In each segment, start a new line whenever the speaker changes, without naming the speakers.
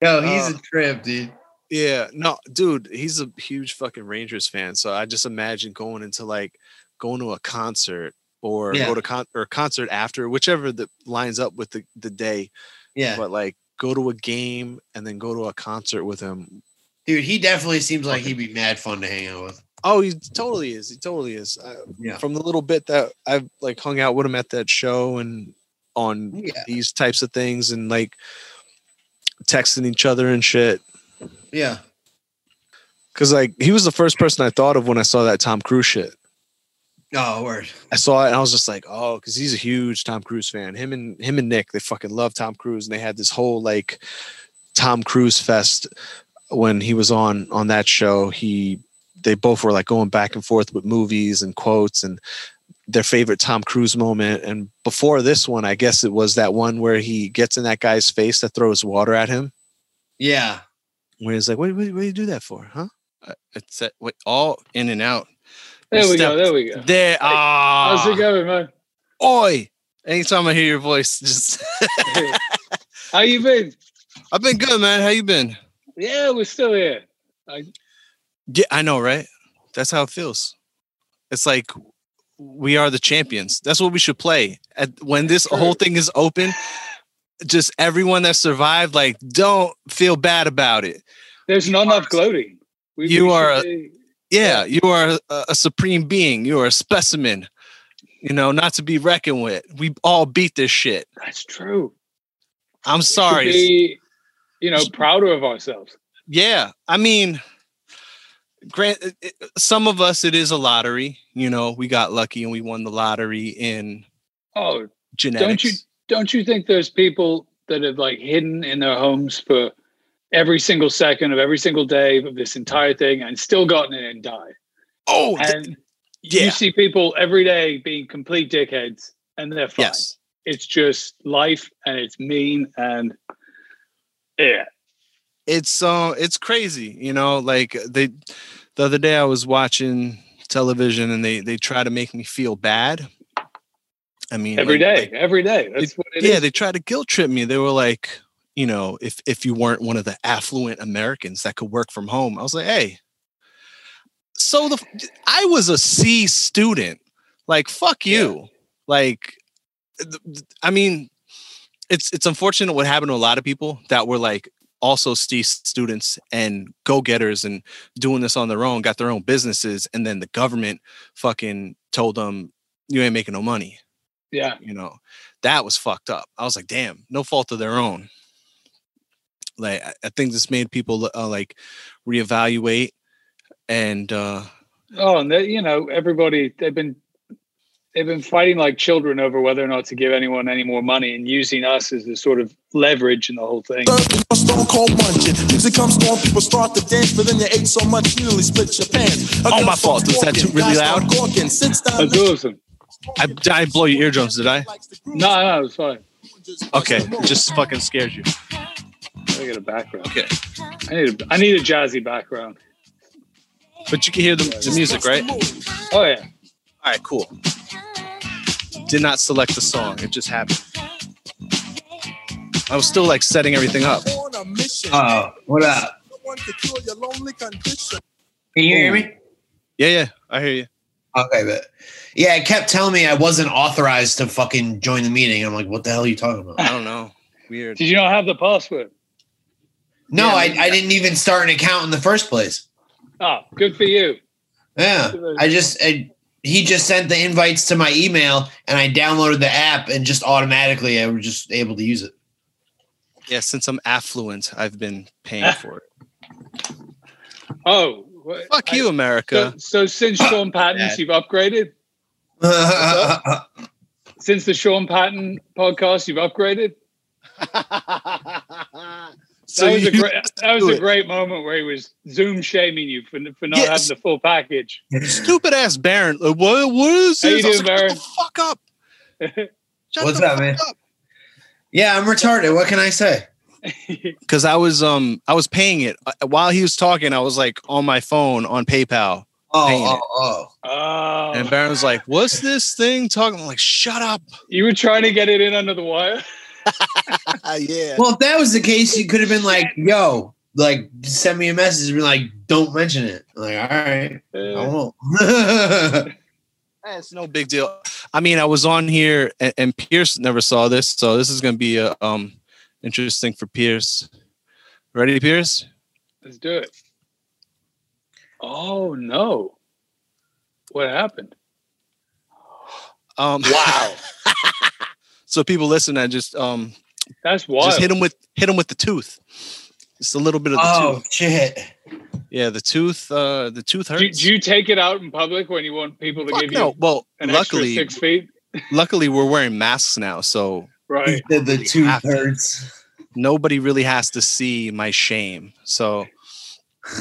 No, he's
Uh,
a trip, dude.
Yeah, no, dude, he's a huge fucking Rangers fan. So I just imagine going into like going to a concert or
Yeah.
go to con or concert after, whichever that lines up with the, the day.
Yeah,
But like go to a game and then go to a concert with him.
dude, he definitely seems like he'd be mad fun to hang out with.
Oh, he totally is. He totally is. I,
Yeah.
From the little bit that I've like hung out with him at that show and on
Yeah,
these types of things and like texting each other and shit.
yeah,
Cause like he was the first person I thought of when I saw that Tom Cruise shit.
oh, word.
I saw it and I was just like, oh, because he's a huge Tom Cruise fan. Him and him and Nick, they fucking love Tom Cruise, and they had this whole like Tom Cruise fest when he was on on that show. He they both were like going back and forth with movies and quotes and their favorite Tom Cruise moment. And before this one, I guess it was that one where he gets in that guy's face that throws water at him.
Yeah,
Where he's like, what, what, what do you do that for, huh?
Uh, It's uh, wait, all in and out.
There we go.
Step-
There we go.
There.
How's it
Ah.
going, man?
Oi. Anytime I hear your voice, just
How you been?
I've been good, man. How you been?
Yeah, we're still here.
Yeah, I know, right? That's how it feels. It's like we are the champions. That's what we should play. At, when this
True.
whole thing is open, just everyone that survived, like, don't feel bad about it.
There's not enough gloating. We,
You
should
are a-
be-
Yeah, you are a, a supreme being. You are a specimen. You know, not to be reckoned with. We all beat this shit.
that's true.
I'm
We should
sorry.
be, you know, prouder of ourselves.
Yeah, I mean, grant it- it- some of us it is a lottery. You know, we got lucky and we won the lottery in
Oh,
genetics.
don't you think there's people that have like hidden in their homes for every single second of every single day of this entire thing and still gotten in and died?
Oh, th-
And
yeah.
you see people every day being complete dickheads and they're fine.
yes.
It's just life and it's mean and yeah.
It's uh, it's crazy. You know, like uh, they the other day I was watching television and they they try to make me feel bad. I mean,
Every
like-
day, every day. That's what it is.
yeah, they tried to guilt trip me. They were like, you know, if if you weren't one of the affluent Americans that could work from home, I was like, hey. So the f- I was a C student. Like fuck you. Like th- th- I mean, it's it's unfortunate what happened to a lot of people that were like also C students and go-getters and doing this on their own, got their own businesses and then the government fucking told them you ain't making no money
yeah.
you know that was fucked up i was like damn no fault of their own like i, I think this made people uh, like reevaluate and uh
Oh, and they, you know, everybody they've been they've been fighting like children over whether or not to give anyone any more money and using us as a sort of leverage in the whole thing.
Third, a stone cold munching. Music comes on, people start to dance, but then you ate so much you nearly split your pants.
Oh, my fault. Was that too- really loud?
That's awesome.
I, I blow your eardrums did i
No, no, it's fine.
okay it just fucking scared you
I get a background.
Okay.
I need a, I need a jazzy background.
but you can hear the, the music right all
Oh yeah.
right cool did not select the song it just happened i was still like setting everything up Uh.
Oh, what up? Can you hear me?
yeah yeah i hear you
Okay, but yeah, it kept telling me I wasn't authorized to fucking join the meeting. I'm like, what the hell are you talking about?
i don't know weird
Did you not have the password?
No,
Yeah,
I,
maybe
I didn't even start an account in the first place.
Ah, good for you.
Yeah, I just I, he just sent the invites to my email, and I downloaded the app, and just automatically I was just able to use it.
yeah since i'm affluent i've been paying for it
Oh, wh-
fuck
I-
you america
So, so since Sean Patton's, you've upgraded. Since the Sean Patton podcast, you've upgraded.
so
that was, a
you-
great, that was
do
a
it.
great moment where he was Zoom shaming you for, for not
Yes.
having the full package.
stupid ass Baron. Like, what? What is
How you
this? I was
doing,
like, Shut
Baron?
the fuck up. Shut
What's
the
up, man?
fuck up.
yeah, I'm retarded. What can I say?
Because I was um I was paying it Uh, while he was talking. I was like on my phone on PayPal, Paying
Oh,
it.
oh, oh.
Oh,
and Baron was like, "What's this thing talking?" I'm like, "Shut up."
you were trying to get it in under the wire.
yeah.
Well, if that was the case, you could have been like, yo, like send me a message and be like, don't mention it. I'm like, all right, I
Uh,
won't.
Eh, It's no
big deal. I mean, I was on here, and, and Pierce never saw this, so this is going to be a um interesting for Pierce. Ready, Pierce?
let's do it. Oh no! What happened?
Um,
Wow,
so people listen, I just um
that's wild.
just hit him with hit him with the tooth. Just a little bit of the
oh shit!
tooth. Yeah, the tooth. Uh, the tooth hurts.
do, do you take it out in public when you want people to
Fuck
give
no.
you
Well,
an
luckily,
extra six feet?
luckily we're wearing masks now, so
Right.
The, the two thirds.
nobody really has to see my shame. So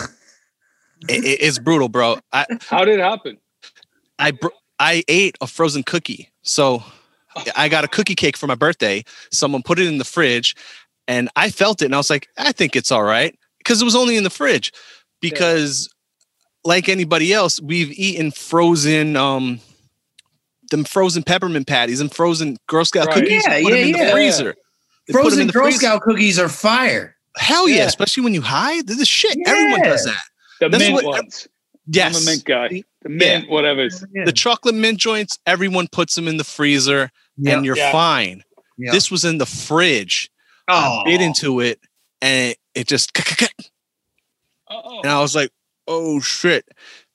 it, it- it's brutal, bro. I
How did it happen?
I br- I ate a frozen cookie. So I got a cookie cake for my birthday. Someone put it in the fridge, and I felt it, and I was like, I think it's all right because it was only in the fridge. Because, like anybody else, we've eaten frozen um. Them frozen peppermint patties and frozen Girl Scout
Right.
cookies.
Yeah,
They put
yeah,
them in
yeah.
the freezer. They put 'em
Frozen
in the
Girl
freezer.
Scout cookies are fire.
Hell yeah,
Yeah.
especially when you hide. This is shit. Everyone
Yeah.
does that.
The
That's
mint
what-
ones. I'm
Yes.
a mint guy. The mint, whatever. it's-
The chocolate mint joints, everyone puts them in the freezer and you're
Yeah.
fine.
Yeah.
This was in the fridge.
oh,
Bit into it and it, it just
Oh,
and I was like, "Oh shit."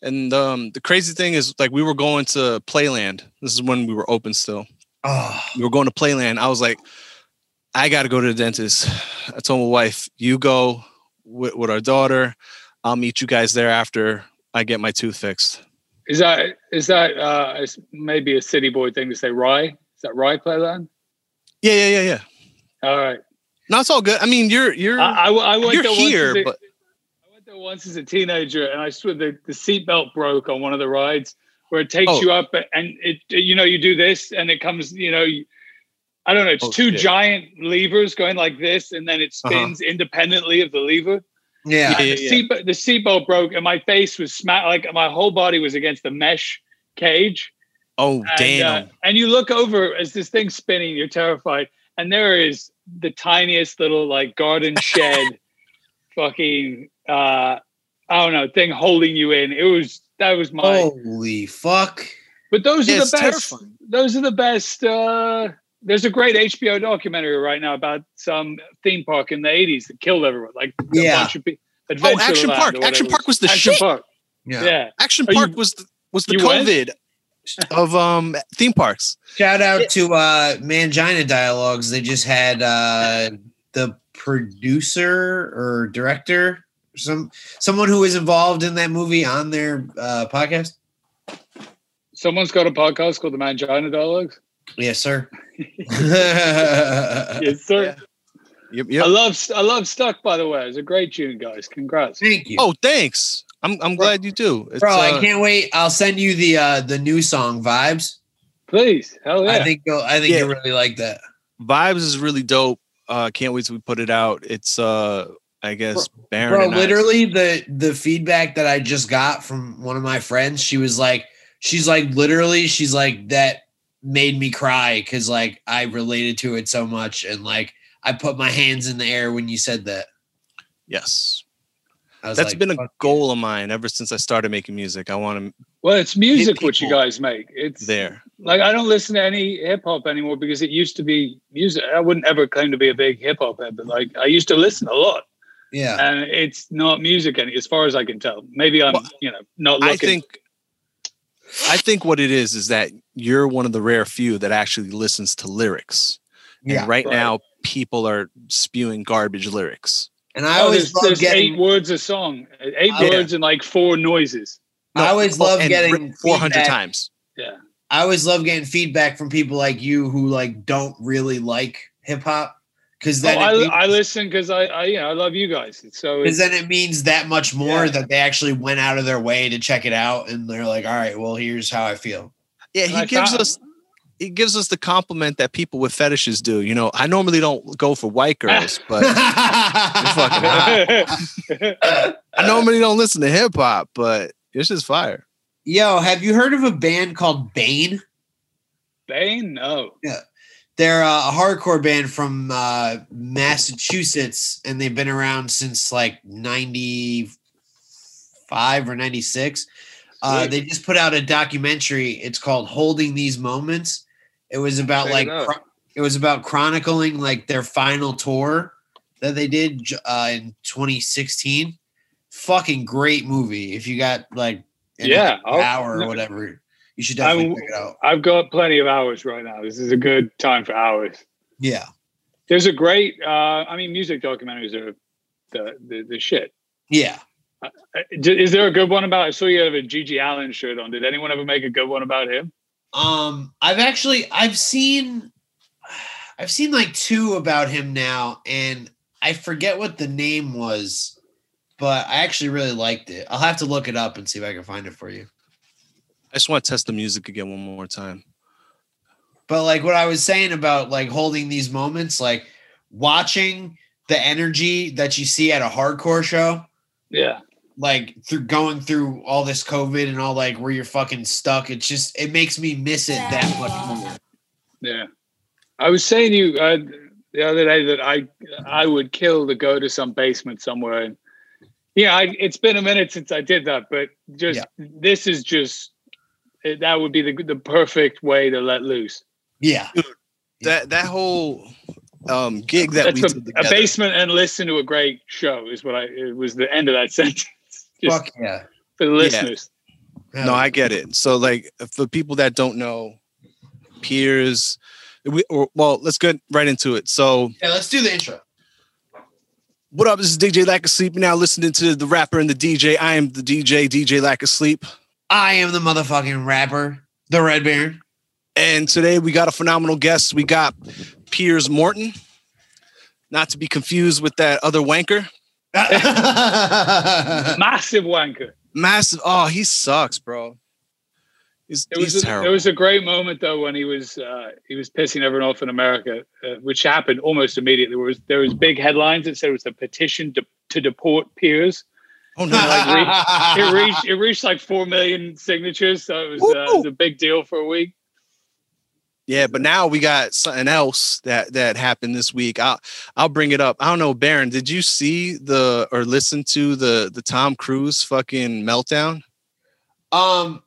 And um the crazy thing is like we were going to Playland. This is when we were open still.
oh,
We were going to Playland. I was like, "I got to go to the dentist." I told my wife, "You go with, with our daughter. I'll meet you guys there after I get my tooth fixed."
Is that is that uh, it's maybe a city boy thing to say? Rye? Is that rye playland?
Yeah, yeah, yeah, yeah.
All right.
No, it's all good. I mean, you're you're
I, I, I went
Um, you're
there
here,
once as a-
but
I went there once as a teenager, and I swear the, the seatbelt broke on one of the rides where it takes
Oh.
you up, and it you know you do this, and it comes you know. You, I don't know. It's
Oh,
two
shit.
giant levers going like this, and then it
Uh-huh.
spins independently of the lever.
yeah.
Yeah,
And the, seatbelt, the seatbelt broke, and my face was smacked. Like my whole body was against the mesh cage.
oh
And,
damn.
uh, and you look over as this thing's spinning, you're terrified. And there is the tiniest little like garden shed fucking uh I don't know thing holding you in. It was that was my
Holy fuck!
but those
Yeah,
are the
it's
best
Oh, terrifying.
those are the best uh there's a great HBO documentary right now about some theme park in the 80s that killed everyone. Like a
Yeah,
bunch of people.
Oh, Action Park. Action Park was the
Action
shit.
Park.
yeah.
Yeah.
Action
Are you-
Park was the, was the
you went?
COVID of um theme parks.
Shout out to uh Mangina Dialogues. They just had uh the producer or director, some someone who was involved in that movie on their uh podcast.
Someone's got a podcast called The Mangina Dialogues.
Yes, sir.
Uh,
Yes, sir.
Yeah. Yep,
I
yep.
love I love Stuck by the way. It's a great tune, guys. Congrats.
Thank you.
Oh, thanks. I'm I'm glad you do. It's,
Bro, I
uh,
can't wait. I'll send you the uh the new song vibes.
Please, hell yeah.
I think you'll I think
Oh, Yeah.
you'll really like that.
Vibes is really dope. Uh, can't wait till we put it out. It's uh, I guess Baron.
Bro,
and I-
literally the the feedback that I just got from one of my friends, she was like, she's like, literally, she's like, that made me cry because like I related to it so much, and like I put my hands in the air when you said that.
Yes,
I was
that's
like,
been a
fuck.
goal of mine ever since I started making music. I want
well, it's music what you
people.
guys make. It's
to there.
like I don't listen to any hip hop anymore because it used to be music. I wouldn't ever claim to be a big hip hop head, but like I used to listen a lot,
yeah.
and it's not music any as far as I can tell. Maybe I'm
Well,
you know not looking.
I think I think what it is is that you're one of the rare few that actually listens to lyrics.
Yeah.
and right,
Right.
now people are spewing garbage lyrics.
And I
Oh,
always
there's,
love
there's eight
getting
words a song, eight
Yeah.
words and like four noises.
I always
No,
love
and
getting
four hundred
feedback.
times.
Yeah,
I always love getting feedback from people like you who like don't really like hip hop. Cause
oh,
then it means-
I, I listen because I, I you know I love you guys. So
because
it's,
then it means that much more
Yeah.
that they actually went out of their way to check it out and they're like all right well here's how i feel
Yeah,
I
he gives
found-
us he gives us the compliment that people with fetishes do. You know, I normally don't go for white girls, but fucking I normally don't listen to hip hop, but it's just fire.
yo have you heard of a band called bane
Bane, no.
They're uh, a hardcore band from uh, Massachusetts, and they've been around since like '95 or '96. Uh,
Sweet.
they just put out a documentary. It's called "Holding These Moments." It was about
Check
like
it out.
chro- it was about chronicling like their final tour that they did j- uh, in 2016. Fucking great movie. If you got like an
Yeah, I'll-
hour or whatever, you should definitely
I'm-
check it out.
I've got plenty of hours right now. This is a good time for hours.
Yeah.
There's a great, uh, I mean, music documentaries are the, the, the shit.
Yeah.
Uh, d- Is there a good one about? I saw you have a Gigi Allen shirt on. Did anyone ever make a good one about him?
Um I've actually I've seen I've seen like two about him now and I forget what the name was, but I actually really liked it. I'll have to look it up and see if I can find it for you.
I just want to test the music again one more time.
But like what I was saying about like holding these moments, like watching the energy that you see at a hardcore show
Yeah.
like through going through all this COVID and all like where you're fucking stuck. It's just it makes me miss it that much more.
Yeah. I was saying to you uh, the other day that I I would kill to go to some basement somewhere. And, yeah, I, it's been a minute since I did that, but just this is just it, that would be the the perfect way to let loose.
Yeah,
That that whole um, gig that we
That's
did
a, a
together.
basement and listen to a great show is what I it was the end of that sentence. Just
fuck yeah.
for the listeners.
Hell
no, I get it. So like for people that don't know, peers, we or, well, let's get right into it. So
yeah. Let's do the intro.
What up? This is DJ Lack of Sleep. You're Now listening to the rapper and the DJ. I am the DJ, DJ Lack of Sleep.
I am the motherfucking rapper, the Red Baron.
And today we got a phenomenal guest. We got Piers Morton, not to be confused with that other wanker.
Massive wanker.
Massive. Oh, he sucks, bro. He's,
It was
he's
a,
terrible.
there was a great moment though when he was uh, he was pissing everyone off in America, uh, which happened almost immediately. There was there was big headlines that said it was a petition to, to deport peers.
oh no!
like, It reached it reached like four million signatures, so it was, uh, it was a big deal for a week.
yeah, but now we got something else that that happened this week. I'll I'll bring it up. I don't know, Baron. Did you see the or listen to the the Tom Cruise fucking meltdown?
um,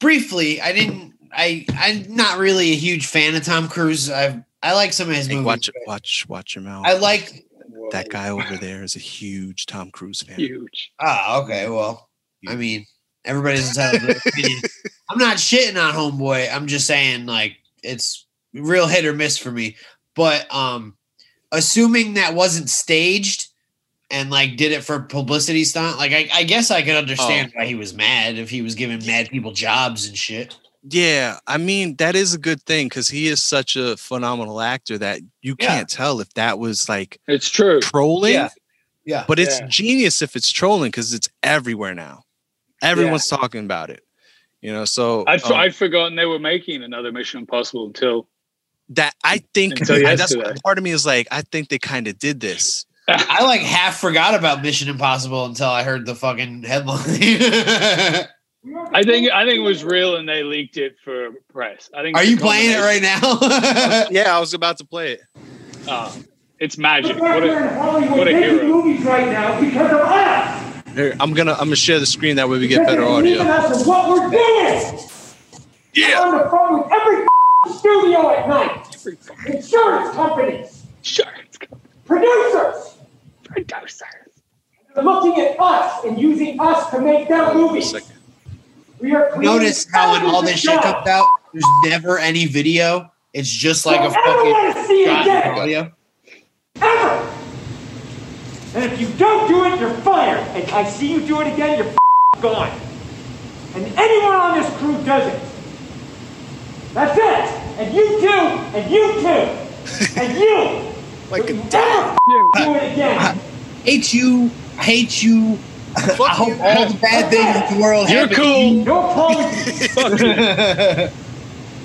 briefly, I didn't. I I'm not really a huge fan of Tom Cruise. I've I like some of his
Oh,
Hey,
movies.
watch watch watch your mouth.
I like.
that guy over there is a huge Tom Cruise fan.
huge.
Ah, okay. Well, I mean, everybody's entitled to their opinion. I'm not shitting on Homeboy. I'm just saying, like, it's real hit or miss for me. But um, assuming that wasn't staged and like did it for publicity stunt, like, I, I guess I could understand why he was mad if he was giving mad people jobs and shit.
Yeah, I mean that is a good thing because he is such a phenomenal actor that you
Yeah.
can't tell if that was like
It's true.
trolling.
Yeah. Yeah.
but it's
Yeah.
genius if it's trolling because it's everywhere now. Everyone's talking about it. You know, so
I'd,
um,
I'd forgotten they were making another Mission Impossible until
that I think
Until
I- that's
yesterday.
part of me is like I think they kind of did this.
I like half forgot about Mission Impossible until I heard the fucking headline.
I think I think it was real and they leaked it for press. I think
Are
it's a
you playing it right now?
Yeah, I was about to play it.
combination. Oh, it's magic.
Look like
What
we're in
a,
Hollywood
what a
making
hero.
movies right now because of us.
Here, I'm gonna I'm gonna share the screen that way we get
Because
better
they believe in
audio.
us and what we're doing.
Yeah.
I'm on the phone with every studio at night. Insurance companies,
sure, it's
producers,
producer.
they're looking at us and using us to make their movies.
second.
We are creating
Notice how when all this shit
thousands of
comes out, there's never any video. It's just like a
jobs. Don't
fucking
ever want to see it
shot and
again.
audio.
Ever. And if you don't do it, you're fired. And I see you do it again, you're gone. And anyone on this crew does it. That's it. And you too. And you too. And you. like a dad. Do it again.
Hate you. I hate you. I hope all the bad things in the world
You're
happen.
cool.
No apologies.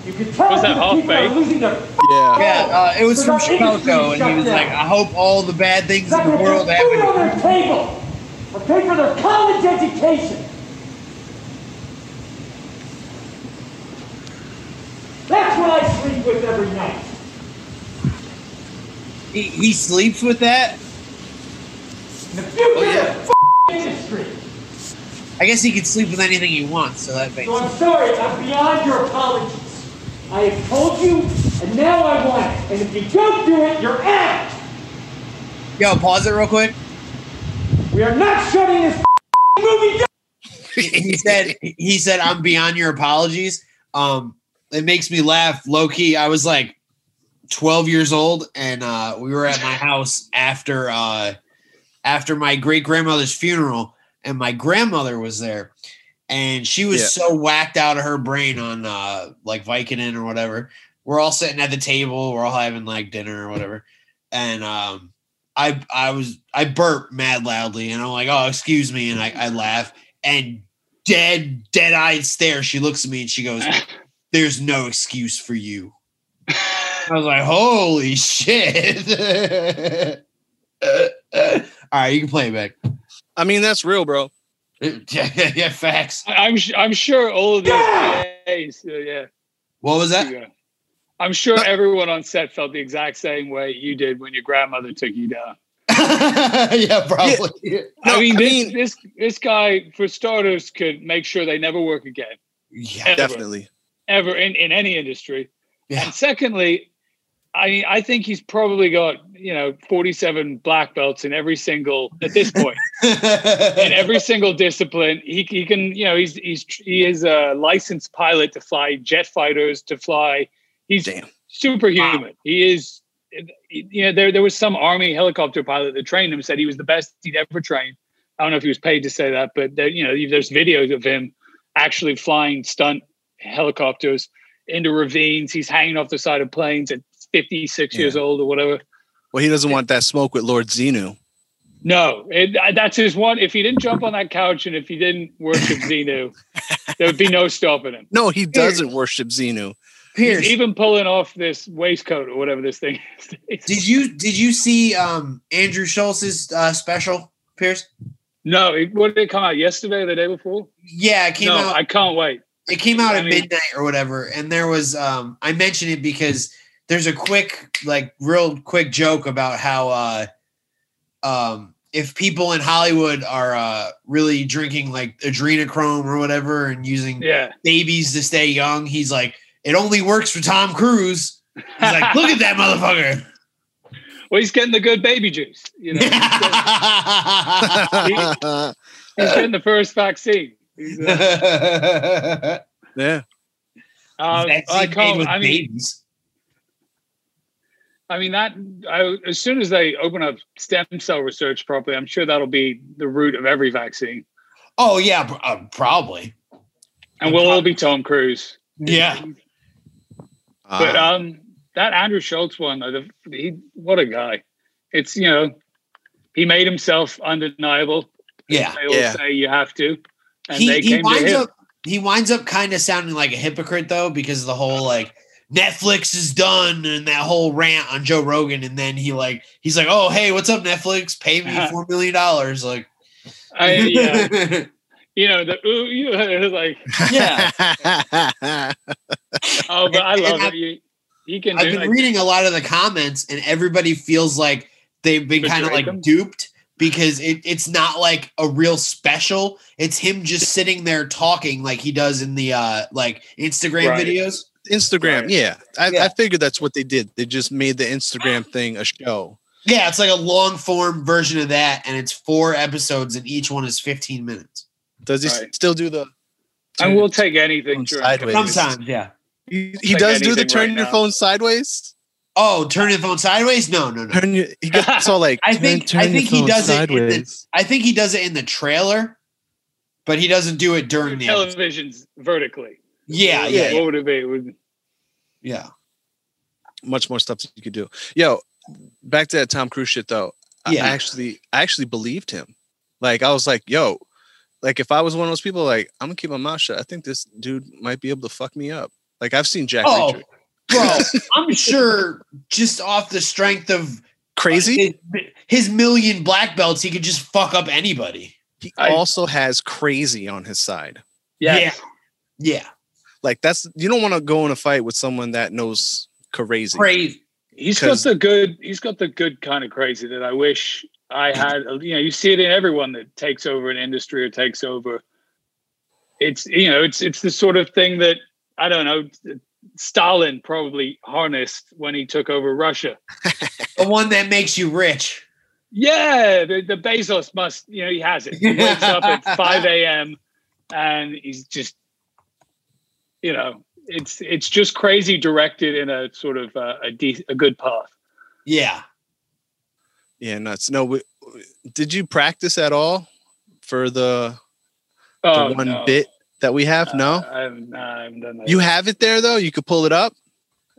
You can tell
Was that
these
half
people are
baked?
losing their
Yeah.
Yeah, uh, it was from
Without industry
Chicago, and he
shut
was
down.
like, "I hope all the bad things in the
Second,
world
there's food on
happen."
their table. Or pay for their college education. That's what I sleep with every night.
He, he sleeps with that.
In the future
Oh, yeah.
of the industry.
I guess he can sleep with anything he wants, so that makes
So I'm sorry, I'm beyond your apologies. I have told you, and now I want it. And if you don't do it, you're out.
Yo, pause it real quick.
We are not shutting this movie down.
He said he said I'm beyond your apologies. Um, it makes me laugh. Low key, I was like 12 years old, and uh, we were at my house after uh, after my great grandmother's funeral, and my grandmother was there, and she was
Yeah.
so whacked out of her brain on uh, like Vicodin or whatever. We're all sitting at the table, we're all having like dinner or whatever, and um, I I was I burp mad loudly and I'm like, oh, excuse me, and I, I laugh and dead dead eyed stare. She looks at me and she goes, "There's no excuse for you." I was like, "Holy shit!" All right, you can play it back.
I mean, that's real, bro.
yeah, yeah, yeah, facts.
I- I'm su- I'm sure all of these PAs, uh, yeah,
What was that?
yeah. I'm sure everyone on set felt the exact same way you did when your grandmother took you down.
yeah, probably.
No,
I mean,
I
this,
mean-
this this guy, for starters, could make sure they never work again,
Yeah,
Ever.
Definitely.
ever in, in any industry.
Yeah.
And secondly, I I think he's probably got you know 47 black belts in every single at this point in every single discipline. He he can you know he's he's he is a licensed pilot to fly jet fighters to fly. He's
Damn.
superhuman. He is. You know, there there was some army helicopter pilot that trained him said he was the best he'd ever trained. I don't know if he was paid to say that, but there, you know, there's videos of him actually flying stunt helicopters into ravines. He's hanging off the side of planes at 56 years old or whatever.
Well, he doesn't want that smoke with Lord Xenu.
No, it, that's his one. If he didn't jump on that couch and if he didn't worship Zenu, there would be no stopping him.
No, he doesn't worship Xenu.
Pierce,
He's even pulling off this waistcoat or whatever this thing is.
did you did you see um Andrew Schultz's uh, special, Pierce?
No, it, what did it come out yesterday or the day before?
Yeah, it came
no,
out.
I can't wait.
it came out
I
at
mean-
midnight or whatever and there was um i mentioned it because there's a quick like real quick joke about how uh um if people in hollywood are uh really drinking like adrenochrome or whatever and using
Yeah.
babies to stay young he's like it only works for tom cruise he's like look at that motherfucker
Well, he's getting the good baby juice. You know, he's getting, he's getting the first vaccine. He's, uh,
yeah.
um,
Vaccine
I
made
can't.
with
I mean,
babies.
I mean that. I, as soon as they open up stem cell research properly, I'm sure that'll be the root of every vaccine,
oh yeah pr- uh, probably
and we'll all be Tom Cruise.
yeah
But
Uh,
uh,
Uh,
um, that Andrew Schultz one, though, the, he what a guy! It's you know, he made himself undeniable.
yeah
They all
Yeah.
say you have to, and
he,
they
he
came to
winds
him.
up he winds up kind of sounding like a hypocrite though because of the whole like Netflix is done and that whole rant on Joe Rogan and then he like he's like oh hey what's up Netflix pay me four million dollars like
Uh-huh. I, yeah, you know the ooh, you know, like
yeah
oh, but I
And- and
love
I've-
it. You, he can.
I've
do,
been
like,
reading a lot of the comments and everybody feels like they've been kind of like
Betrayed them?
duped because it, it's not like a real special it's him just sitting there talking like he does in the uh like Instagram
Right.
videos
Instagram.
Right.
Yeah. I,
Yeah.
I figured that's what they did. They just made the Instagram thing a show.
Yeah, it's like a long form version of that, and it's four episodes, and each one is 15 minutes.
Does he s-
Right.
still do the?
and we'll take anything.
Going
during-
sideways.
Sometimes, yeah.
He, he
take
does do the
anything
turn
right
your
now.
phone sideways.
Oh, turn the phone sideways? No, no, no.
Turn your. He gets all like.
I
turn-
think-
turn
I
your
think he
phone
does it in the-
sideways.
I think he does it in the trailer, but he doesn't do it during the episode.
televisions vertically.
Yeah, yeah, yeah.
What would it be? It would-
yeah.
Much more stuff that you could do. Yo, back to that Tom Cruise shit though.
Yeah.
I actually, I actually believed him. Like I was like, yo, like if I was one of those people, like I'm gonna keep my mouth shut. I think this dude might be able to fuck me up. Like I've seen Jack
Oh,
Reacher.
bro, I'm sure just off the strength of
Crazy.
his, his million black belts, he could just fuck up anybody.
He
I-
also has crazy on his side.
Yes.
Yeah,
Like that's you don't want to go in a fight with someone that knows crazy.
crazy.
He's got
'Cause-
the good. He's got the good kind of crazy that I wish I had. You know, you see it in everyone that takes over an industry or takes over. It's you know, it's it's the sort of thing that I don't know. Stalin probably harnessed when he took over Russia.
The one that makes you rich.
Yeah, the, the Bezos must. You know, he has it. He wakes up at five a.m. and he's just, you know, it's it's just crazy directed in a sort of uh, a de- a good path.
Yeah.
Yeah, nuts. No, we, did you practice at all for the the
Oh,
one
no. Uh,
bit that we have? no,
I haven't, no, I haven't done that.
you have it there though. You could pull it up.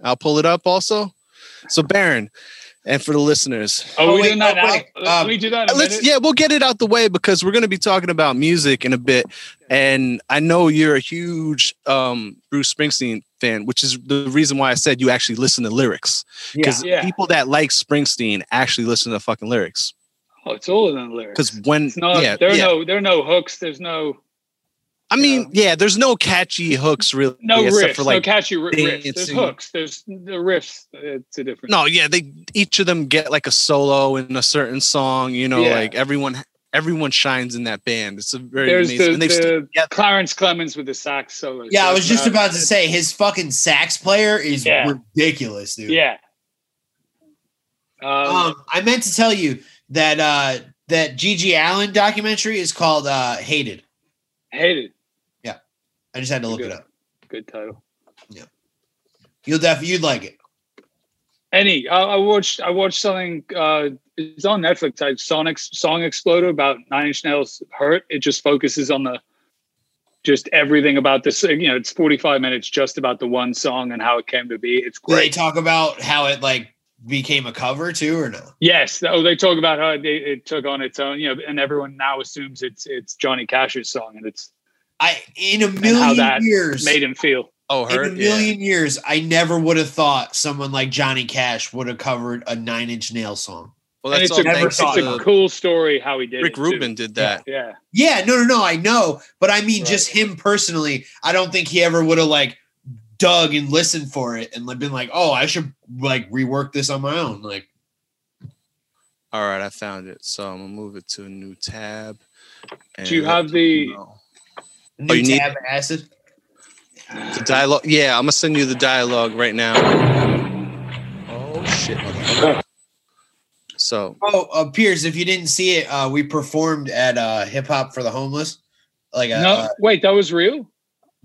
I'll pull it up also. So Baron, and for the listeners,
Oh,
Oh,
we
wait,
doing that
oh,
now?
wait,
Let-
um,
we do that. In a
let's
minute?
yeah, we'll get it out the way because we're going to be talking about music in a bit. And I know you're a huge um, Bruce Springsteen fan, which is the reason why I said you actually listen to lyrics
Yeah.
because
Yeah.
people that like Springsteen actually listen to fucking lyrics.
Oh, it's all in the lyrics.
Because when
It's not.
yeah,
there are
yeah.
no. There are no hooks. There's no
I mean, yeah, there's no catchy hooks really.
no
except
riffs.
for like
no catchy r- riffs. There's
dancing.
hooks. There's the riffs. It's a different.
no yeah they each of them get like a solo in a certain song you know
Yeah.
like everyone everyone shines in that band it's a very
There's
amazing
the,
and they've still-
the
together.
Clarence Clemens with the sax solo.
Yeah,
So
I was
it's
just
not-
about to say his fucking sax player is
Yeah.
ridiculous, dude.
Yeah. Um,
Um, I meant to tell you that uh that Gigi Allen documentary is called uh Hated.
hated.
I just had to look
Good.
it up.
Good title.
You'll definitely you'd like it.
Any, I, I watched. I watched something. Uh, it's on Netflix. I Sonic Song Exploder about Nine Inch Nails Hurt. It just focuses on the, just everything about this. You know, it's forty five minutes just about the one song and how it came to be. It's
Do they
great.
talk about how it like became a cover too or no?
Yes. Oh, they talk about how it, it took on its own. You know, and everyone now assumes it's it's Johnny Cash's song, and it's
I in a
how
million
that
years
made him feel.
oh
in a
hurt yeah.
million years, I never would have thought someone like Johnny Cash would have covered a nine inch nail song.
well
And
that's
it's
all
a,
thanks
it's
to
a cool story how he did it.
rick
too.
rubin did that
Yeah.
Yeah, no, no, no. I know, but I mean,
Right.
just him personally. I don't think he ever would have like dug and listened for it and like, been like, "Oh, I should like rework this on my own." Like,
all right i found it so i'm gonna move it to a new tab and
you
let
have
people
the-
know.
new
Oh, you need-
tab acid.
the dialogue yeah i'm gonna send you the dialogue right now oh shit motherfucker. so
Oh, uh, Piers, if you didn't see it, uh, we performed at uh, Hip Hop for the Homeless. Like, a,
no,
uh,
wait, that was real.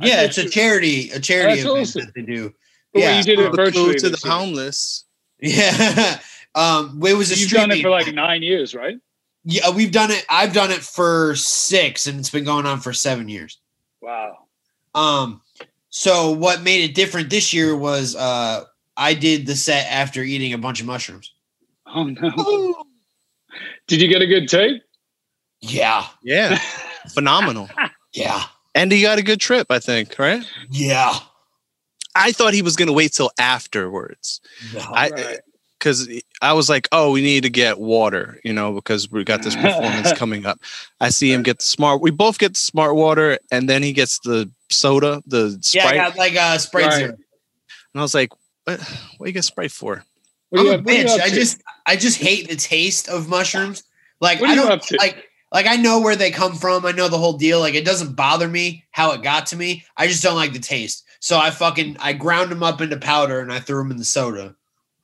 I
yeah,
thought
it's a
you-
charity, a charity
That's
event
awesome.
that they do.
Well,
Yeah,
you did it
the
virtually.
clue to the
this year.
homeless
yeah. um, it was a
You've done it
streaming
for like
event.
nine years, right?
yeah, we've done it. I've done it for six, and it's been going on for seven years.
Wow.
Um, so what made it different this year was uh, I did the set after eating a bunch of mushrooms.
Oh no. Did you get a good tape?
Yeah,
yeah phenomenal
yeah,
And he got a good trip, I think, right?
yeah.
I thought he was going to wait till afterwards.
Oh,
I
Right.
because I was like, oh, we need to get water, you know, because we got this performance coming up. I see him get the smart. We both get the smart water, and then he gets the soda, the
yeah,
Sprite,
I got like a Sprite
Right.
Zero.
and I was like, what? What you get Sprite for?
What
I'm
are you
a
up- what are you
bitch.
up
I
to?
just I just hate the taste of mushrooms. Like
What are
I
you
don't
up to?
like like I know where they come from. I know the whole deal. Like it doesn't bother me how it got to me. I just don't like the taste. So I fucking I ground them up into powder and I threw them in the soda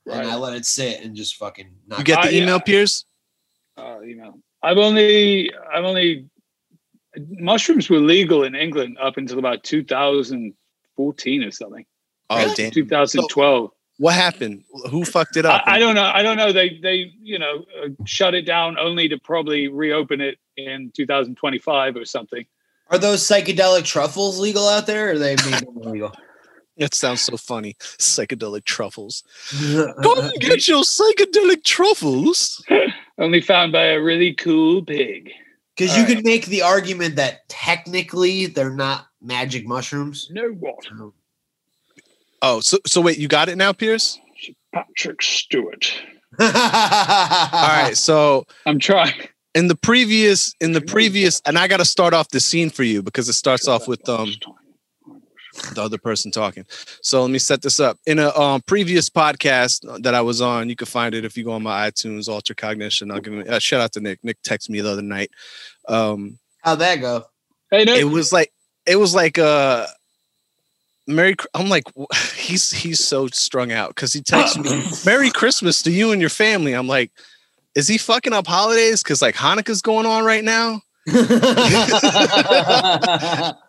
Right.
and I let it sit and just fucking.
You
Not
get
I-
the email, Piers?
Oh, you know, I've only, I've only, mushrooms were legal in England up until about 2014 or something,
Oh,
Really?
damn!
2012.
What happened? Who fucked it up?
I, I don't know. I don't know. They they you know uh, shut it down only to probably reopen it in 2025 or something.
Are those psychedelic truffles legal out there? Or are they made them illegal?
That sounds so funny. Psychedelic truffles.
Uh,
Go and get your psychedelic truffles.
Only found by a really cool pig.
Because you could make the argument that technically they're not magic mushrooms.
No what?
Oh, so so wait, you got it now, Pierce?
Patrick Stewart.
All Uh-huh.
All right. So
I'm trying.
in the previous, in the previous, and I got to start off the scene for you because it starts off with um the other person talking. So let me set this up. In a um, previous podcast that I was on, you can find it if you go on my iTunes, Ultra Cognition. I'll give him a shout out to Nick. Nick texted me the other night. Um,
How'd that go?
Hey, Nick,
it was like it was like uh Merry. Cr- I'm like wh- he's he's so strung out because he texts me Merry Christmas to you and your family. I'm like, is he fucking up holidays? Because like Hanukkah's going on right now.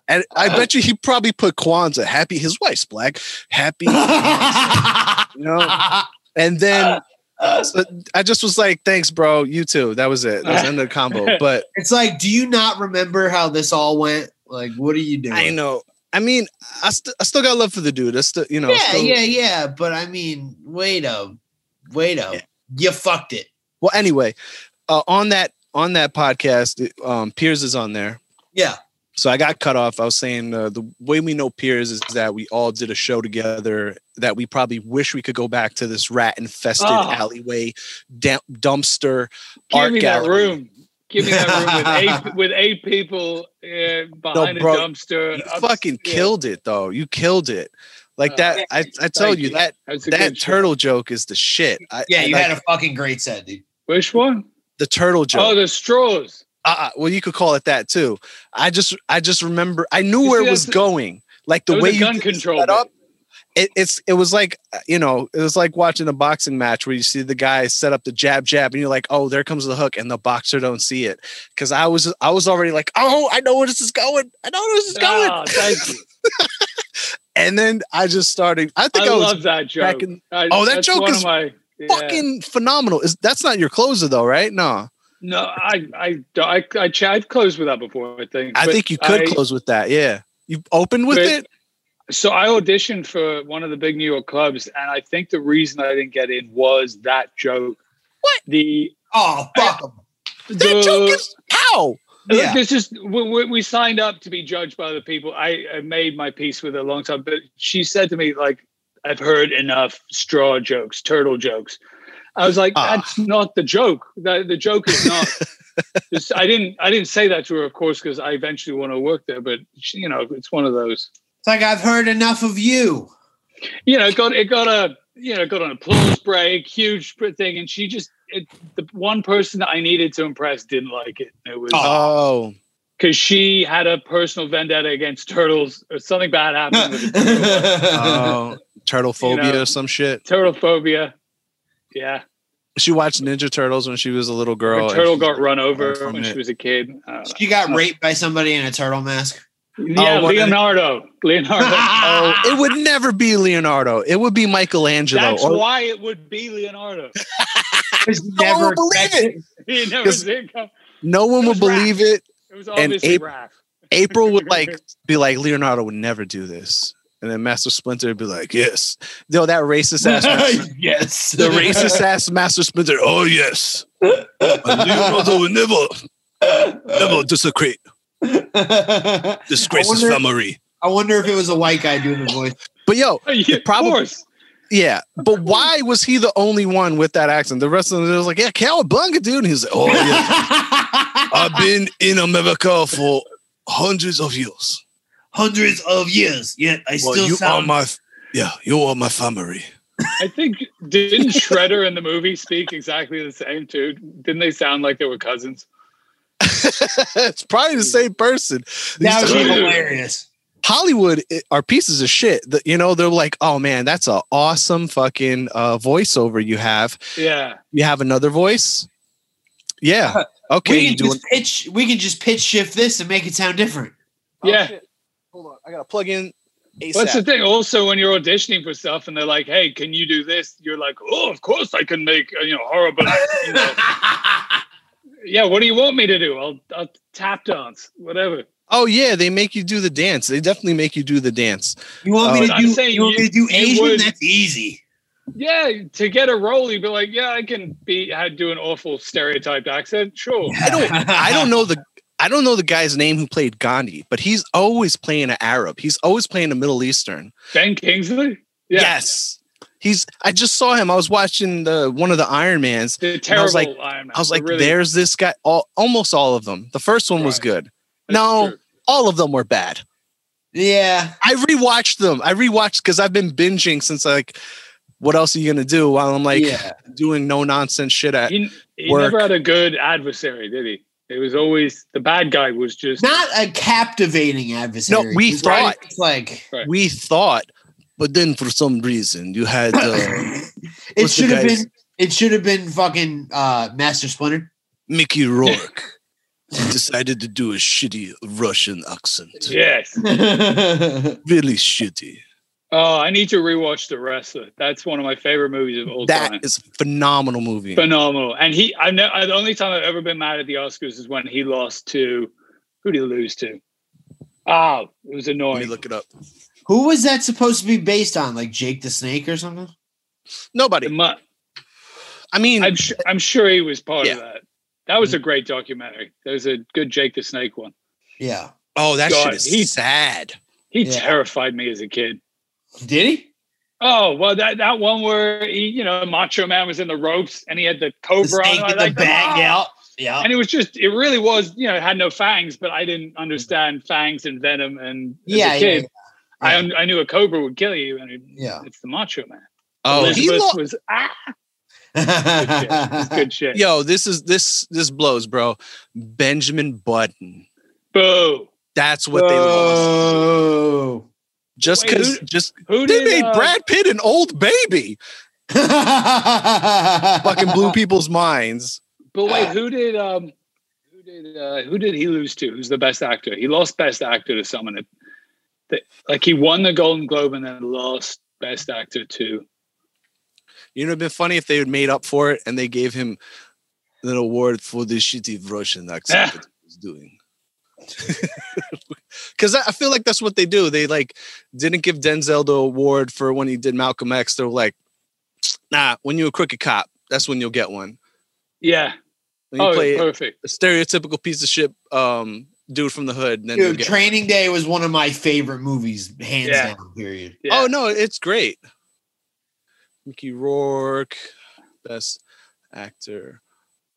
And I bet you he probably put Kwanzaa. Happy, his wife's black. Happy, you know. And then so I just was like, "Thanks, bro. You too." That was it. That was the end of the combo. But
it's like, do you not remember how this all went? Like, what are you doing?
I know. I mean, I, st- I still got love for the dude. I still, you know,
Yeah,
still-
yeah, yeah. But I mean, wait a, wait a, you fucked it.
Well, anyway, uh, on that on that podcast, it, um, Piers is on there.
Yeah.
So I got cut off. I was saying uh, the way we know Piers is that we all did a show together that we probably wish we could go back to this rat infested
Oh.
alleyway, da- dumpster,
give
art
me
gallery.
that room. Give me that room with eight with eight people uh, behind
bro,
a dumpster.
You
up-
fucking
yeah,
killed it though. You killed it. Like
Oh,
that, I, I told
thank
you
you.
that
That's a
that
good show.
turtle joke is the shit. I,
Yeah,
I
you
like
had a fucking great set, dude.
Which one?
the turtle joke.
Oh, the straws.
uh, well, you could call it that too. I just, I just remember, I knew
You
where
see,
it was
that's-
going. Like the
that was
way
a
you
gun
did the
control
setup, It, it's, it was like, uh, you know, it was like watching a boxing match where you see the guy set up the jab, jab, and you're like, oh, there comes the hook, and the boxer don't see it. Because I was, I was already like, oh, I know where this is going. I know where this is going.
Ah, thank you.
And then I just started. I
I,
think I, was
love that joke.
back in-
I-
Oh, that
that's
joke
one
is
of my, yeah.
fucking phenomenal. Is that's not your closer though, right? No,
No, I, I, don't- I, I, ch- I've closed with that before. I think.
I
But
think you could
I-
close with that. Yeah, you opened with
But-
it.
So I auditioned for one of the big New York clubs, and I think the reason I didn't get in was that joke. What the
Oh fuck 'em.
the
That joke is how.
Look,
Yeah.
This is we, we, we signed up to be judged by other people. I, I made my peace with her a long time, but she said to me like, "I've heard enough straw jokes, turtle jokes." I was like,
Ah.
"That's not the joke. That the joke is not." This- I didn't. I didn't say that to her, of course, because I eventually want to work there. But she, you know, it's one of those.
It's like I've heard enough of you.
You know, it got it got a you know it got an applause break, huge thing, and she just it, the one person that I needed to impress didn't like it. It was
Oh,
because she had a personal vendetta against turtles or something bad happened with the turtle.
oh, turtle phobia
Um, You know.
or some shit.
turtle phobia. Yeah,
She watched Ninja Turtles when she was a little
Her
girl. and
turtle
she-
got run over
from
when
it.
she was a kid. uh, I don't
she got raped by somebody in a turtle mask.
know. Yeah,
well, then-
Leonardo. Leonardo.
Oh, it would never be Leonardo. It would be Michelangelo.
That's
Or,
why it would be Leonardo.
no one would believe it.
You never
Because-
did come.
No one
It
would
was Raph.
believe it.
It was obviously
ape-
Raph.
April would like be like Leonardo would never do this, and then Master Splinter would be like, "Yes." No, that racist ass.
yes.
the racist ass Master Splinter. Oh yes, Leonardo would never, never desecrate, disgrace
his I wonder-
family.
I wonder if it was a white guy doing the voice.
But yo,
Yeah,
probably-
of course.
yeah, but why was he the only one with that accent? The rest of them was like, yeah, cowabunga, dude. And he's like, oh yeah, I've been in America for hundreds of years.
Hundreds of years, yet I
Well,
still
you
sound.
are my, yeah, you are my family.
I think didn't Shredder in the movie speak exactly the same too? Didn't they sound like they were cousins?
it's probably the same person.
that
These
would be
Dude.
hilarious.
Hollywood i- are pieces of shit. That you know, they're like, oh man, that's an awesome fucking uh, voiceover you have.
Yeah.
You have another voice. Yeah. Okay.
We
You
can
do it.
just pitch. We can just pitch shift this and make it sound different.
Oh,
Yeah.
Hold on, I gotta plug in. ASAP.
What's the thing? Also, when you're auditioning for stuff and they're like, "Hey, can you do this?" You're like, "Oh, of course I can make uh, you know horrible." you know. yeah, what do you want me to do? I'll, I'll tap dance, whatever.
oh yeah, they make you do the dance. They definitely make you do the dance.
You want me
Oh,
to
I'm
do?
saying
you want me to do
you- you
Asian?
would-
That's easy.
Yeah, to get a role, you'd be like, "Yeah, I can be I do an awful stereotyped accent." Sure.
I don't. I don't know the. I don't know the guy's name who played Gandhi, but he's always playing an Arab. He's always playing a Middle Eastern.
Ben Kingsley. Yeah.
Yes. He's. I just saw him. I was watching the one of the Iron Mans,
The
I
terrible
was like-
Iron Man.
I was
The
like,
really-
there's this guy. All, almost all of them. The first one was
Right.
good.
that's
no.
true.
All of them were bad.
Yeah.
I rewatched them. I rewatched because I've been binging since like, what else are you gonna do while I'm like
yeah.
doing no nonsense shit at?
He, he
Work.
never had a good adversary, did he? It was always the bad guy was just
Not a captivating adversary.
No, we
Right?
thought-
It's like
Right.
We thought, but then for some reason you had uh,
it
What's the
should have
guy's-
been it should have been fucking uh Master Splinter.
Mickey Rourke decided to do a shitty Russian accent.
yes.
Really shitty.
Oh, I need to rewatch The Wrestler. That's one of my favorite movies of all time.
That is a phenomenal movie.
Phenomenal. And he, I know the only time I've ever been mad at the Oscars is when he lost to who did he lose to? Oh, it was
Let me
annoying.
look it up.
Who was that supposed to be based on? Like Jake the Snake or something?
The
Nobody.
mu-
I mean,
I'm sure. I'm sure he was part of
Yeah.
that. That was a great documentary. There's a good Jake the Snake one.
Yeah.
oh, that
God,
shit is
he's-
sad.
He
Yeah.
terrified me as a kid.
Did he?
Oh well, that, that one where he, you know, Macho Man was in the ropes and he had the
The
cobra
snake
on. Oh, I
in the
like
bag out. Yeah.
And it was just, it really was, you know, it had no fangs, but I didn't understand fangs and venom. And as
Yeah,
a
yeah,
kid,
yeah.
I un- I knew a cobra would kill you, and it-
Yeah.
it's the Macho Man.
Oh, he
Elizabeth
lo-
was ah, shit. it's
yeah.
good shit.
yo, this is this this blows, bro. Benjamin Button.
Boo!
That's what they lost.
Oh.
Just
Uh, Wait,
because,
who-
just
Who
they
did
made
uh,
Brad Pitt an old baby. Fucking blew people's minds.
But wait, who did um, who did uh, who did he lose to? Who's the best actor? He lost best actor to someone that, that like he won the Golden Globe and then lost best actor to.
You know, it'd been funny if they had made up for it and they gave him an award for the shitty Russian accent
Yeah.
that he was doing. Because I I feel like that's what they do. They like didn't give Denzel the award for when he did Malcolm X. They were like, nah, when you're a crooked cop, that's when you'll get one.
Yeah.
When you
Oh,
play
perfect.
a stereotypical piece of shit um, dude from the hood, then you'll
Dude,
get.
Training Day was one of my favorite movies, hands
Yeah.
down. Period.
Yeah.
Oh no, it's great. Mickey Rourke, best actor.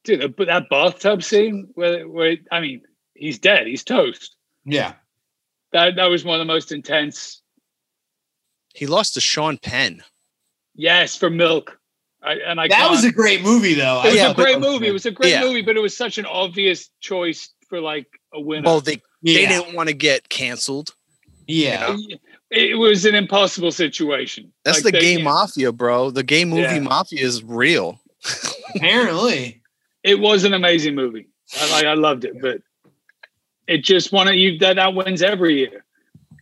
dude, but that bathtub scene where, where I mean, he's dead, he's toast.
Yeah.
That that was one of the most intense.
He lost to Sean Penn.
Yes, for milk. I, and I
that
can't-
was a great movie, though.
it was
I
yeah,
a
thought
great
that was
movie. It was a great
Yeah.
movie, but it was such an obvious choice for like a winner.
Well, they they
Yeah.
didn't want to get canceled.
Yeah.
it was an impossible situation.
That's the
Like, they-
gay mafia, bro. The gay movie
Yeah.
mafia is real.
Apparently.
It was an amazing movie. I like I loved it, but it just wanted you that that wins every year.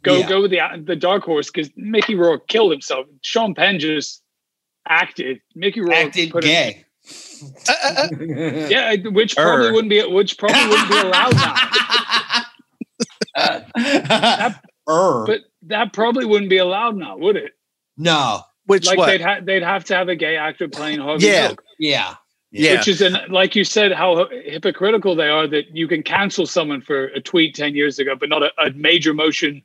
Go
Yeah.
go with the the dark horse because Mickey Rourke killed himself. Sean Penn just acted. Mickey Rourke
Acted
put him-
gay.
Yeah, which probably
Err.
wouldn't be which probably wouldn't be allowed now.
Er.
But that probably wouldn't be allowed now, would it?
no.
Which
Like
what?
they'd ha- they'd have to have a gay actor playing Harvey
Yeah.
Milk,
Yeah.
yeah,
which is an like you said how hypocritical they are that you can cancel someone for a tweet ten years ago, but not a, a major motion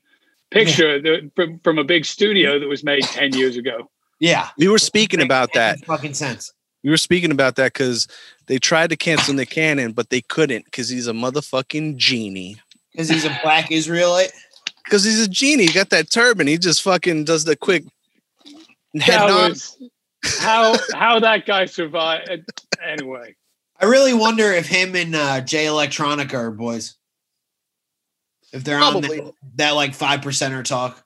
picture that, from from a big studio that was made ten years ago.
Yeah.
we were speaking about that.
Makes fucking sense.
We were speaking about that because they tried to cancel Nick Cannon, but they couldn't because he's a motherfucking genie.
Because he's a black Israelite.
Because he's a genie. He got that turban. He just fucking does the quick head
That
nod.
was how how that guy survived. Anyway,
I really wonder if him and uh, Jay Electronica are boys. If they're
Probably.
on that, that like five percenter talk.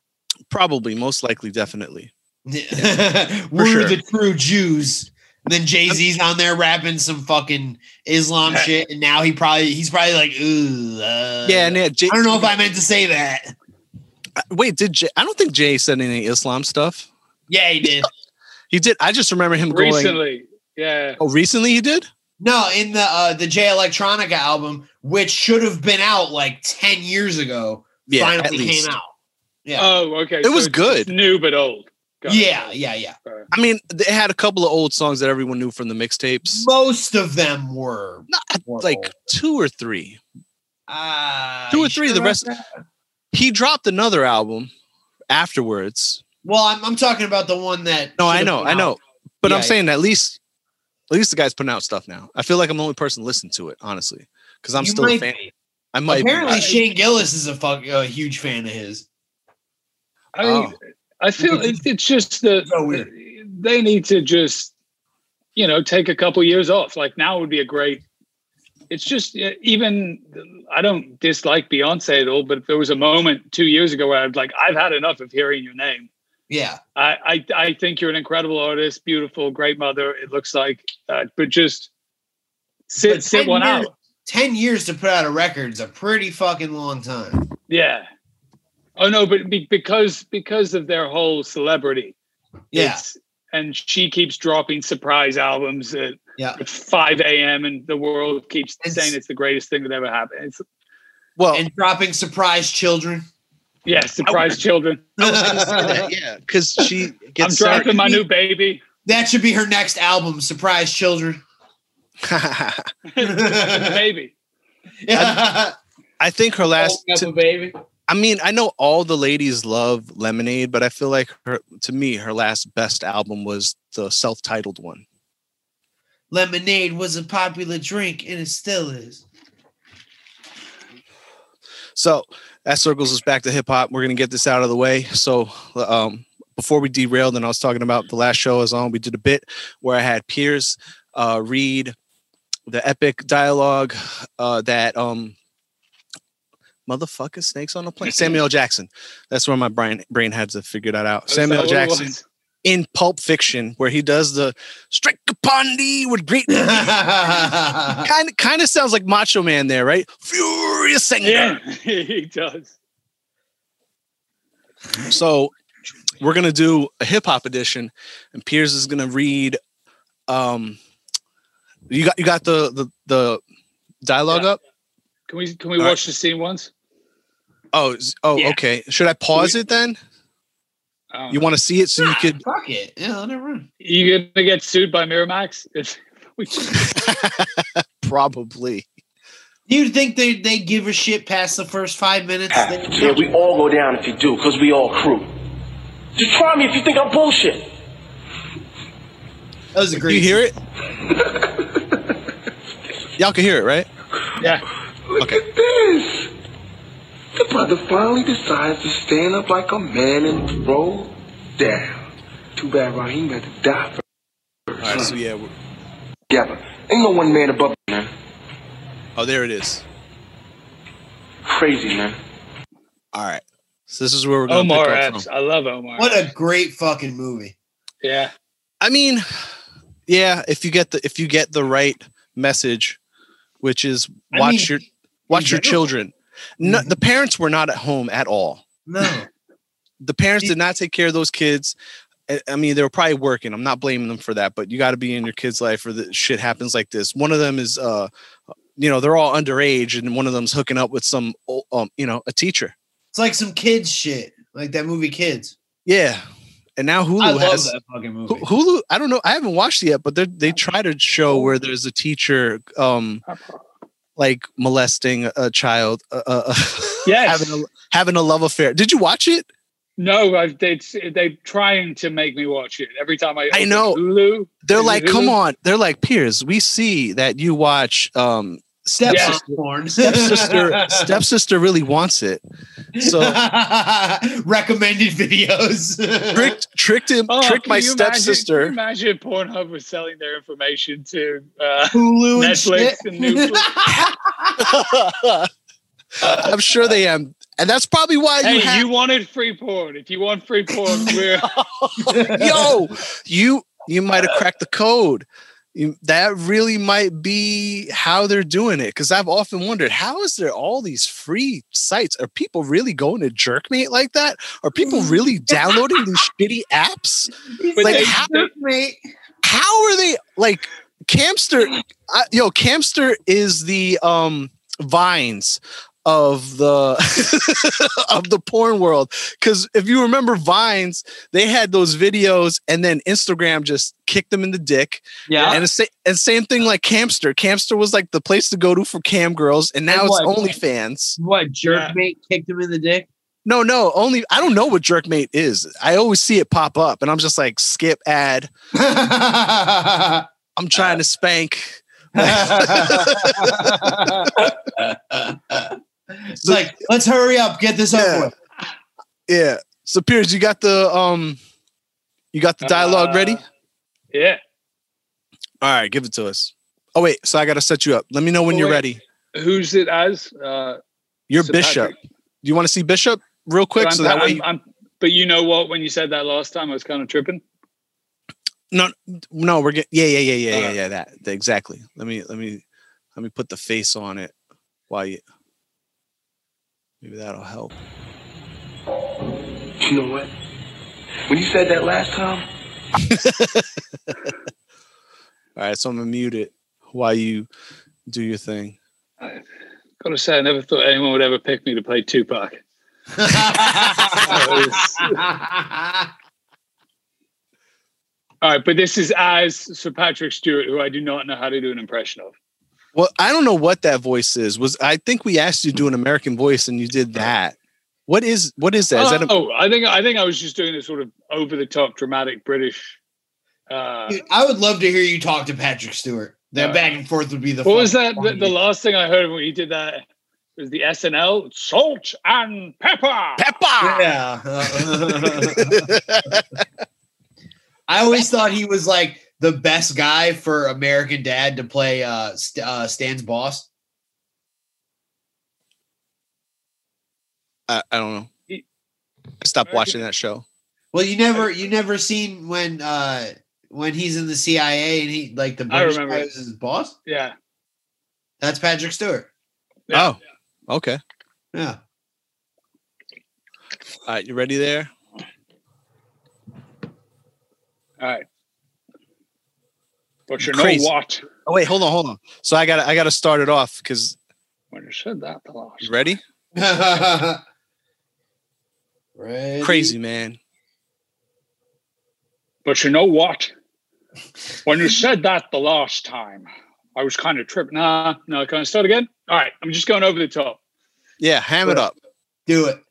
Probably, most likely, definitely.
We're
sure.
the true Jews. And then Jay Z's on there rapping some fucking Islam shit, and now he probably he's probably like, ooh, uh,
yeah, and yeah, Jay,
I don't know if I meant to say that.
wait, did Jay? I don't think Jay said any Islam stuff.
Yeah, he did.
He did. I just remember him going.
recently, yeah.
Oh, recently he did.
No, in the uh, the Jay Electronica album, which should have been out like ten years ago,
at
finally
least.
came out. Yeah.
Oh, okay.
It was
it's just
good.
new but old. Got it.
yeah, yeah, yeah.
I mean, they had a couple of old songs that everyone knew from the mixtapes.
Most of them were
Not
were
like
old.
two or three.
Uh,
Two or
you
three,
sure
the
about
rest-
that?
He dropped another album afterwards.
Well, I'm, I'm talking about the one that.
No,
should
I
have
know,
been
I
out.
know. But
Yeah,
I'm
yeah.
saying at least, at least the guy's putting out stuff now. I feel like I'm the only person listening to it, honestly, because I'm
You
still a
might
fan.
be.
I might be.
Apparently,
I-
Shane Gillis is a fuck a huge fan of his.
I
Oh.
mean, I feel it, it's just that
So weird.
they need to just, you know, take a couple years off. Like now would be a great. It's just uh, even I don't dislike Beyonce at all, but if there was a moment two years ago where I'd like I've had enough of hearing your name.
Yeah.
I I, I think you're an incredible artist, beautiful, great mother. It looks like, uh, but just sit
But
sit
10
one
years-
out.
Ten years to put out a record's a pretty fucking long time.
Yeah. Oh no, but be, because because of their whole celebrity,
Yeah.
It's- and she keeps dropping surprise albums at
Yeah.
5 a.m. and the world keeps
It's-
saying it's the greatest thing that ever happened. It's,
Well,
And dropping surprise children.
yeah, surprise children.
that
yeah, because she
I'm
gets
dropping my new baby.
should be her next album, Surprise Children.
baby.
yeah.
I think her last.
Woke up
to-
a baby.
I mean, I know all the ladies love Lemonade, but I feel like her to me, her last best album was the self-titled one.
Lemonade was a popular drink and it still is.
So that circles us back to hip hop. We're gonna get this out of the way. So um, before we derailed, and I was talking about the last show I was on, we did a bit where I had Pierce uh, read the epic dialogue uh, that um, motherfucker snakes on a plane. Samuel L. Jackson. That's where my brain brain had to figure that out. Samuel L.
That's all it
Jackson
was.
in Pulp Fiction, where he does the strike upon thee with great.
yeah.
Kind of, kind of sounds like Macho Man there, right? Furious anger.
Yeah, he does.
So we're gonna do a hip hop edition, and Piers is gonna read. Um, you got you got the the, the dialogue
Yeah.
up.
Can we can we
All right.
watch the scene once?
Oh is- oh
Yeah.
okay. Should I pause it then?
Um,
You want to see it so you could.
Fuck it. Yeah, I'll never run.
you gonna get sued by Miramax? It's, we,
Probably.
You'd think they they give a shit past the first five minutes. They-
Yeah, we all go down if you do, because we all crew. Just try me if you think I'm bullshit.
that was a
Do you
great.
hear it? Y'all can hear it, right?
yeah,
Look at this. The brother finally decides to stand up like a man and roll down. Too bad Raheem had to die first.
All right. So yeah. we're-
Yeah, but ain't no one man above me, man.
Oh, there it is.
Crazy, man.
All right. So this is where we're going.
Omar
pick up
Epps.
from.
I love Omar.
What a great fucking movie.
yeah,
I mean, yeah. If you get the if you get the right message, which is
I
watch
mean,
your watch your
general. Mm-hmm.
children. No, the parents were not at home at all.
No.
The parents
It-
did not take care of those kids. I- I mean, they were probably working. I'm not blaming them for that, but you got to be in your kid's life or the shit happens like this. One of them is, uh, you know, they're all underage, and one of them's hooking up with some, o- um, you know, a teacher.
It's like some kids shit. Like that movie Kids.
Yeah, and now Hulu
I love
has
that fucking movie.
Hu- Hulu. I don't know. I haven't watched it yet, but they they try to show where there's a teacher, um, like molesting a child, uh, uh,
yes.
having a having a love affair. Did you watch it?
No, I've, they they trying to make me watch it every time I.
I
open
know.
Hulu.
They're
Is it
like, come
Hulu?
on. They're like, Piers, we see that you watch um
Stepsister
Yeah.
porn.
stepsister stepsister really wants it. So
recommended videos.
tricked tricked him
Oh,
tricked
can
my
you imagine-
stepsister.
can you Imagine, Pornhub was selling their information to uh,
Hulu and
Netflix
shit.
and Netflix.
I'm sure they am. And that's probably why
hey,
you, have,
you wanted free porn. If you want free porn, we're
yo, you you might have cracked the code. You, that really might be how they're doing it. Because I've often wondered, how is there all these free sites? Are people really going to Jerkmate like that? Are people really downloading these shitty apps?
but
Like,
they-
how-
they-
Mate.
How are they like Camster? I, yo, Camster is the um vines of the of the porn world because if you remember vines they had those videos and then instagram just kicked them in the dick
Yeah.
and, the sa- and same thing like camster camster was like the place to go to for cam girls and now
And
it's
what?
onlyfans
what jerkmate kicked him in the dick?
no no only i don't know what jerkmate is i always see it pop up and i'm just like skip ad i'm
Uh,
trying to spank
it's like, let's hurry up, get this over with.
yeah So Piers, you got the um you got the dialogue ready?
Uh, Yeah.
All right, give it to us. Oh wait, so I gotta set you up. Let me know when
Oh,
you're
wait.
ready.
Who's it as? Uh,
You're
Sir
Bishop.
Patrick.
You want to see Bishop real quick?
but
So
I'm-
that way,
I'm- I'm- but you know what? When you said that last time, I was kind of tripping.
no, no, we're getting yeah, yeah, yeah, yeah, yeah,
Alright.
yeah. That that- exactly. Let me let me let me put the face on it. While you maybe that'll help.
You know what? When you said that last time,
All right, so I'm gonna mute it while you do your thing.
Gotta say, I never thought anyone would ever pick me to play Tupac. All right, but this is as Sir Patrick Stewart, who I do not know how to do an impression of.
Well, I don't know what that voice is. Was I think we asked you to do an American voice and you did that. What is what is that? Is that a,
oh, I think I think I was just doing a sort of over the top dramatic British. Uh,
Dude, I would love to hear you talk to Patrick Stewart. That
Yeah.
back and forth would be the.
what was that?
fucking
The, the
funniest.
last thing I heard of when he did that was the SNL salt and pepper.
Peppa?
Yeah. I always thought he was like the best guy for American Dad to play uh, St- uh Stan's boss.
I, I don't know.
He-
I stopped watching that show.
Well, you never you never seen when uh when he's in the CIA and he like the
I
British
remember
guy
it.
is his boss.
yeah,
That's Patrick Stewart.
Yeah.
Oh, okay.
Yeah.
All right, you ready there?
all right. But you
Crazy.
know what?
Oh wait, hold on, hold on. So I got to I got to start it off because
When you said that the last,
you ready?
Ready?
Crazy man.
But you know what? When you said that the last time, I was kind of tripped. Nah, no, can I start again? All right, I'm just going over the top.
Yeah, ham it up.
Do it.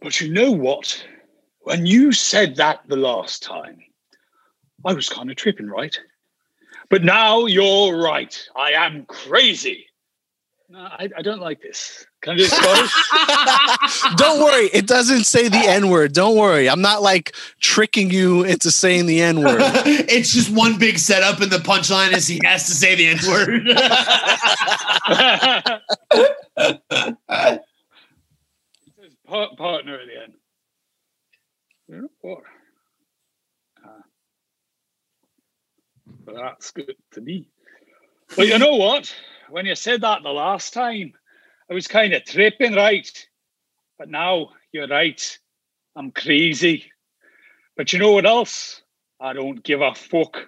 But you know what? When you said that the last time, I was kind of tripping, right? But now you're right. I am crazy. No, I, I don't like this. Can I do it Scottish?
Don't worry, it doesn't say the N word. Don't worry, I'm not like tricking you into saying the N word.
it's just one big setup, and the punchline is he has to say the N word.
it says par- partner at the end. You know what? Uh, well, that's good to me. But you know what? When you said that the last time, I was kind of tripping, right? But now you're right. I'm crazy. But you know what else? I don't give a fuck.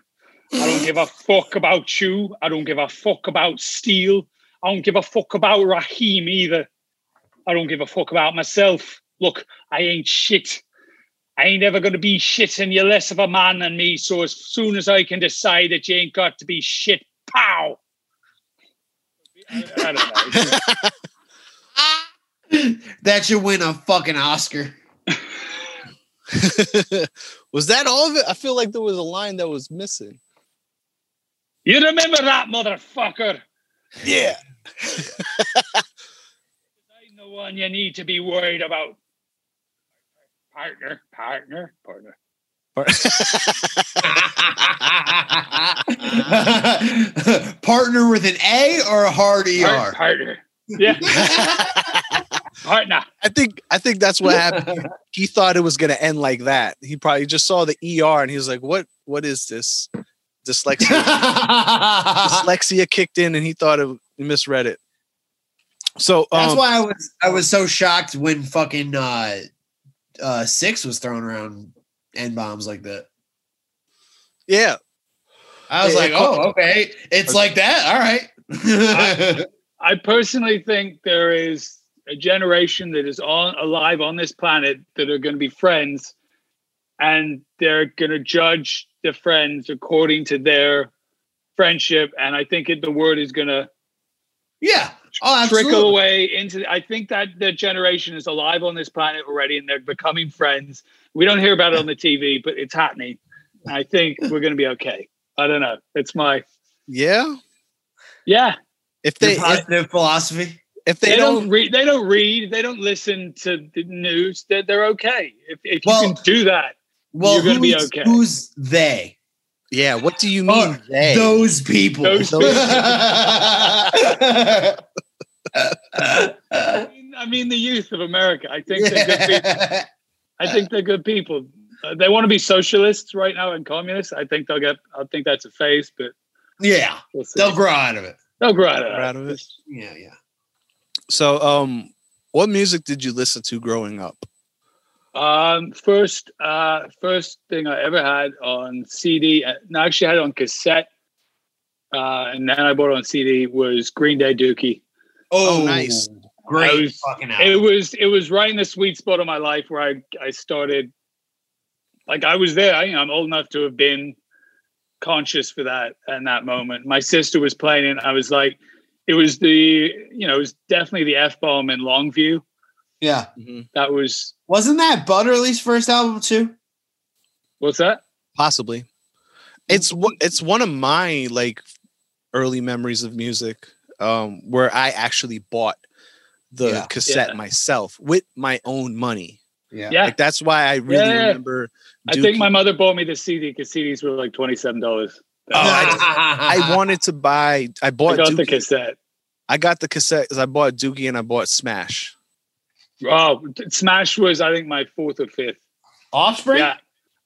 I don't give a fuck about you. I don't give a fuck about steel. I don't give a fuck about Raheem either. I don't give a fuck about myself. Look, I ain't shit. I ain't ever going to be shit, and you're less of a man than me. So as soon as I can decide that you ain't got to be shit, pow. I, I don't know. It's just-
that should win a fucking Oscar.
was that all of it? I feel like there was a line that was missing.
You remember that, motherfucker?
Yeah.
I'm the one you need to be worried about. Partner, partner, partner.
Partner with an A or a hard
Par-
ER?
partner. Yeah, partner.
I think I think that's what happened. he thought it was gonna end like that. He probably just saw the ER and he was like, "What? What is this?" Dyslexia. Dyslexia kicked in, and he thought it, he misread it. So
That's
um,
why I was I was so shocked when fucking uh, uh, six was thrown around n bombs like that.
yeah,
I was
Yeah,
like,
yeah,
oh, okay, it's like that. All right.
I personally think there is a generation that is on alive on this planet that are going to be friends, and they're going to judge the friends according to their friendship. And I think it, the word is going to
yeah. Oh, absolutely.
trickle away into. I think that the generation is alive on this planet already, and they're becoming friends. We don't hear about it on the TV, but it's happening. And I think we're going to be okay. I don't know. It's my
yeah.
yeah.
If
Your
they if,
positive philosophy.
if
They,
they,
don't,
don't,
read. They don't read. They don't listen to the news. They're, they're okay. If, if you
Well-
can do that,
Well,
You're gonna be
who's-
okay.
Who's they?
yeah, what do you mean?
Oh,
they?
Those people.
Those people. I
Yeah.
mean, I mean the youth of America. I think they're good people. I think they're good people. Uh, they want to be socialists right now and communists. I think they'll get. I think that's a phase, but
yeah,
we'll see.
they'll grow out of it.
They'll grow out of that.
Proud of it.
Yeah, yeah.
So, um, what music did you listen to growing up?
Um, first, uh, first thing I ever had on CD, uh, no, I actually had it on cassette, uh, and then I bought it on CD was Green Day Dookie.
Oh,
nice.
I
Great
was-
fucking
It
album.
was it was right in the sweet spot of my life where I I started, like I was there. I, you know, I'm old enough to have been conscious for that and that moment. My sister was playing it. and I was like, it was the you know it was definitely the f bomb in Longview.
Yeah.
Mm-hmm.
That was
Wasn't that Butterly's first album too?
what's that?
Possibly. It's one- it's one of my like early memories of music um, where I actually bought the
Yeah.
cassette
Yeah.
myself with my own money.
Yeah.
Yeah,
Like that's why I really
Yeah.
remember.
I think
Dookie.
my mother bought me the CD because CDs were like twenty seven dollars.
Oh,
I wanted to buy. I
I
bought.
got
Dookie.
the cassette.
I got the cassette. 'cause I bought Dookie and I bought Smash.
Oh, t- Smash was I think my fourth or fifth.
Offspring.
Yeah,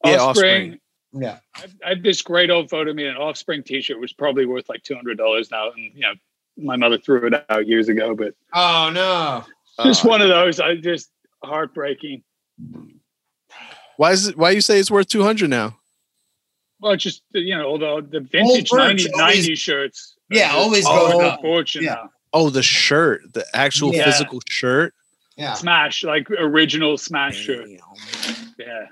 Yeah,
Offspring.
Yeah.
I've, I have this great old photo of me in an Offspring T-shirt was probably worth like two hundred dollars now, and you know my mother threw it out years ago. But
Oh no. Uh,
just one of those, I just heartbreaking.
Why is it? Why you say it's worth two hundred now?
Well, it's just you know all the the vintage
Old
ninety
merch always-
ninety shirts. are
Yeah,
just
always
worth
going
a
up.
Fortune.
Yeah.
now.
Oh, the shirt, the actual
Yeah.
physical shirt.
Yeah.
Smash like original Smash shirt. Yeah.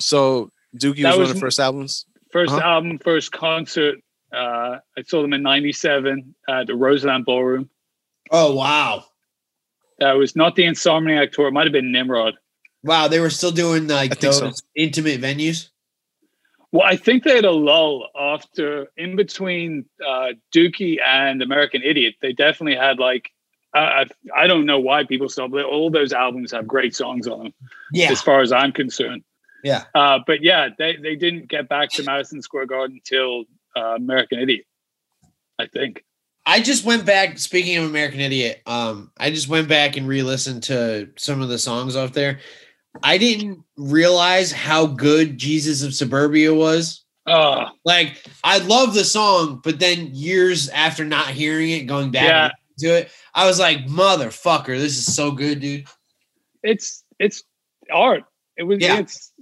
So Dookie was,
That
one
was
of the
m-
first albums.
1st
Huh?
album, first concert. Uh, I saw them in '97 at the Roseland Ballroom.
Oh wow.
That was not the Insomniac tour. It might have been Nimrod.
Wow, they were still doing
I
like
think
those
so.
intimate venues.
Well, I think they had a lull after, in between uh, Dookie and American Idiot. They definitely had like, I I, I don't know why people stopped. but All those albums have great songs on them,
Yeah.
as far as I'm concerned.
Yeah.
Uh, but yeah, they they didn't get back to Madison Square Garden till uh, American Idiot, I think.
I just went back. Speaking of American Idiot, um, I just went back and re-listened to some of the songs off there. I didn't realize how good Jesus of Suburbia was.
Oh,
Like, I love the song, but then years after not hearing it, going back
Yeah.
to it, I was like, "Motherfucker, this is so good, dude."
it's it's art. It was
Yeah.
it's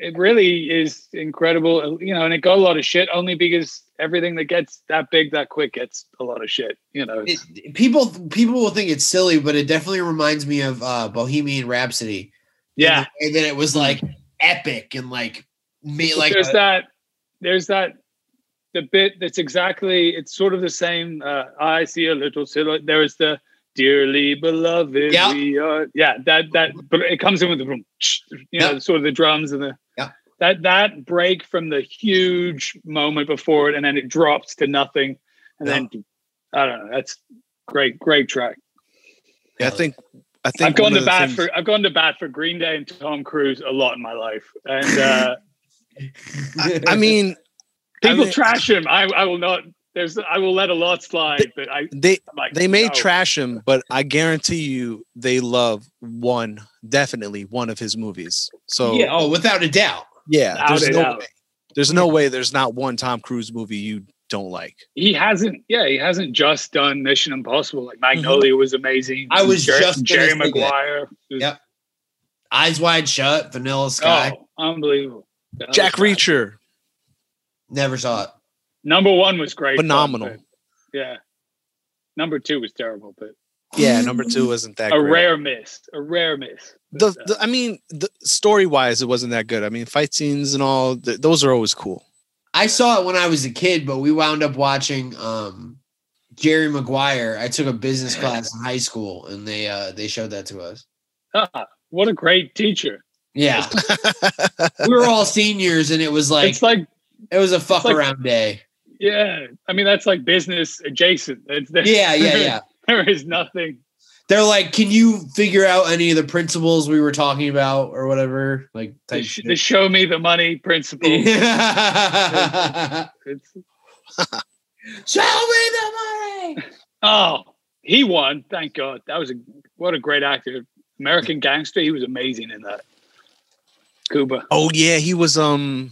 it really is incredible, you know, and it got a lot of shit only because everything that gets that big that quick gets a lot of shit, you know.
It, people people will think it's silly, but it definitely reminds me of uh, Bohemian Rhapsody. in
yeah.
the
Mm-hmm.
way that it was like epic and like me like uh,
there's
a-
that there's that the bit that's exactly it's sort of the same uh, I see a little silhouette. There's the dearly beloved
Yeah.
we are yeah, that that but it comes in with the boom, you know,
Yeah.
sort of the drums and the
Yeah.
that that break from the huge moment before it and then it drops to nothing and
Yeah.
then I don't know, that's great, great track.
I
Yeah.
think. I think
I've gone
one
to
of the
bat
things-
for I've gone to bat for Green Day and Tom Cruise a lot in my life. And uh
I mean, I
People
mean,
trash him. I, I will not. There's. I will let a lot slide. But I.
they
I'm like,
they may
no.
trash him, but I guarantee you they love one, definitely one of his movies. So
yeah
yeah,
oh without a doubt
Out
there's
and
no
out.
way, there's no way there's not one Tom Cruise movie you don't like.
He hasn't. Yeah, he hasn't just done Mission Impossible. Like
Mm-hmm.
Magnolia was amazing.
I was
Jer-
just gonna
Jerry
say that.
Maguire.
Yep. eyes wide shut vanilla sky
Oh, unbelievable. That
Jack
was bad.
Reacher,
never saw it
Number one was great.
phenomenal.
but- yeah. Number two was terrible, but
Yeah, number two wasn't that
a
great.
rare miss. A rare miss.
the, the I mean, the story wise, it wasn't that good. I mean, fight scenes and all th- those are always cool.
i saw it when i was a kid but we wound up watching um jerry maguire i took a business class in high school and they uh they showed that to us
Ah, what a great teacher.
yeah we were all seniors and it was like
it's like.
it was a fuck
like-
around day
Yeah. I mean, that's like business adjacent. It's,
yeah yeah yeah
there is nothing.
they're like, can you figure out any of the principles we were talking about or whatever? Like
The,
type
sh-
shit.
the show me the money principle. It's-
Show me the money.
oh, he won. Thank God. That was a what a great actor. American Gangster. He was amazing in that. Cuba.
Oh yeah, he was um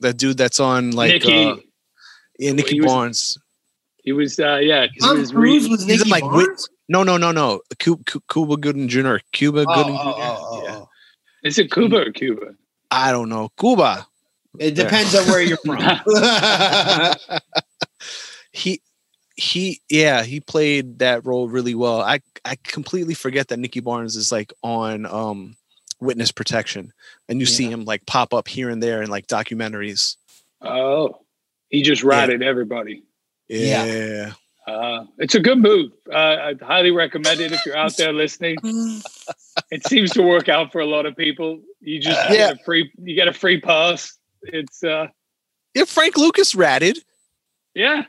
that dude that's on like
Nicky.
uh, yeah Nicky
He was-
Barnes.
he was uh yeah. 'cause
Tom
he was
Cruise
re-
was
he's in,
Nicky
like,
Barnes?
No, no, no, no. Cu- Cu- Cuba Gooding Jr. Cuba
Oh,
Gooding.
oh,
Jr.
oh, oh,
Yeah.
oh.
is it Cuba or Cuba?
I don't know. Cuba.
It depends on where you're from.
He he yeah, he played that role really well. I I completely forget that Nicky Barnes is like on um witness protection and you see him like pop up here and there in like documentaries.
Oh. He just ratted everybody.
Yeah.
yeah.
Uh, it's a good move. Uh, I highly recommend it if you're out there listening. It seems to work out for a lot of people. You just
Yeah.
get a free you get a free pass. It's uh
Yeah, Frank Lucas ratted.
yeah.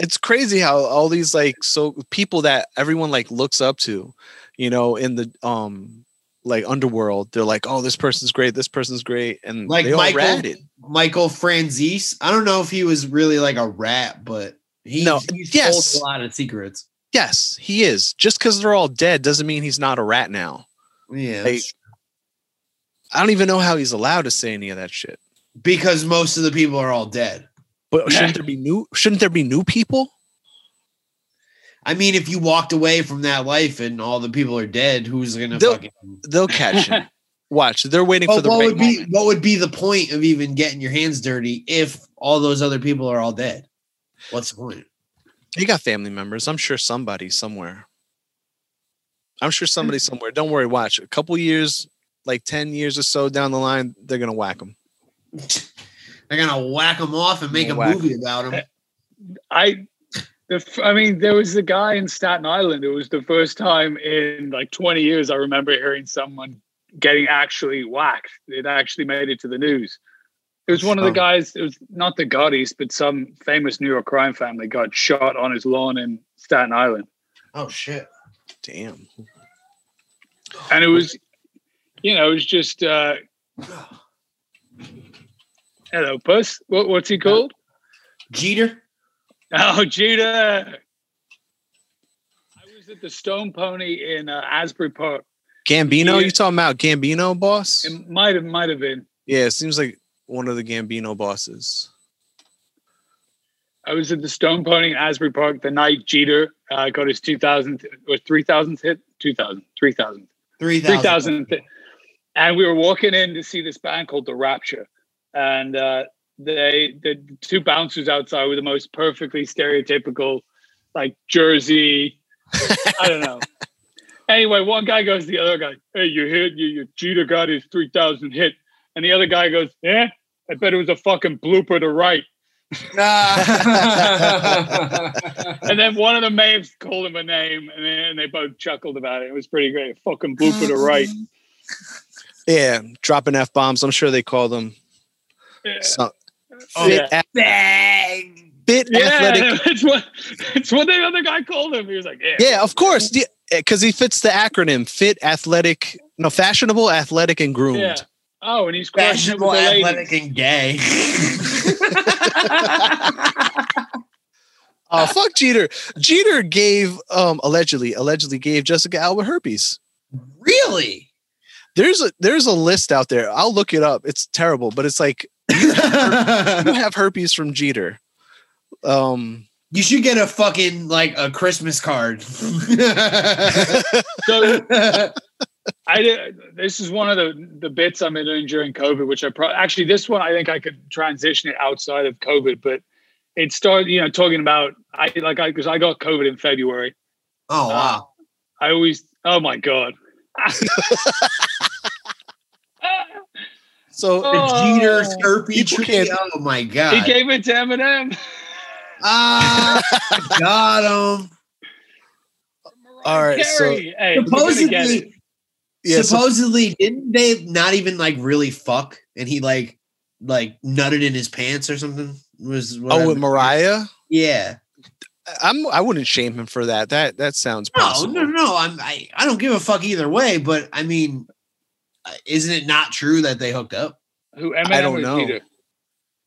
it's crazy how all these like so people that everyone like looks up to you know in the um like underworld they're like oh this person's great this person's great and
Like
they all
Michael-
ratted.
Michael Franzese. I don't know if he was really like a rat, but he,
No,
he told
yes.
a lot of secrets.
yes he is just because they're all dead doesn't mean he's not a rat now
Yeah.
Like- i don't even know how he's allowed to say any of that shit
because most of the people are all dead.
but shouldn't there be new shouldn't there be new people
I mean, if you walked away from that life and all the people are dead, who's gonna
They'll-
fucking
they'll catch him watch they're waiting for
But
the
what
right
would Oh, be
moment.
what would be the point of even getting your hands dirty if all those other people are all dead? What's the point?
He got family members. I'm sure somebody somewhere. I'm sure
Hmm.
somebody somewhere. Don't worry. Watch a couple years, like ten years or so down the line, they're gonna whack him.
They're gonna whack them off and make a
Whack 'em.
movie about them.
I the f- I mean there was the guy in Staten Island. It was the first time in like 20 years I remember hearing someone getting actually whacked. It actually made it to the news. It was one of the
Oh.
guys, it was not the Gaudis, but some famous New York crime family got shot on his lawn in Staten Island.
Oh shit!
Damn.
and it was you know it was just uh hello puss what, what's he called
Jeter.
oh judah i was at the stone pony in uh, asbury park
Gambino,
Yeah.
you talking about Gambino boss?
it might have might have been
Yeah, it seems like one of the Gambino bosses.
i was at the stone pony in asbury park the night jeter uh, got his 2000 or 3000 hit 2000 3000
Three
three
thousand.
thousand. And we were walking in to see this band called The Rapture, and uh, they the two bouncers outside were the most perfectly stereotypical, like Jersey. I don't know. Anyway, one guy goes to the other guy, "Hey, you hit you, you Jeter got his three thousand hit," and the other guy goes, "Yeah, I bet it was a fucking blooper to right." And then one of the mavs called him a name, and then they both chuckled about it. It was pretty great. Fucking blooper to right.
Yeah, dropping f bombs. I'm sure they call them
Yeah.
some,
Oh,
fit, a-
Bang.
fit athletic.
Yeah, it's what it's what the other guy called him. He was like, "Yeah,
Yeah, of course. Because he fits the acronym: fit, athletic, no, fashionable, athletic, and groomed.
yeah." Oh, and he's crashing it with
Fashionable,
the ladies.
athletic, and gay.
Oh fuck Jeter. Jeter gave um allegedly allegedly gave Jessica Alba herpes.
really?
There's a there's a list out there. I'll look it up. It's terrible, but it's like you have herpes from Jeter. Um
you should get a fucking like a Christmas card. Oh,
So I did, this is one of the the bits I'm doing during COVID, which I pro- actually this one I think I could transition it outside of COVID, but it started you know talking about I like I because I got COVID in February.
oh wow.
I always oh my god.
so
The
Oh.
Jeter Slurpee
People
tree.
can't-
Oh my
He
god!
gave it to Eminem.
Ah, got him.
All right, so-
Carey. hey, we're gonna get it.
Supposedly,
yeah, so
supposedly, didn't they not even like really fuck? And he like like nutted in his pants or something. Was what I-
oh with Mariah?
yeah.
I'm I wouldn't shame him for that. That that sounds
No,
possible.
no, no. I'm, I, I don't give a fuck either way, but I mean, uh, isn't it not true that they hooked up?
Who Eminem
I don't
or
know.
Peter?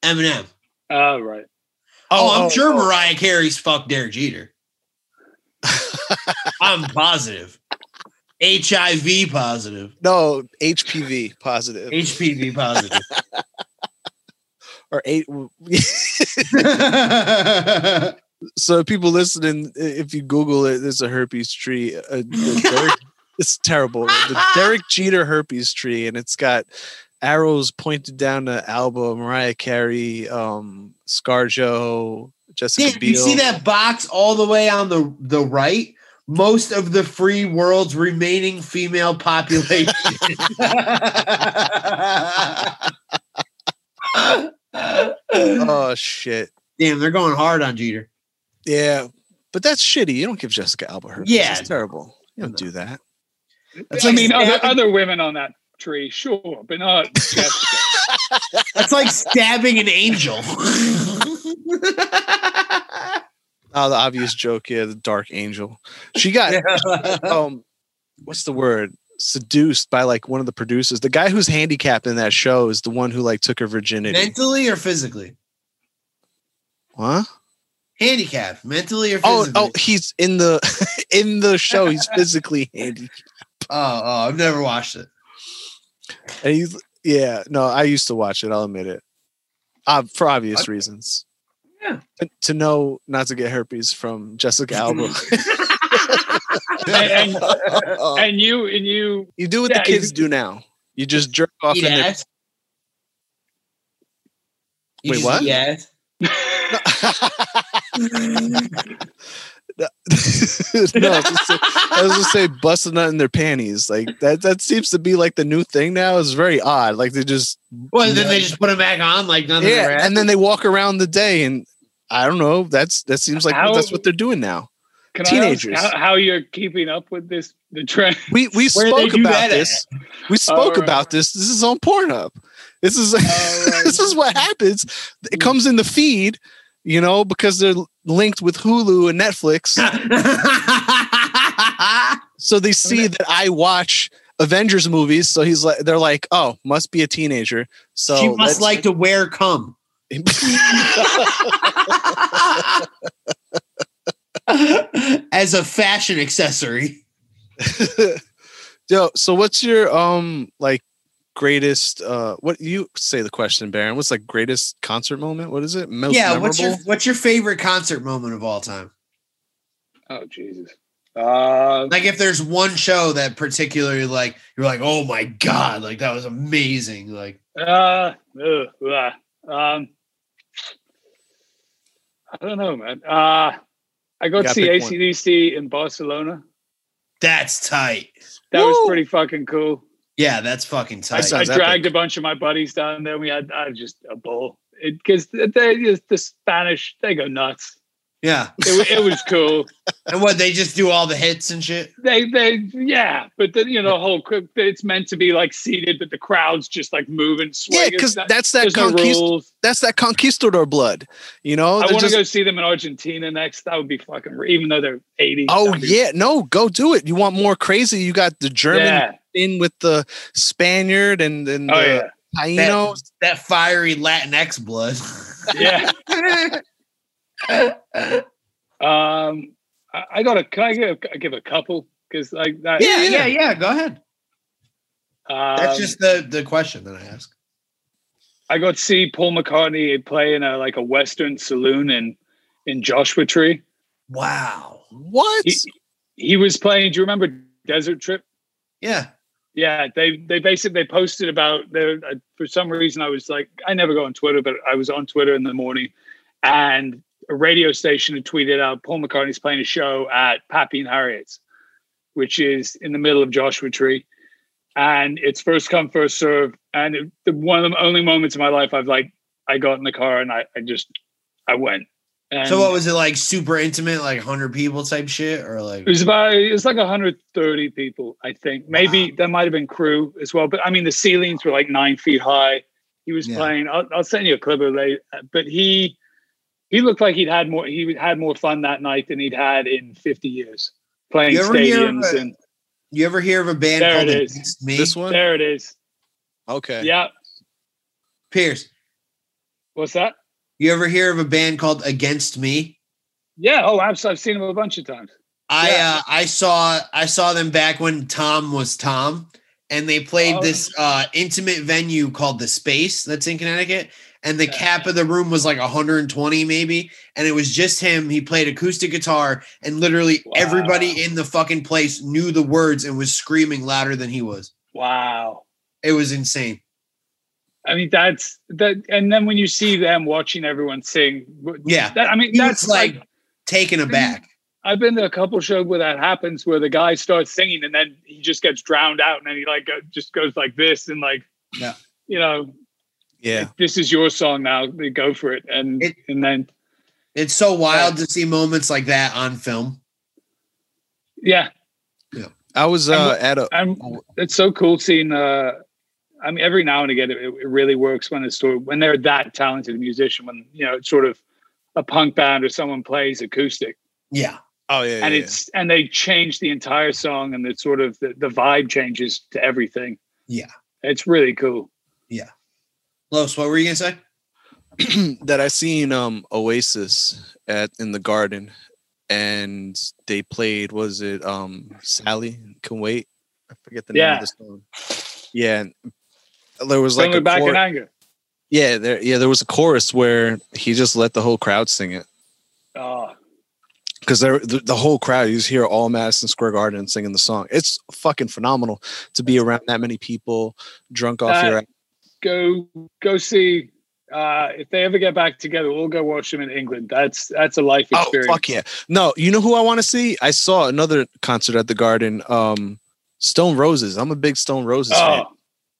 Eminem.
Oh, right.
Oh, I'm sure Mariah Carey's fucked Derek Jeter. I'm positive. HIV positive.
No, HPV positive
HPV positive.
or eight. So people listening, i- if you Google it, there's a herpes tree. A, a Derek, it's terrible. The Derek Jeter herpes tree, and it's got arrows pointed down to Alba, Mariah Carey, um, ScarJo, Jessica
Damn,
Biel.
you see that box all the way on the, the right? Most of the free world's remaining female population.
Oh shit!
Damn, they're going hard on Jeter.
Yeah, but that's shitty. You don't give Jessica Alba herpes.
Yeah.
it's terrible. You don't do that.
That's
I
like
mean, other,
stabbing-
other women on that tree, sure, but not Jessica.
That's like stabbing an angel.
Oh, the obvious joke. Yeah, the Dark Angel. She got um what's the word seduced by like one of the producers the guy who's handicapped in that show is the one who like took her virginity
mentally or physically?
huh
Handicapped, mentally or
oh
physically?
oh he's in the in the show he's physically handicapped
oh, oh, I've never watched it.
and he's yeah no i used to watch it i'll admit it uh, for obvious reasons
Yeah.
to, to know not to get herpes from jessica alba
and, and,
Um,
and you and you
you do what
Yeah,
the
you-
kids do now you just jerk off in their
Yes.
Wait, what?
Yes.
no, I was just say- I was just say busting nut in their panties. Like that that seems to be like the new thing now. It's very odd. Like they just
Well, then they just put him back on like nothing. ever
yeah,
happened.
and then they walk around the day and I don't know. That's that seems like
How-
that's what they're doing now.
can I
Teenagers.
ask how, how you're keeping up with this the trend.
We we
Where they
spoke
do
about
that at?
this. We spoke
right.
about this. This is on Pornhub. This is
Oh,
right.
this is what happens. It comes in the feed, you know, because they're linked with Hulu and Netflix. So they see that I watch Avengers movies. So he's like, they're like, oh, must be a teenager. So
she must
let's-
like to wear cum. As a fashion accessory.
Yo, so what's your um like greatest uh what you say the question, Baron? What's like greatest concert moment? What is it? Most
yeah,
memorable?
what's your what's your favorite concert moment of all time?
Oh Jesus. Uh,
Like if there's one show that particularly like you're like, oh my god, like that was amazing. Like
uh, ugh, blah. um, I don't know, man. Uh, I got
gotta
to see
pick one.
ACDC in Barcelona.
that's tight.
That was
Woo!
pretty fucking cool.
Yeah, that's fucking
I,
tight.
saw-
I
Sounds
dragged a bunch of my buddies down there. We had I just a ball because they just the Spanish they go nuts.
yeah.
It, wa- it was cool.
And what they just do all the hits and shit.
they they yeah but then you know the whole cr- it's meant to be like seated but the crowd's just like moving swinging.
yeah, because
That-
that's that
there's no
conquist-
rules
that's that conquistador blood. You know,
i
They're
want to
just-
go see them in argentina next that would be fucking re- even though they're 80
Oh
that'd be-
yeah, no, go do it. You want more crazy? You got the German
yeah
in with the Spaniard and then
oh
the Taino.
That fiery Latinx blood.
yeah yeah um i, I gotta can i give, give a couple because like that
yeah, yeah, yeah. Go ahead.
um,
That's just the the question that I ask.
i got to see paul mccartney play in a like a western saloon in in joshua tree
Wow.
What?
he, he was playing do you remember desert trip
Yeah.
Yeah, they they basically they posted about their uh, for some reason I was like I never go on Twitter, but I was on Twitter in the morning, and a radio station had tweeted out Paul McCartney's playing a show at Pappy and Harriet's, which is in the middle of Joshua Tree, and it's first come first serve, and it, the, one of the only moments in my life I've like I got in the car and I, I just I went. And
So what was it like? Super intimate, like hundred people type shit, or like
It was about it was like 130 people, I think. Maybe that might have been crew as well, but I mean the ceilings were like nine feet high. He was
Yeah.
playing. I'll, I'll send you a clip of it later, but uh, he He looked like he'd had more. He had more fun that night than he'd had in 50 years playing
You ever hear of
stadiums.
a-
And
You ever hear of a band
There
called
it is.
Against Me?
This one?
there it is.
Okay.
Yeah.
Pierce.
What's that?
You ever hear of a band called Against Me?
Yeah. Oh, absolutely. I've seen him a bunch of times.
I
Yeah.
uh, I saw I saw them back when Tom was Tom, and they played
Oh.
this uh, intimate venue called the Space that's in Connecticut. And the
Yeah.
cap of the room was like 120 maybe, and it was just him. He played acoustic guitar, and literally
Wow.
everybody in the fucking place knew the words and was screaming louder than he was.
Wow.
It was insane.
I mean, that's that. And then when you see them watching everyone sing, w-
Yeah.
that, I mean,
He
that's
was
like,
like, taken aback.
I've been to a couple shows where that happens, where the guy starts singing and then he just gets drowned out, and then he like go, just goes like this and like,
Yeah.
you know,
Yeah.
this is your song now. They go for it, and
It-
and then
It's so wild to see moments like that on film.
yeah,
I was uh, at a
I'm. It's so cool seeing. uh I mean, every now and again, it, it really works when it's sort of, when they're that talented a musician. When you know, it's sort of a punk band or someone plays acoustic.
Yeah.
oh yeah,
and
yeah,
it's and they change the entire song and it's sort of the, the vibe changes to everything
Yeah.
it's really cool
Los, what were you going to say?
yeah. that I seen um Oasis at in the garden, and they played was it um Sally Can Wait? I forget the name of
Yeah.
the song. Yeah, and there was like
Bring
a
me back
chor-
in anger
yeah there yeah there was a chorus where he just let the whole crowd sing it.
oh
because they're the, the whole crowd. You just hear all Madison Square Garden singing the song. It's fucking phenomenal to be around that many people, drunk off
That-
your ass.
go go see uh if they ever get back together we'll go watch them in england that's that's a life
Oh
experience
fuck yeah! No, you know who I want to see? I saw another concert at the Garden. Um, Stone Roses. I'm a big Stone Roses fan.
Oh.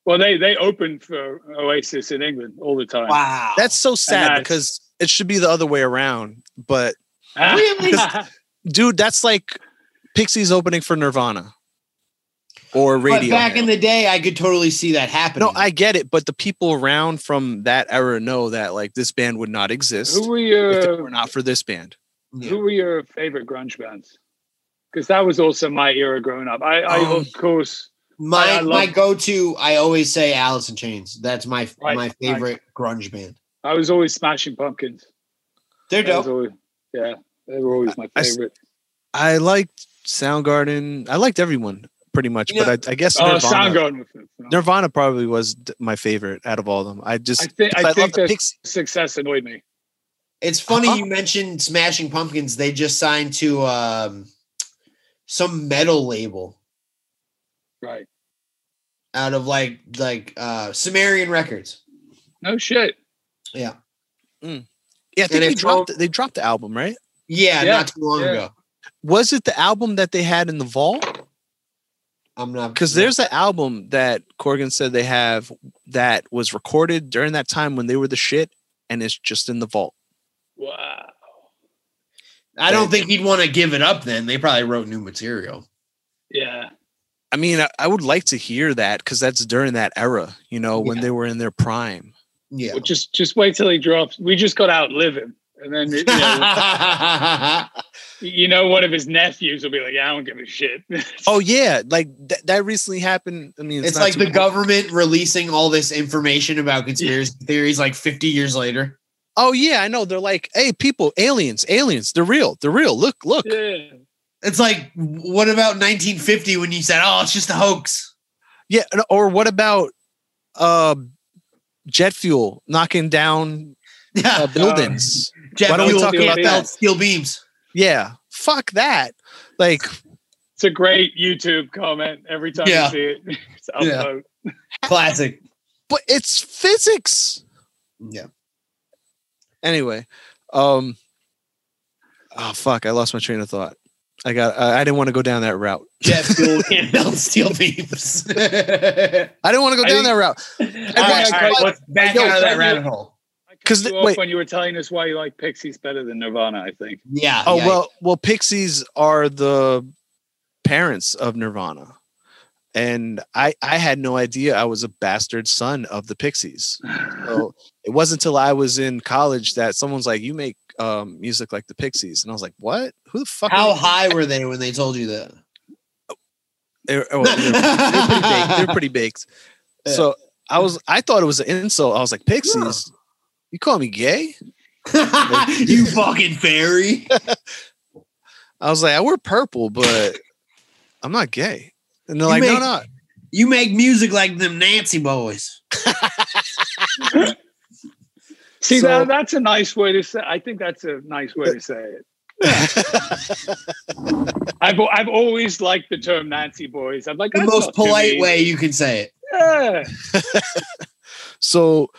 well they they open for oasis in england all the time
Wow.
That's so sad
that's-
because it should be the other way around. But
Ah.
Really?
dude, that's like Pixies opening for Nirvana or
but
Radio.
back in the day, I could totally see that happening.
no, I get it, but the people around from that era know that like this band would not exist.
who were
if it were
your
not for this band.
Yeah.
who were your favorite grunge bands because that was also my era growing up i
Oh.
i
Um,
of course
my
I- I love-
my go to. I always say Alice in Chains. That's my
Right,
my
right.
favorite grunge band.
I was always smashing pumpkins.
They're
That was
dope.
always- yeah, they were always my
I- I-
favorite.
I liked Soundgarden. I liked everyone pretty much,
You know-
but I, I guess
oh,
Nirvana,
Soundgarden was phenomenal.
Nirvana probably was d- my favorite out of all of them. I just
I think
I,
I,
love
think
the
their
Pixies.
success annoyed me.
It's funny
Uh-huh.
you mentioned Smashing Pumpkins. They just signed to um, some metal label
Right?
out of like like uh, Sumerian Records.
No shit.
Yeah, I think
and
they
it's
dropped they dropped the album, right?
Yeah,
Yeah,
not too long
yeah.
ago.
Was it the album that they had in the vault?
I'm not
Because there's an album that Corgan said they have that was recorded during that time when they were the shit, and it's just in the vault.
Wow.
I don't think he'd want to give it up. Then they probably wrote new material.
Yeah.
I mean, I, I would like to hear that because that's during that era, you know, when
Yeah.
they were in their prime.
Yeah.
Well, just just wait till he drops. We just got to outlive him, and then you know, you know one of his nephews will be like, "Yeah, I don't give a shit."
Oh yeah, like th- that recently happened. I mean,
It's,
not
like
too
the
long-
government releasing all this information about conspiracy theories like 50 years later.
Oh yeah, I know. They're like, hey, people, aliens, aliens. They're real. They're real. Look, look. Yeah,
yeah.
It's like, what about 1950 when you said, oh, it's just a hoax?
and- or what about uh, jet fuel knocking down uh,
Yeah.
buildings?
Jet
why don't we
fuel
talk
can't
about
melt
that?
Steel beams.
yeah, fuck that. Like,
It's a great YouTube comment every time
Yeah.
you see it. It's
Yeah.
upvote.
Classic.
but it's physics.
Yeah.
Anyway, um, oh fuck, I lost my train of thought. I got. I, I didn't want to go down that route.
Jet fuel can't melt steel beams. all right,
I didn't want to go
I
down
think-
that route
all right, let's back
Yo,
out of that
can you-
rabbit hole.
I cut
'Cause the-
you off
wait.
when you were telling us why you like Pixies better than Nirvana, I think.
Yeah.
Oh
yeah.
well, well, Pixies are the parents of Nirvana, and I I had no idea I was a bastard son of the Pixies. So it wasn't until I was in college that someone's like, "You make um, music like the Pixies, and I was like, "What? Who the fuck?"
How
are they?
high were they when they told you that?
They were, oh, they were- they were pretty baked. They were pretty baked.
Yeah.
So I was, I thought it was an insult. I was like, "Pixies? You call me gay?"
you fucking fairy.
I was like, "I wear purple, but I'm not gay." And they're
You
like, "No,
make-
no."
You make music like them Nancy boys.
See,
So-
now that's a nice way to say. I think that's a nice way to say it. I've I've always liked the term Nancy boys. I'm like
The
"That's
most
not too
polite
mean."
way you can say it.
Yeah.
So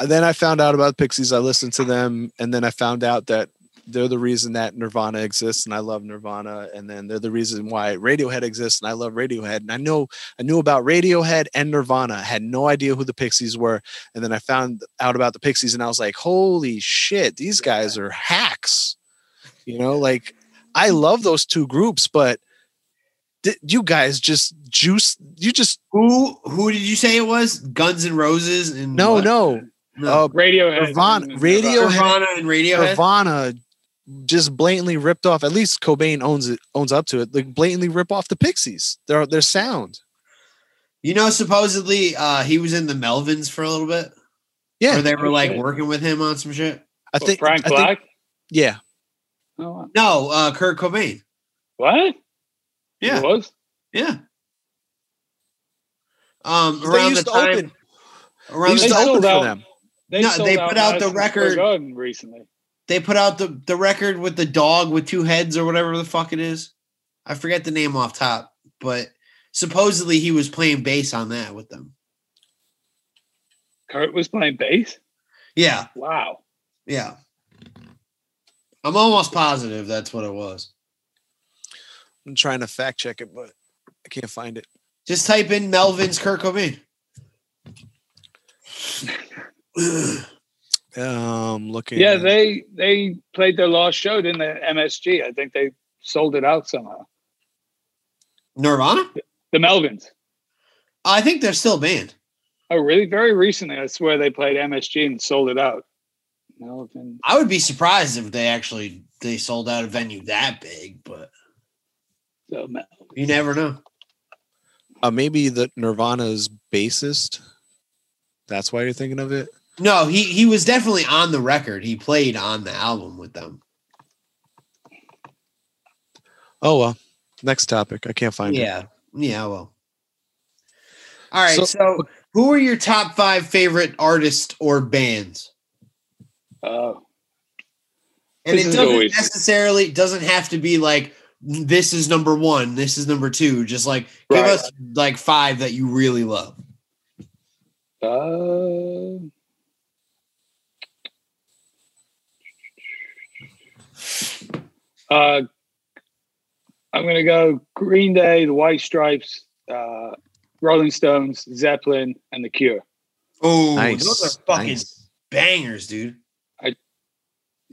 then I found out about the Pixies. I listened to them, and then I found out that they're the reason that Nirvana exists, and I love Nirvana. And then they're the reason why Radiohead exists, and I love Radiohead. And I know I knew about Radiohead and Nirvana. I had no idea who the Pixies were, and then I found out about the Pixies, and I was like, "Holy shit, these guys are hacks!" You know, like I love those two groups, but th- you guys just juice. You just
Who who did you say it was? Guns and Roses and
no,
what?
no.
no.
Uh,
Radiohead.
Nirvana- Radio-
Nirvana and Radiohead.
Nirvana just blatantly ripped off. At least Cobain owns it, owns up to it. Like blatantly rip off the Pixies. Their their sound.
You know, supposedly uh, he was in the Melvins for a little bit.
Yeah.
Or they were like working with him on some shit.
I
What,
think
Frank
I think-
Black.
yeah,
Oh, wow.
No, uh, Kurt Cobain.
what? He
Yeah.
was?
Yeah. Um,
They
around the
used to
time,
open- they
around
used
the
to
time,
sold
open for
out.
them.
No, they put out the
Madison Square
record-
Garden recently.
they put out the the record with the dog with two heads or whatever the fuck it is. I forget the name off top, but supposedly he was playing bass on that with them.
Kurt was playing bass.
Yeah,
Wow.
yeah. I'm almost positive that's what it was.
I'm trying to fact check it, but I can't find it.
Just type in Melvin's Kurt Cobain.
Um, looking.
Yeah, they they played their last show didn't they? MSG. I think they sold it out somehow.
Nirvana?
The Melvins.
I think they're still banned.
Oh, really? Very recently, I swear they played MSG and sold it out. Melvin.
I would be surprised if they actually they sold out a venue that big, but
So, Mel-
you never know.
uh, maybe the Nirvana's bassist. That's why you're thinking of it.
No, he he was definitely on the record. He played on the album with them.
Oh well. Next topic. I can't find it.
Yeah. Yeah, well. All right.
So-
So, who are your top five favorite artists or bands?
uh,
And
This
it
is
doesn't
always-
necessarily doesn't have to be like this is number one, this is number two. Just like give
Right.
us like five that you really love.
uh, uh, I'm going to go Green Day, The White Stripes, uh, Rolling Stones, Zeppelin, and The Cure.
Oh,
Nice,
those are fucking
nice.
bangers, dude.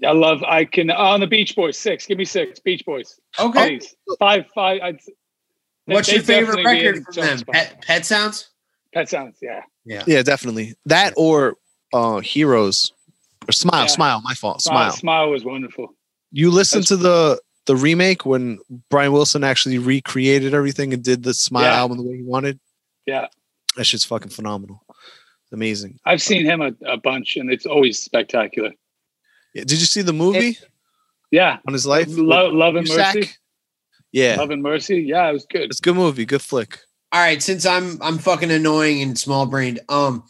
I love, I can, on the Beach Boys, six. Give me six. Beach Boys.
Okay.
Please. Five, five. I'd,
What's
they'd
your favorite
definitely be in
record from
top
them?
spot.
Pet, Pet Sounds?
Pet Sounds, yeah.
Yeah, definitely that or uh Heroes or Smile.
Yeah.
Smile. My fault.
Smile.
Smile.
Smile was wonderful.
You listen
That's-
to the the remake when Brian Wilson actually recreated everything and did the Smile
Yeah.
album the way he wanted.
Yeah.
That shit's fucking phenomenal. Amazing.
I've seen him a, a bunch, and it's always spectacular.
Yeah, Did you see the movie
Yeah,
on his life?
Lo- Love
with
and
Cusack?
Mercy.
Yeah,
Love and Mercy. Yeah, it was good.
it's a good movie. Good flick.
All right, since I'm I'm fucking annoying and small brained. Um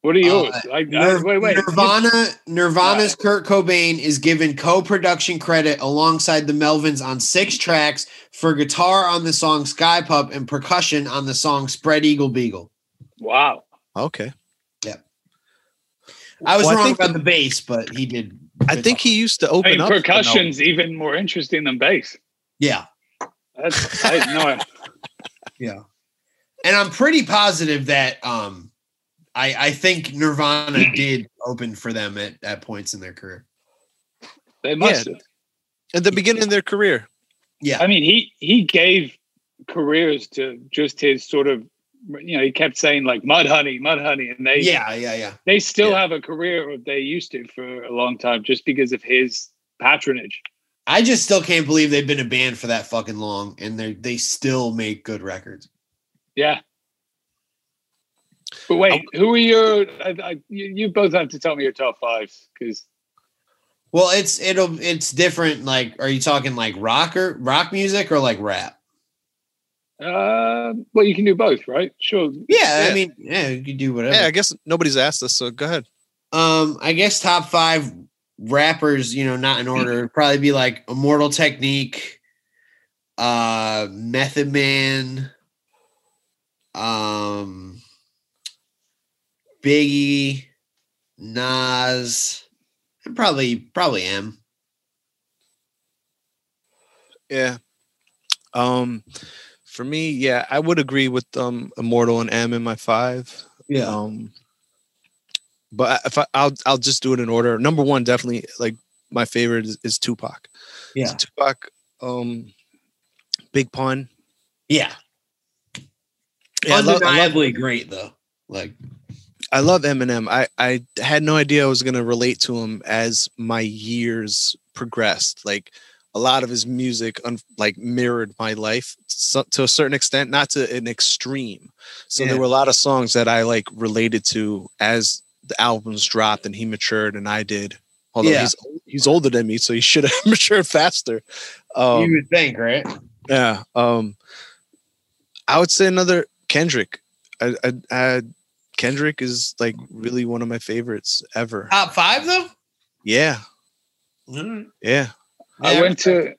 What are yours?
Uh,
I, I,
Nir-
wait, wait.
Nirvana, Nirvana's Kurt Cobain is given co-production credit alongside the Melvins on six tracks for guitar on the song Sky Pup and percussion on the song Spread Eagle Beagle.
Wow.
Okay.
I was
Well, I
wrong
think
about the bass, but he did.
I think he used to
I
open
mean,
up. for Noel.
percussion's even more interesting than bass.
yeah,
That's, I had no idea.
yeah. And I'm pretty positive that um, I I think Nirvana did open for them at at points in their career.
They must have.
at the beginning of their career.
Yeah,
I mean, he he gave careers to just his sort of you know, he kept saying like mud honey, mud honey, and they
Yeah, yeah, yeah.
they still
Yeah.
have a career or they used to for a long time just because of his patronage.
I just still can't believe they've been a band for that fucking long and they they still make good records.
Yeah. But wait,
Oh.
who are your? I, I, you, you both have to tell me your top fives because
Well, it's it'll it's different like are you talking like rock or rock music or like rap?
uh, well, you can do both, right? Sure.
Yeah, I
Yeah.
mean, yeah, you could do whatever.
Hey, I guess nobody's asked us, so go ahead.
Um, I guess top five rappers, you know, not in order, would probably be like Immortal Technique, uh, Method Man, um, Biggie, Nas, and probably probably M.
Yeah. Um, for me, yeah, I would agree with um Immortal and M in my five. Um, but I- if I, I'll I'll just do it in order. Number one, definitely like my favorite is, is Tupac.
Yeah.
Tupac. Um, Big Pun.
yeah,
Yeah, I love, I love
undeniably great though. Like,
I love Eminem. I I had no idea I was gonna relate to him as my years progressed. Like a lot of his music, un- like mirrored my life so, to a certain extent, not to an extreme. So there
Yeah.
were a lot of songs that I like related to as the albums dropped and he matured and I did. Although
Yeah.
he's he's older than me, so he should have matured faster. Um,
you would think, right?
yeah. Um, I would say another Kendrick. I, I, I, Kendrick is like really one of my favorites ever.
Uh,
Top five though.
Yeah. Yeah.
I went to.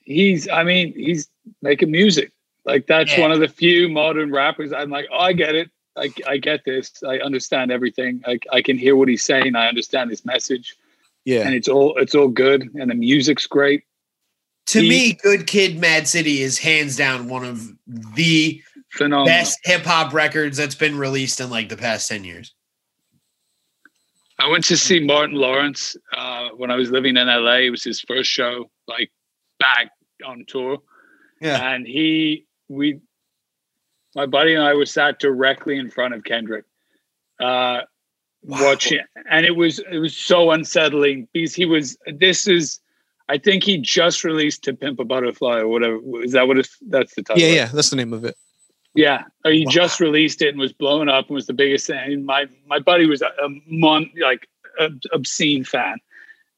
He's. I mean, he's making music. Like that's
Yeah.
one of the few modern rappers. I'm like, oh, I get it. I, I get this. I understand everything. I, I can hear what he's saying. I understand his message,
Yeah.
and uh, it's all it's all good. And the music's great.
To
He-
me, Good Kid, Mad City is hands down one of the
Phenomenal.
best hip hop records that's been released in like the past 10 years.
I went to see Martin Lawrence uh, when I was living in LA. It was his first show, like back on tour.
Yeah.
And he, we, my buddy and I were sat directly in front of Kendrick, uh, watching, and it was it was so unsettling because he was. This is, I think he just released "To Pimp a Butterfly" or whatever. Is that what? It's, that's the title.
Yeah. Yeah. That's the name of it.
Yeah, or he
Wow.
just released it and was blown up and was the biggest thing. And my my buddy was a, a mon, like ob- obscene fan,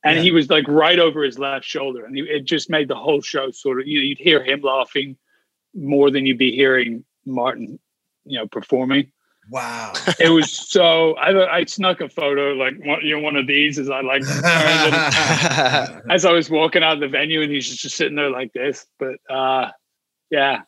and
Yeah.
he was like right over his left shoulder, and he, it just made the whole show sort of you know you'd hear him laughing more than you'd be hearing Martin, you know, performing.
Wow.
It was so I I snuck a photo like one, you know, one of these as I like turned and- as I was walking out of the venue, and he's just, just sitting there like this. But uh, yeah,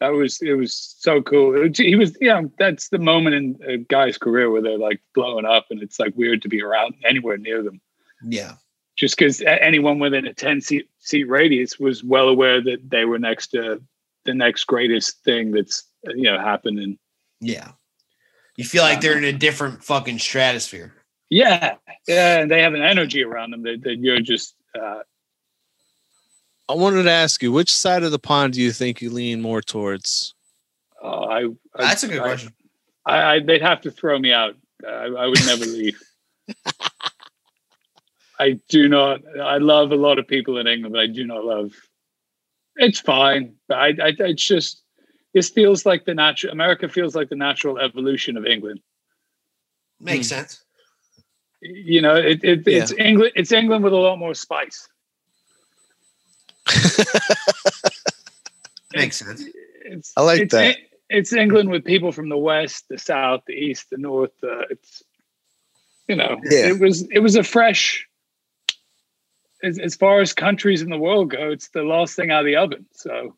that was it was so cool. It was- he was yeah, that's the moment in a guy's career where they're like blowing up, and it's like weird to be around anywhere near them.
yeah.
Just because anyone within a ten seat, seat radius was well aware that they were next to the next greatest thing that's you know happening.
Yeah. You feel like they're in a different fucking stratosphere.
Yeah, yeah, and they have an energy around them that, that you're just uh,
I wanted to ask you, which side of the pond do you think you lean more towards?
oh, I, I
That's a good
I-
question.
I, I they'd have to throw me out. I, I would never leave. I do not. I love a lot of people in England, but I do not love. It's fine, but I, I it's just this feels like the natural. America feels like the natural evolution of England.
Makes
Hmm.
sense.
You know, it, it it's England. It's England with a lot more spice.
Makes sense.
It's,
I like
it's, E,
that.
It's England with people from the west, the south, the east, the north. Uh, it's you know,
Yeah.
it was it was a fresh. As, as far as countries in the world go, it's the last thing out of the oven. So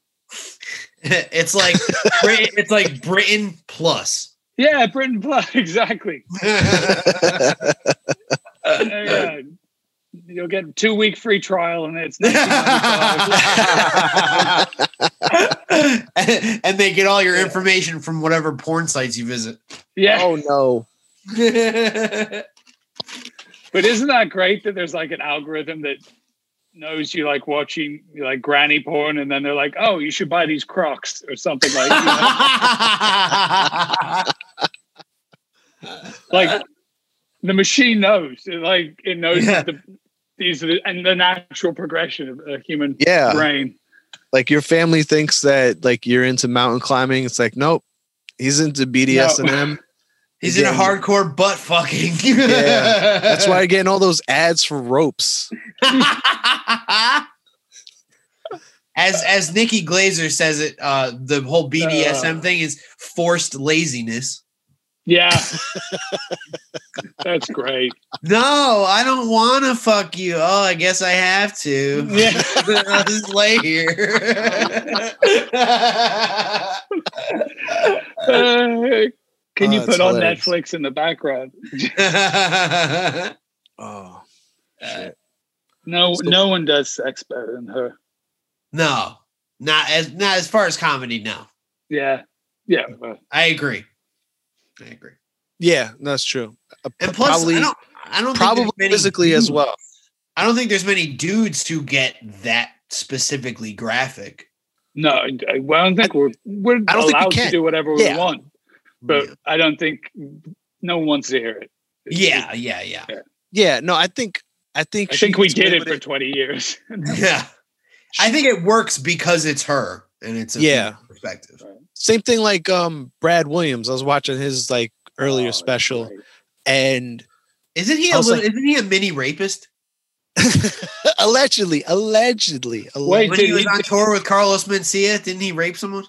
it's like Brit- it's like Britain plus.
yeah, Britain plus exactly. Yeah, you'll get two week free trial, and it's 1995.
and and they get all your information from whatever porn sites you visit.
yeah.
oh no.
But isn't that great that there's like an algorithm that knows you like watching like granny porn, and then they're like, "Oh, you should buy these Crocs or something like." You know? like the machine knows, It, like it knows
Yeah.
the, these are the, and the natural progression of a human
Yeah.
brain.
Like your family thinks that like you're into mountain climbing. It's like, nope, he's into BDSM. and M.
He's in a
Yeah.
hardcore butt fucking.
Yeah, That's why you're getting all those ads for ropes.
as as Nikki Glazer says it, uh, the whole
Uh.
BDSM thing is forced laziness.
Yeah, that's great.
No, I don't want to fuck you. Oh, I guess I have to.
Yeah.
I'll just lay here.
Uh, can you
Oh,
put
that's
on
hilarious.
Netflix in the background?
Oh,
No,
So-
no one does sex better than her.
no, not as not as far as comedy. No,
Yeah, yeah. well,
I agree. I agree.
yeah, that's true. Uh,
And plus,
probably,
I don't. I don't
probably
think there's many
physically as
dudes-
well.
I don't think there's many dudes who get that specifically graphic.
No, I- well, I don't think we're we're
I don't think we
allowed to
can.
do whatever
Yeah.
we want, but I don't think no one wants to hear it.
yeah, yeah, yeah,
Yeah, no, I think I think
I
she
think we
gets
did
away
it
with
for twenty years.
yeah. I think it works because it's her and it's a
Yeah.
female perspective.
Same thing like um Brad Williams. I was watching his like
Oh,
earlier
that's
special,
great.
and
Isn't he
I
a
was
little, isn't he a mini rapist?
allegedly, allegedly, alle-
Wait,
When he
did
was
he-
on tour with Carlos Mencia, didn't he rape someone?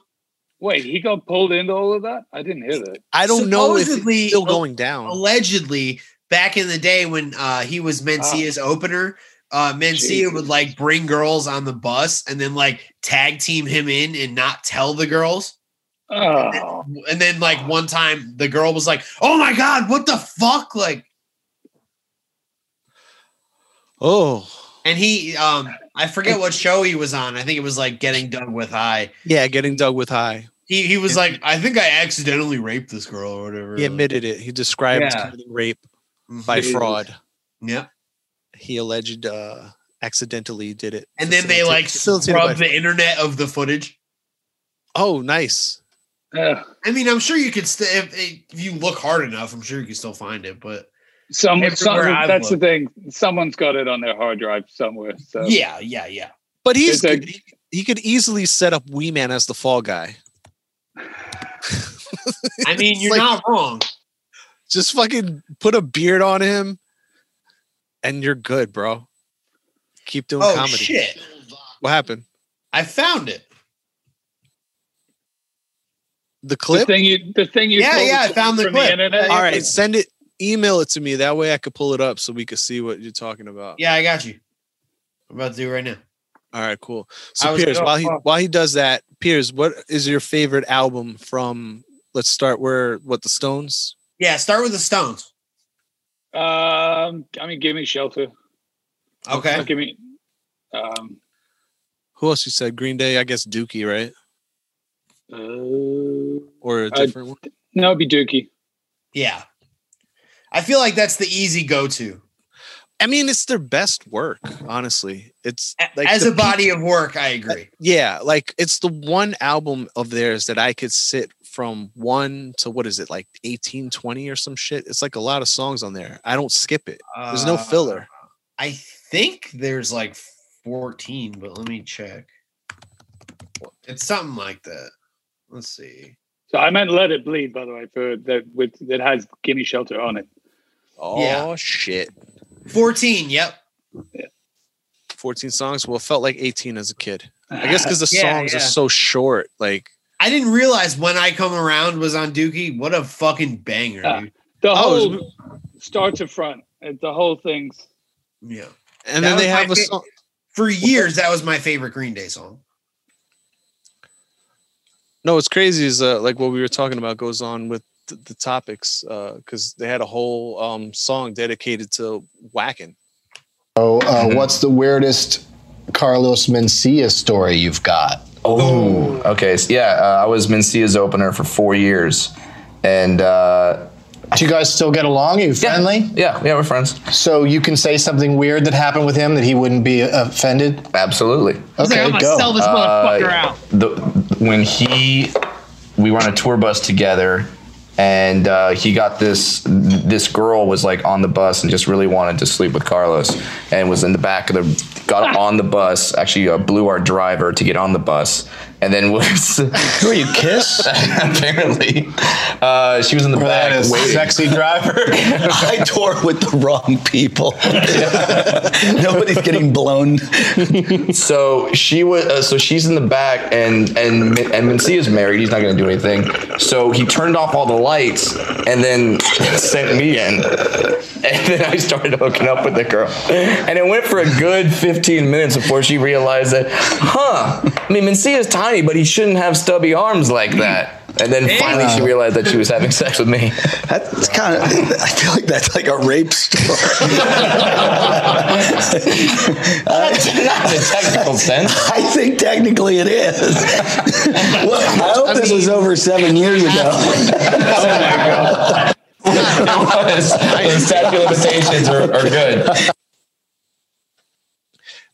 Wait, he got pulled into all of that? I didn't hear that.
I don't know if it's
supposedly-
still going down.
Allegedly, back in the day when uh, he was Mencia's opener, uh, Mencia
Jesus.
would like bring girls on the bus and then like tag team him in and not tell the girls.
Oh,
And then like one time the girl was like, "Oh my god, what the fuck?" like
Oh,
and he um I forget what show he was on. I think it was like Getting Done with High.
yeah, getting dug with high.
He he was like, "I think I accidentally raped this girl or whatever."
He admitted it. He described
Yeah.
committing rape
Mhm.
by
Jesus.
fraud.
Yeah.
He alleged uh accidentally did it.
And then they like
Facilitated by-
scrubbed the internet of the footage.
Oh, nice.
Ugh.
I mean, I'm sure you could st- if, if you look hard enough, I'm sure you can still find it, but
some,
Everywhere
some
I've
that's the thing. Someone's got it on their hard drive somewhere. So
yeah, yeah, yeah.
But he's
It's a-
good. He- he could easily set up Wee Man as the fall guy.
I mean,
It's
you're
like-
not wrong.
Just fucking put a beard on him, and you're good, bro. Keep doing
Oh
comedy.
shit.
What happened?
I found it.
The
the
clip.
thing you, the thing you,
Yeah,
told
yeah,
us
I found the
from
clip.
the internet.
All right, send it. Email it to me. That way, I could pull it up so we could see what you're talking about.
Yeah, I got you. I'm about to do it right now.
All right, cool.
I
So,
was
Piers,
gonna- uh,
while he while he does that, Piers, what is your favorite album from? Let's start where what the Stones.
Yeah, start with the Stones.
Um, I mean, give me shelter.
Okay.
Give me. Um,
Who else you said? Green Day, I guess Dookie, right?
uh,
Or a
Uh,
different one?
no, it'd be Dookie.
Yeah. I feel like that's the easy go-to.
I mean, it's their best work, honestly. It's
A-
like
As
the
a body of work, I agree.
Yeah, like it's the one album of theirs that I could sit from one to what is it like 18, 20 or some shit. It's like a lot of songs on there. I don't skip it. There's no
Uh,
filler.
I think there's like 14, but let me check. It's something like that. Let's see.
So I meant Let It Bleed, by the way, for that with that has Gimme Shelter on it.
Oh
yeah.
shit.
14, yep.
14 songs. Well, it felt like 18 as a kid. I guess because the
Yeah,
songs are
yeah.
so short. Like,
I didn't realize when I come around was on Dookie. What a fucking banger,
Ah.
dude.
the
Oh,
whole start to front. uh, The whole thing's
Yeah.
and
That
then
was
they
my
have a
fa-
song.
For years, that was my favorite Green Day song.
No, what's crazy is uh, like what we were talking about goes on with the, the topics because they had a whole um, song dedicated to whacking.
So, uh, what's the weirdest Carlos Mencia story you've got?
Oh, okay. So, yeah, uh, I was Mencia's opener for four years, and uh,
Do you guys still get along? Are you friendly?
Yeah, yeah, we're friends.
So you can say something weird that happened with him that he wouldn't be offended.
Absolutely.
Okay,
I'm gonna
go. Uh,
sell this motherfucker out.
the when he we were on a tour bus together and uh, he got this this girl was like on the bus and just really wanted to sleep with carlos and was in the back of the got on the bus actually uh, blew our driver to get on the bus and then was
Who are you kiss?
apparently uh, she was in the
that
back
is
waiting.
sexy driver.
I tour with the wrong people. Nobody's getting blown.
so she was uh, so she's in the back and and and Mencia's married he's not going to do anything so he turned off all the lights and then sent me in and then I started hooking up with the girl and it went for a good 15 minutes before she realized that huh I mean Mencia's tiny but he shouldn't have stubby arms like that and then finally she realized that she was having sex with me
That's kind of. I feel like that's like a rape story.
not in a technical sense
I think technically it is. well, I hope this was over seven years ago.
the statute of limitations are, are good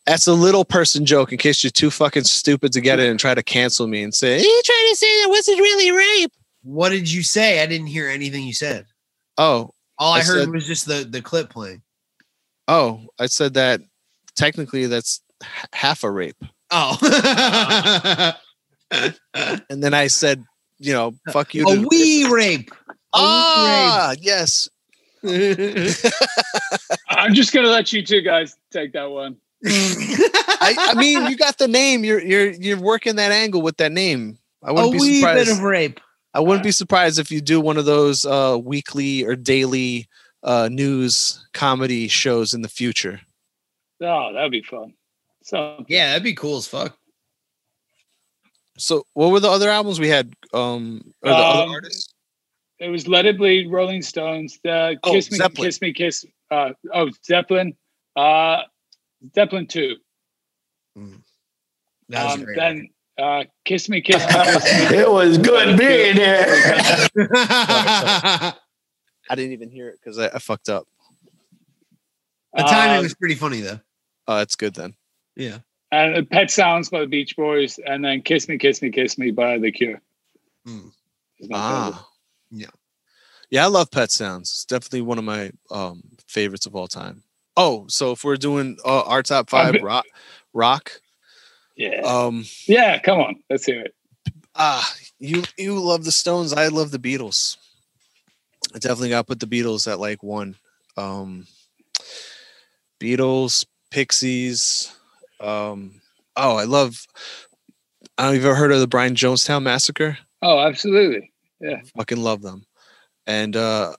That's a little person joke in case you're too fucking stupid to get it and try to cancel me and say, Are you trying to say that wasn't really rape?
What did you say? I didn't hear anything you said.
Oh,
All I,
I
heard
said-
was just the the clip playing.
oh, I said that technically that's h- half a rape.
Oh,
And then I said, you know, fuck you.
Uh, a
to-
wee rape.
ah, yes.
I'm just gonna let you two guys take that one.
I, I mean, you got the name. You're you're you're working that angle with that name. I
A
wouldn't be
wee
surprised.
bit of rape.
I wouldn't be surprised if you do one of those uh, weekly or daily uh, news comedy shows in the future.
Oh, that'd be fun. So
Yeah, that'd be cool as fuck.
So, what were the other albums we had? Um, or the
Um,
other artists?
it was Let It Bleed, Rolling Stones, the
Oh,
Kiss Me,
Zeppelin.
Kiss Me, Kiss. Uh, oh, Zeppelin. Uh, Zeppelin two.
That was
um,
great.
then uh, Kiss Me, Kiss Me, Kiss Me.
It was good being here.
I didn't even hear it because I, I fucked up.
the timing
Uh,
was pretty funny though.
Oh, that's good then.
Yeah.
and Pet Sounds by the Beach Boys, and then Kiss Me, Kiss Me, Kiss Me by The Cure.
Hmm.
Is my favorite.
Ah,
Yeah.
yeah. I love Pet Sounds. It's definitely one of my um, favorites of all time. Oh, so if we're doing uh, our top five
bit-
rock, rock.
Yeah.
Um,
yeah, come on. Let's hear it.
ah, you you love the Stones. I love the Beatles. I definitely got to put the Beatles at like one. Um, Beatles, Pixies. Um, oh, I love. I don't even heard of the Brian Jonestown Massacre.
Oh, absolutely.
Fucking love them. And uh,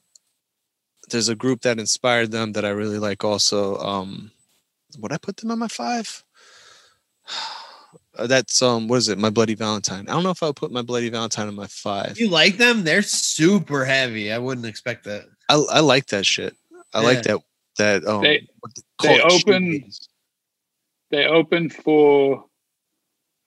there's a group that inspired them that I really like. Also, um, would I put them on my five? Uh, That's um, what is it? My Bloody Valentine. I don't know if I would put My Bloody Valentine on my five.
If you like them, they're super heavy. I wouldn't expect that.
I, I like that shit. I like that that um
They-
what they
they
call it,
open-
shoegaze.
They opened for,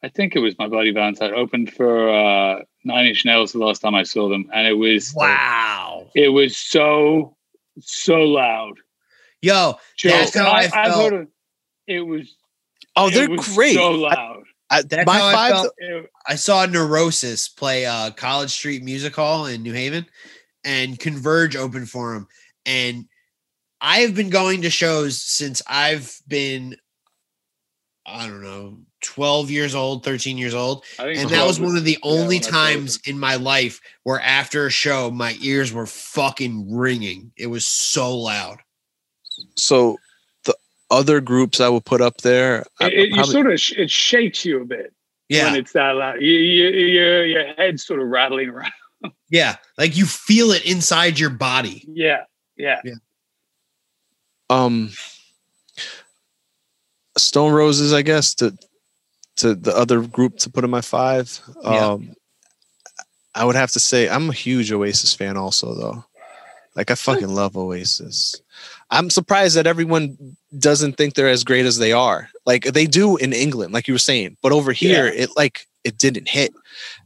I think it was My Bloody Valentine, opened for uh, Nine Inch Nails the last time I saw them. And it was,
Wow.
it was so, so loud.
Yo,
Joe,
That's how I
I've
felt.
heard of- it was,
Oh,
it
they're
was
great.
so loud.
I-
That's
my
how I
five.
felt.
It-
I saw Neurosis play uh, College Street Music Hall in New Haven, and Converge open for him. And I have been going to shows since I've been, I don't know, twelve years old, thirteen years old,
I think
and
so.
that was one of the only
when I saw
times in my life where after a show my ears were fucking ringing. It was so loud.
so the other groups I would put up there. I-
It, it, you
probably-
sort of, sh- it shakes you a bit
Yeah,
when it's that loud. You, you, your, your head's sort of rattling around.
yeah, like you feel it inside your body.
Yeah, yeah.
um Stone Roses, I guess, to to the other group to put in my five.
Yeah.
Um I would have to say I'm a huge Oasis fan also though. Like I fucking love Oasis. I'm surprised that everyone doesn't think they're as great as they are. Like they do in England, like you were saying, but over here it like it didn't hit.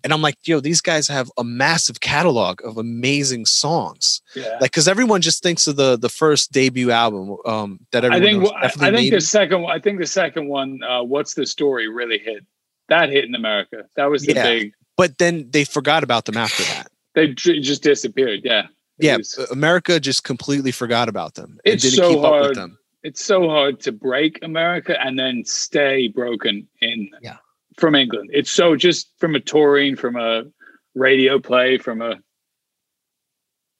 And I'm like, yo, these guys have a massive catalog of amazing songs.
Yeah.
Like, because everyone just thinks of the the first debut album um, that
I
everyone.
think
knows, E
wh- I,
Definitely
I think
Maybe.
the second one- I think the second one uh, what's the story really hit that hit in America that was the
Yeah.
big
But then they forgot about them after that.
they j- just disappeared yeah It
Yeah,
was-
America just completely forgot about them.
It's
it didn't
so
keep up
hard.
with them.
it's so hard to break America and then stay broken in
Yeah.
from England it's so just from a touring from a radio play from a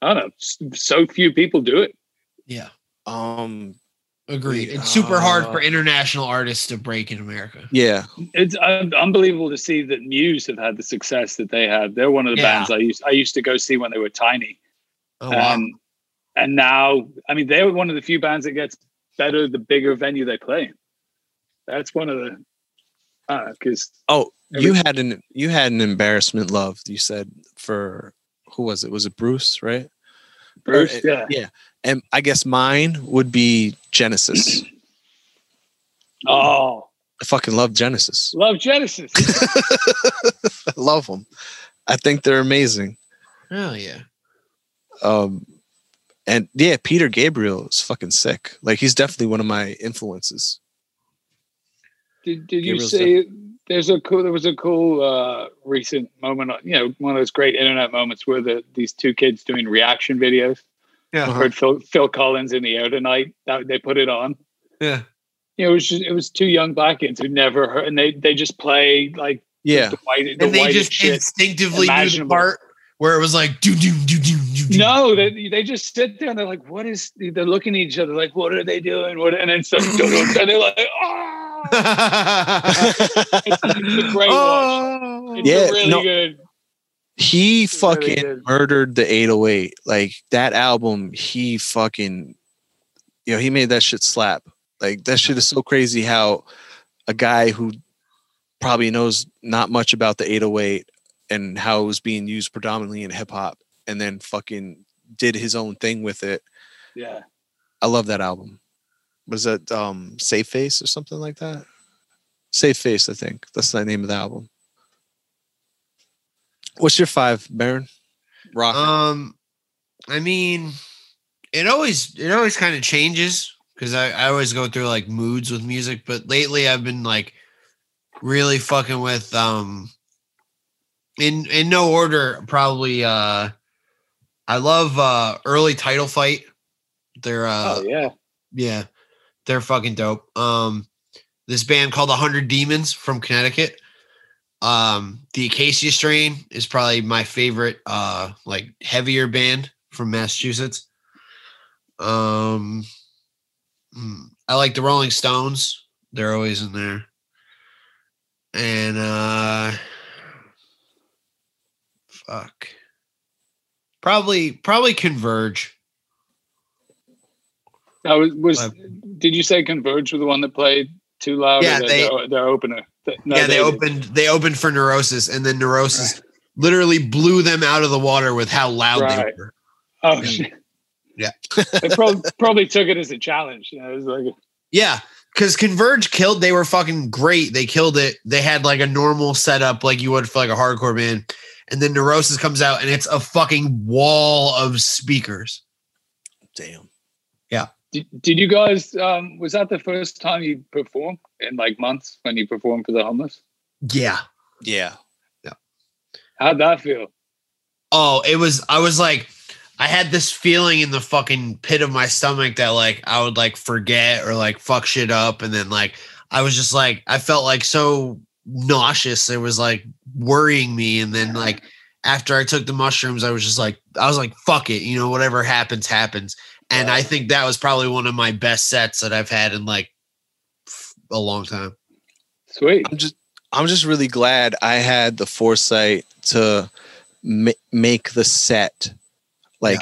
I don't know s- so few people do it
Yeah.
Um,
Agreed.
Yeah.
It's super hard for international artists to break in America.
yeah,
it's un- unbelievable to see that Muse have had the success that they have they're one of the
Yeah.
bands I used I used to go see when they were tiny
Oh, wow.
Um, and now, I mean, they're one of the few bands that gets better the bigger venue they play. in. That's one of the because
Oh, you
Every-
had an you had an embarrassment love. You said for who was it? Was it Bruce? Right?
Bruce,
Or-
yeah.
And I guess mine would be Genesis.
Oh,
I fucking love Genesis.
love Genesis.
I love them. I think they're amazing.
oh yeah.
Um, and yeah, Peter Gabriel is fucking sick. Like he's definitely one of my influences.
Did, did you
Gabriel's
see? There's a cool. There was a cool uh, recent moment. on- You know, one of those great internet moments where the these two kids doing reaction videos.
Yeah.
Uh-huh.
I heard Phil, Phil Collins in the air tonight. That they put it on.
Yeah.
You know, it was just, it was two young black kids who never heard, and they they just play like
Yeah,
the white the
and they
whitest
just
shit.
instinctively knew the
imaginable.
part where it was like do do do do do. do.
No, they, they just sit there and they're like, "What is?" They're looking at each other like, "What are they doing?" What? And then some, and they're like, "Ah!" It's, it's a great
Oh,
watch. It's
Yeah,
a really
no.
good.
he fucking
did.
murdered the 808. Like that album, he fucking, you know, he made that shit slap. Like that shit is so crazy how a guy who probably knows not much about the 808 and how it was being used predominantly in hip hop and then fucking did his own thing with it.
Yeah,
I love that album. Was that um Safe Face or something like that? Safe Face, I think. That's the name of the album. What's your five, Baron? Rock.
Um, I mean, it always it always kind of changes because I I always go through like moods with music, but lately I've been like really fucking with um in in no order probably uh I love uh early title fight. They're uh
oh yeah,
yeah, they're fucking dope. Um, this band called 100 Demons from Connecticut. Um, the Acacia Strain is probably my favorite, uh, like heavier band from Massachusetts. Um, hmm, I like the Rolling Stones, they're always in there. And, uh, fuck, probably, probably Converge.
that was was.
Uh,
did you say Converge was the one that played too loud?
Yeah,
their,
they-
their, their opener. Th- no,
yeah, they,
did.
opened they opened for Neurosis, and then Neurosis literally blew them out of the water with how loud they
Right.
were.
Oh shit.
Mm. Yeah.
they prob- probably took it as a challenge. You know, it was like,
Yeah, because Converge killed. They were fucking great. They killed it. They had like a normal setup, like you would for like a hardcore band, and then Neurosis comes out, and it's a fucking wall of speakers.
Damn.
did, did you guys? Um, was that the first time you performed in like months when you performed for the homeless?
Yeah.
Yeah.
How'd that feel?
Oh, it was. I was like, I had this feeling in the fucking pit of my stomach that like I would like forget or like fuck shit up, and then like I was just like I felt like so nauseous. It was like worrying me, and then like after I took the mushrooms, I was just like I was like fuck it, you know whatever happens happens. And I think that was probably one of my best sets that I've had in like f- a long time.
Sweet.
I'm just I'm just really glad I had the foresight to ma- make the set. Like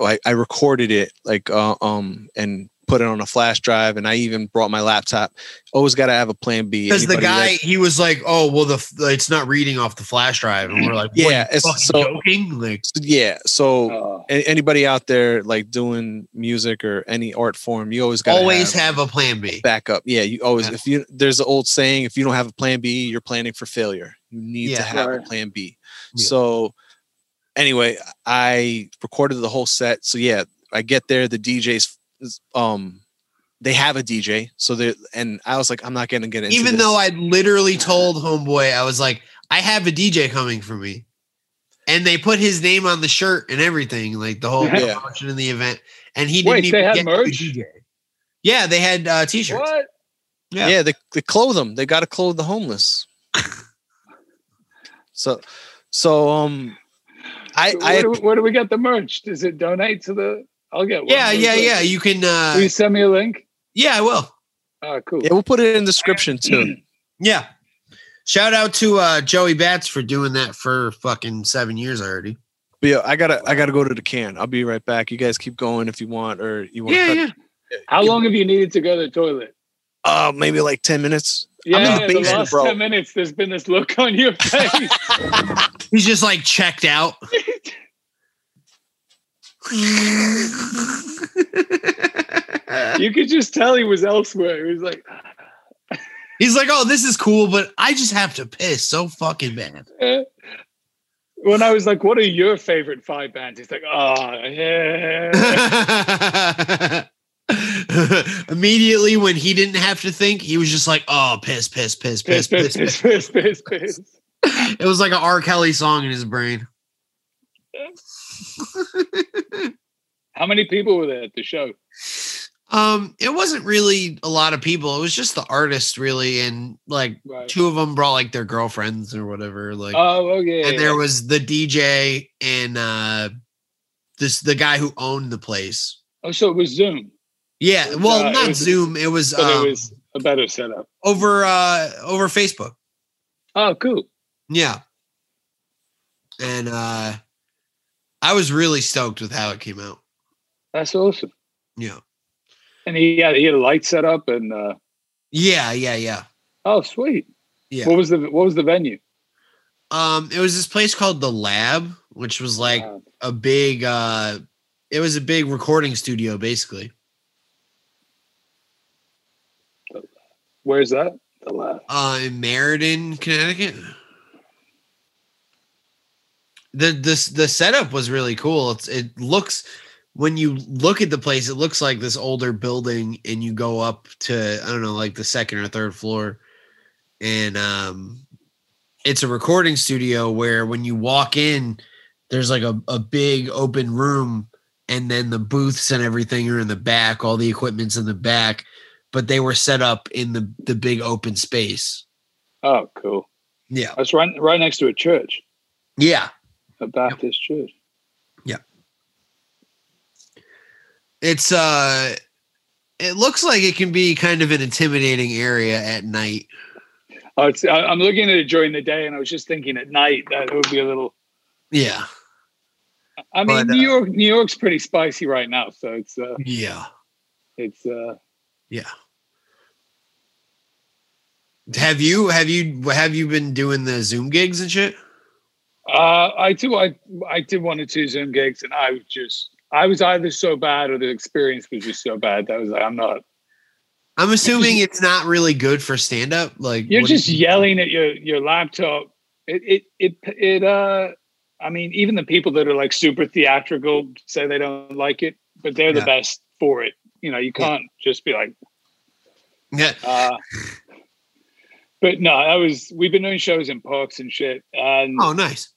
like I recorded it like uh, um and put it on a flash drive and I even brought my laptop. Always got to have a plan B.
Because the
Anybody that-
guy, he was like, "Oh well, the f- it's not reading off the flash drive," and we're like, "What,
Yeah,
you
it's-
fucking
so-
joking." Like,
yeah, so
Oh,
a- anybody out there like doing music or any art form, you always got
always have, a plan B.
backup. Yeah, you always
Yeah.
if you there's an old saying if you don't have a plan B, you're planning for failure. You need
Yeah.
to have a
Right.
plan B.
Yeah.
So anyway, I recorded the whole set. So yeah, I get there. The DJ's um they have a DJ. So they and I was like, I'm not gonna get into
Even
this.
though I literally told Homeboy, I was like, I have a DJ coming for me. And they put his name on the shirt and everything, like the whole
Yeah.
promotion in the event. And he didn't
Wait,
even
they had
get to
merch?
DJ. Yeah, they had uh, t-shirts.
What?
Yeah.
yeah, they, they clothe them. They got to clothe the homeless. so, so um, I
Where
I
do, where do we get the merch? Does it donate to the? I'll get one.
Yeah, yeah, yeah. You can.
Will
Uh,
you send me a link?
yeah, I will.
Oh, cool.
yeah, we'll put it in description too.
Yeah. Shout out to uh, Joey Bats for doing that for fucking seven years already.
But yeah, I gotta I gotta go to the can. I'll be right back. You guys keep going if you want, or you want.
Yeah, yeah.
How long have you needed to go to the toilet?
Uh, maybe like ten minutes.
Yeah,
in the
yeah,
basement,
last
bro.
ten minutes, there's been this look on your face.
He's just like checked out.
you could just tell he was elsewhere. He was like,
He's like, oh, this is cool, but I just have to piss so fucking bad.
eh. when I was like, "What are your favorite five bands?" He's like, "Ah, yeah."
Immediately when he didn't have to think, he was just like, oh, piss, piss, piss,
piss,
piss,
piss, piss, piss, piss, piss.
It was like an R. Kelly song in his brain.
How many people were there at the show?
Um, it wasn't really a lot of people. It was just the artist, really, and like
Right.
two of them brought like their girlfriends or whatever. Like,
Oh, okay.
and there was the DJ and uh, this the guy who owned the place.
oh, so it was Zoom.
Yeah, well,
Uh, it
not
was-
Zoom. It was,
So
um,
there was a better setup.
over uh, over Facebook.
Oh, cool.
Yeah. And uh I was really stoked with how it came out.
That's awesome.
Yeah.
And he had he had a light set up and uh,
Yeah, yeah, yeah.
oh, sweet.
Yeah.
What was the what was the venue?
Um it was this place called The Lab, which was like
Wow.
a big uh it was a big recording studio basically.
Where's that? The lab.
Uh in Meriden, Connecticut. The this the setup was really cool. It's it looks when you look at the place, it looks like this older building, and you go up to I don't know, like the second or third floor, and um, it's a recording studio where when you walk in, there's like a, a big open room, and then the booths and everything are in the back, all the equipment's in the back, but they were set up in the the big open space.
Oh, cool.
Yeah,
That's right right next to a church,
yeah.
a Baptist church.
It's uh, it looks like it can be kind of an intimidating area at night.
Oh, it's, I, I'm looking at it during the day, and I was just thinking at night that it would be a little.
Yeah.
I mean,
But, uh,
New York, New York's pretty spicy right now, so it's uh,
Yeah.
it's uh,
Have you have you have you been doing the Zoom gigs and shit?
Uh, I do. I I did one or two Zoom gigs, and I was just I was either so bad or the experience was just so bad that I was like, I'm not.
I'm assuming it's not really good for stand up. Like
You're
what do
just yelling at your your laptop. It it it it. Uh, I mean, even the people that are like super theatrical say they don't like it, but they're the
Yeah.
best for it. You know, you can't just be like.
Yeah.
Uh, but no, I was. We've been doing shows in parks and shit, and
Oh, nice.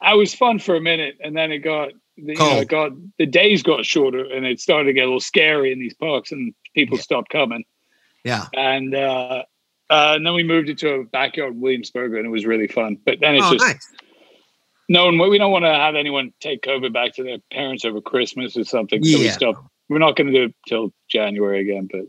I was fun for a minute, and then it got the, you know,
Cold.
it got the days got shorter, and it started to get a little scary in these parks, and people
Yeah.
stopped coming.
Yeah.
And uh, uh, and then we moved it to a backyard in Williamsburg, and it was really fun. But then it's
Oh,
just
nice.
no one. We don't want to have anyone take COVID back to their parents over Christmas or something. So we
Yeah.
stopped. We're not going to do it till January again. But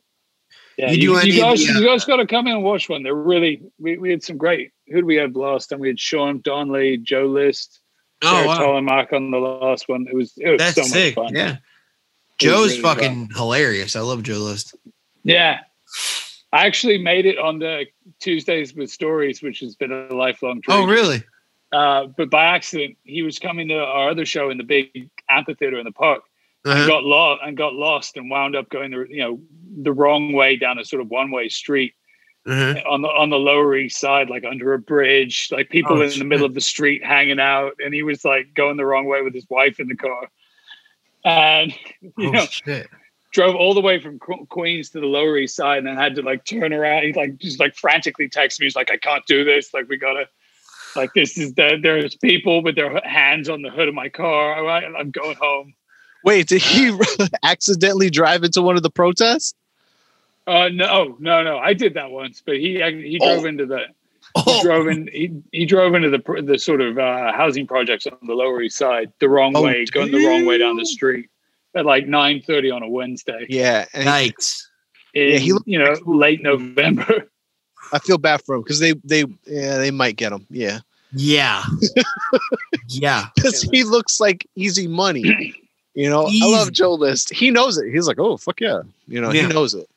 yeah,
You do
you, you
any of
guys,
the, uh,
you guys got to come in and watch one. They're really. We, we had some great. Who did we have last time? We had Sean Donnelly, Joe List.
Oh,
Sarah
wow.
Telemark on the last one. It was it was
That's
so much
sick.
fun.
Yeah.
It was
Joe's
really
fucking hilarious. I love Joe List.
Yeah. I actually made it on the Tuesdays with Stories, which has been a lifelong dream.
Oh, really?
Uh, but by accident, he was coming to our other show in the big amphitheater in the park, and
Uh-huh.
got lost and got lost and wound up going the you know the wrong way down a sort of one way street,
Uh-huh.
on the on the Lower East Side, like under a bridge, like people
Oh,
in the
shit.
middle of the street hanging out, and he was like going the wrong way with his wife in the car, and you
Oh
know
shit!
drove all the way from Qu- Queens to the Lower East Side, and then had to like turn around. He like just like frantically texted me, he's like, "I can't do this. Like we gotta." Like this is the, there's people with their h- hands on the hood of my car. All right, and I'm going home.
Wait, did he accidentally drive into one of the protests?
Uh, no, no, no. I did that once, but he he
Oh.
drove into the
Oh,
he drove in he, he drove into the pr- the sort of uh, housing projects on the Lower East Side the wrong
Oh,
way, going the wrong way down the street at like nine thirty on a Wednesday.
yeah. And
Yikes!
in,
Yeah, he looked-
you know late November.
I feel bad for him because they, they, yeah, they might get him. Yeah.
Yeah, yeah.
Because he looks like easy money. You know, I
Easy.
love Joe List. He knows it. He's like, oh, fuck yeah. You know,
Yeah.
he knows it.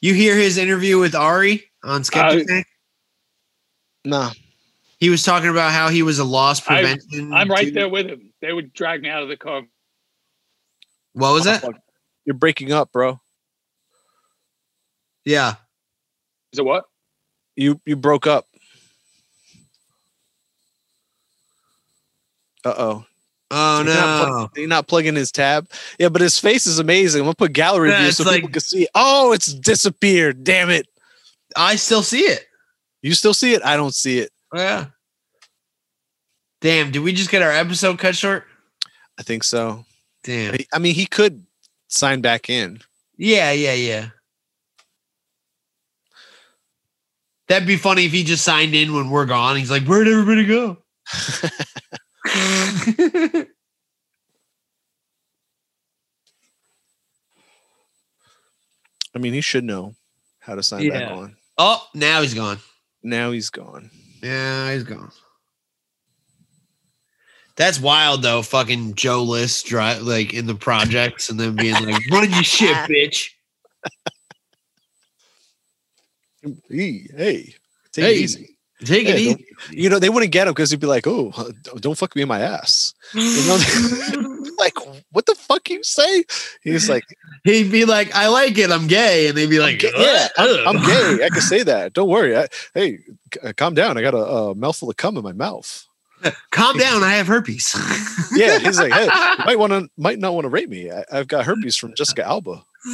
You hear his interview with Ari on Skeptic
I-
Tank?
Nah.
He was talking about how he was a loss
I-
prevention.
Mm,
I'm right
dude.
there with him. They would drag me out of the car.
What was that?
You're breaking up, bro.
Yeah.
Is it what?
You, you broke up. Uh oh.
Oh
You're not plug-
no.
you're not plugging his tab. Yeah, but his face is amazing. I'm gonna put gallery
Yeah,
view
it's
so
like-
people can see. Oh, it's disappeared. Damn it!
I still see it.
You still see it? I don't see it.
Yeah. Damn, did we just get our episode cut short?
I think so.
Damn.
I- I mean, he could sign back in.
Yeah, yeah, yeah. That'd be funny if he just signed in when we're gone. He's like, where'd everybody go?
I mean, he should know how to sign back
Yeah.
on.
oh, now he's gone.
Now he's gone.
Yeah, he's gone. That's wild though, fucking Joe List dri like in the projects and then being like, run your shit, bitch.
Hey, hey, take
Hey.
it easy.
Take it
Yeah,
easy.
You know, they wouldn't get him because he'd be like, "Oh, huh, don't fuck me in my ass." You know, like, what the fuck you say? He's like,
He'd be like, I like it, I'm gay. And they'd be like,
gay, yeah,
"Ugh."
I'm gay. I can say that. Don't worry. I, hey, c- uh, calm down. I got a, uh mouthful of cum in my mouth.
Calm down, I have herpes.
Yeah, he's like, hey, you might want to, might not want to rape me. I, I've got herpes from Jessica Alba.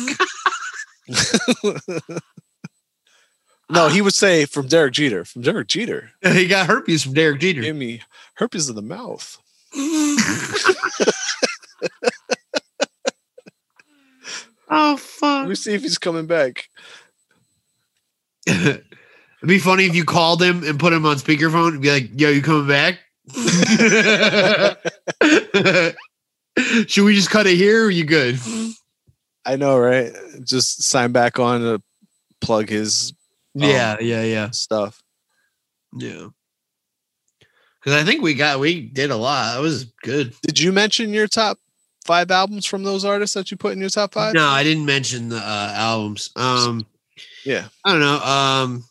no, he would say from Derek Jeter. From Derek Jeter,
he got herpes from Derek Jeter.
give me herpes in the mouth.
oh
Let
fuck.
me see if he's coming back.
It'd be funny if you called him and put him on speakerphone and be like, yo, you coming back? Should we just cut it here? Or are you good?
I know, right? Just sign back on to plug his
yeah, yeah, yeah.
stuff.
Yeah. Cause I think we got we did a lot. That was good.
Did you mention your top five albums from those artists that you put in your top five?
No, I didn't mention the uh, albums. Um,
Yeah.
I don't know. Um,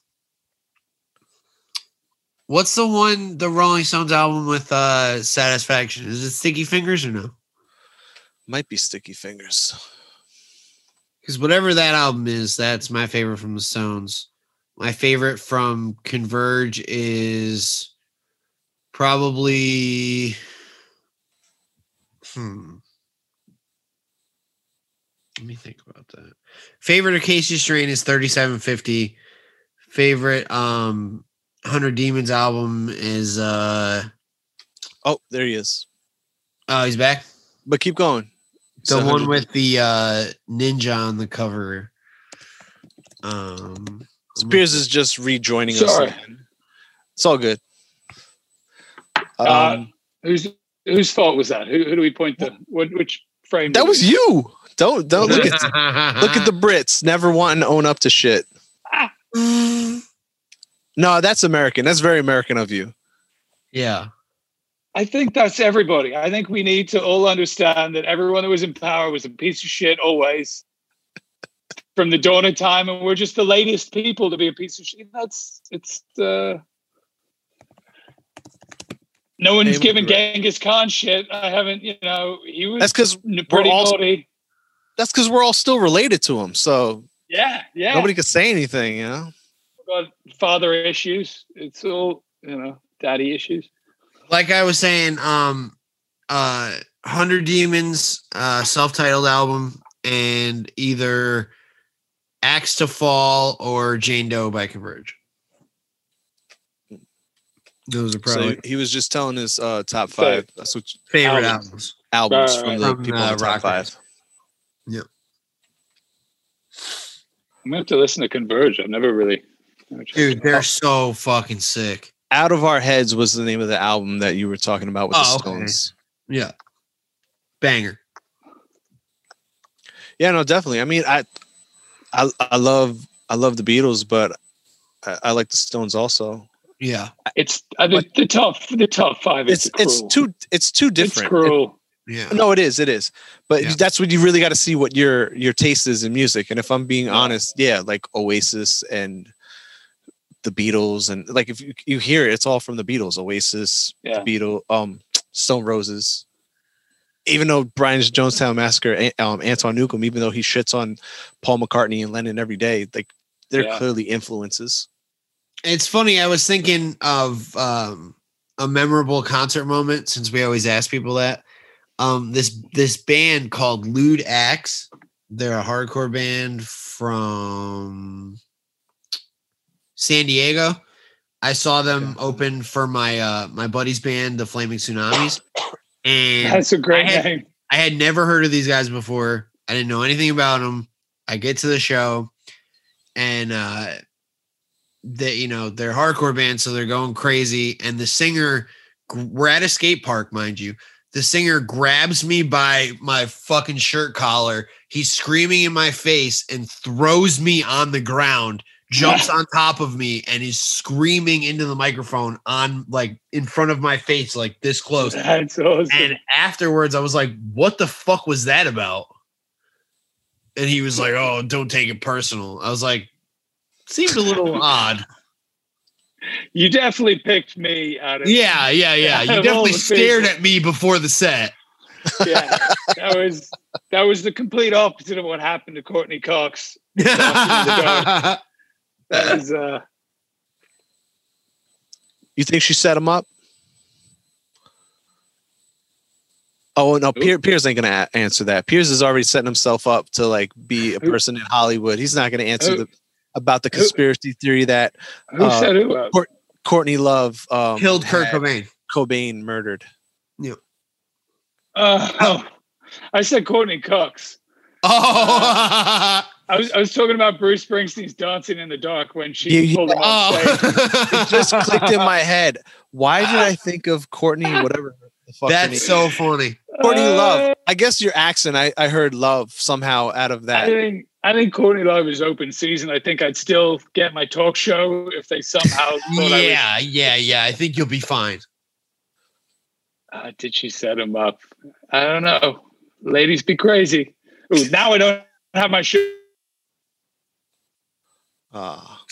what's the one the Rolling Stones album with uh, Satisfaction? Is it Sticky Fingers or no?
Might be Sticky Fingers.
Because whatever that album is, that's my favorite from the Stones. My favorite from Converge is probably. Hmm. Let me think about that. Favorite Acacia Strain is 3750. Favorite um 100 Demons album is uh
Oh, there he is.
oh he's back.
But keep going.
The one
700
with the uh ninja on the cover. Um
Spears is just rejoining
Sorry.
us. again. It's all good. Um,
Uh, Who's whose fault was that? Who, who do we point to? What which frame?
that
did
was
we-
you. Don't
Oh,
don't look at look at the Brits never wanting to own up to shit.
the
No, that's American. That's very American of you.
Yeah.
I think that's everybody. I think we need to all understand that everyone that was in power was a piece of shit always from the dawn of time, and we're just the latest people to be a piece of shit. That's it's uh, no one's
Amen
given
to that.
Genghis Khan shit. I haven't, you know, he was
That's because
n- pretty
all-
naughty.
that's because we're all still related to him. So
Yeah, yeah.
nobody could say anything. You know.
about father issues. It's all you know, daddy issues.
like I was saying, um, uh, Hundred Demons, uh, self-titled album, and either Axe to Fall or Jane Doe by Converge. Those are probably
So he was just telling his uh, top five. That's what
favorite
albums.
albums.
albums
Right,
from
right,
the
from,
people
uh,
on the top
rock bands.
five.
I'm gonna have to listen to Converge. I've never really.
Dude, they're so fucking sick.
Out of Our Heads was the name of the album that you were talking about with
Oh,
the
okay.
Stones.
Yeah, banger.
Yeah, no, definitely. I mean, I, I, I love, I love the Beatles, but I, I like the Stones also.
Yeah,
It's I mean, the top the top five.
It's
Is
it's
cruel.
too it's too
It's
different.
cruel.
yeah.
It- no, it is, it is. But
Yeah.
that's when you really got to see what your your taste is in music. And if I'm being honest, yeah, like Oasis and the Beatles, and like if you, you hear it, it's all from the Beatles, Oasis,
yeah.
Beatle, um, Stone Roses. Even though Brian's Jonestown Massacre, A- um, Anton Newcomb, even though he shits on Paul McCartney and Lennon every day, like they're
Yeah.
clearly influences.
It's funny. I was thinking of um, a memorable concert moment since we always ask people that. Um, this this band called Lewd Axe. They're a hardcore band from San Diego. I saw them open for my uh, my buddy's band, the Flaming Tsunamis, and
That's a great
I had-
name.
I had never heard of these guys before. I didn't know anything about them. I get to the show, and uh, that you know they're hardcore band, so they're going crazy. And the singer, we're at a skate park, mind you. The singer grabs me by my fucking shirt collar. He's screaming in my face and throws me on the ground. Jumps on top of me and is screaming into the microphone on like in front of my face, like this close.
That's awesome.
And afterwards, I was like, "What the fuck was that about?" And he was like, "Oh, don't take it personal." I was like, "Seemed a little odd."
you definitely picked me out of
Yeah, yeah, yeah. You
Of all
definitely
the
stared
people.
at me before the set.
yeah, that was that was the complete opposite of what happened to Courtney Cox. dark.
yeah,
That was, uh,
You think she set him up? Oh no, Pier, Piers ain't gonna a- answer that. Piers is already setting himself up to like be a
Who?
person in Hollywood. He's not gonna answer
Who?
the, about the conspiracy theory that
who
Uh,
said who? Up?
Courtney Love um,
killed Kurt
had
Cobain.
Cobain murdered.
Uh, oh, I said Courtney Cox.
Oh,
I was I was talking about Bruce Springsteen's "Dancing in the Dark" when
Yeah,
she
yeah.
pulled him off stage.
It
oh.
just clicked in my head. Why did I think of Courtney? Whatever. The fuck her name
That's so funny.
is. Courtney Love. I guess your accent. I, I heard love somehow out of
I
that.
think I think Courtney Love is open season. I think I'd still get my talk show if they somehow thought I
Yeah, yeah, yeah. I think you'll be fine.
was. Uh, did she set him up? I don't know. Ladies be crazy. Ooh, now I don't have my shirt.
Ah.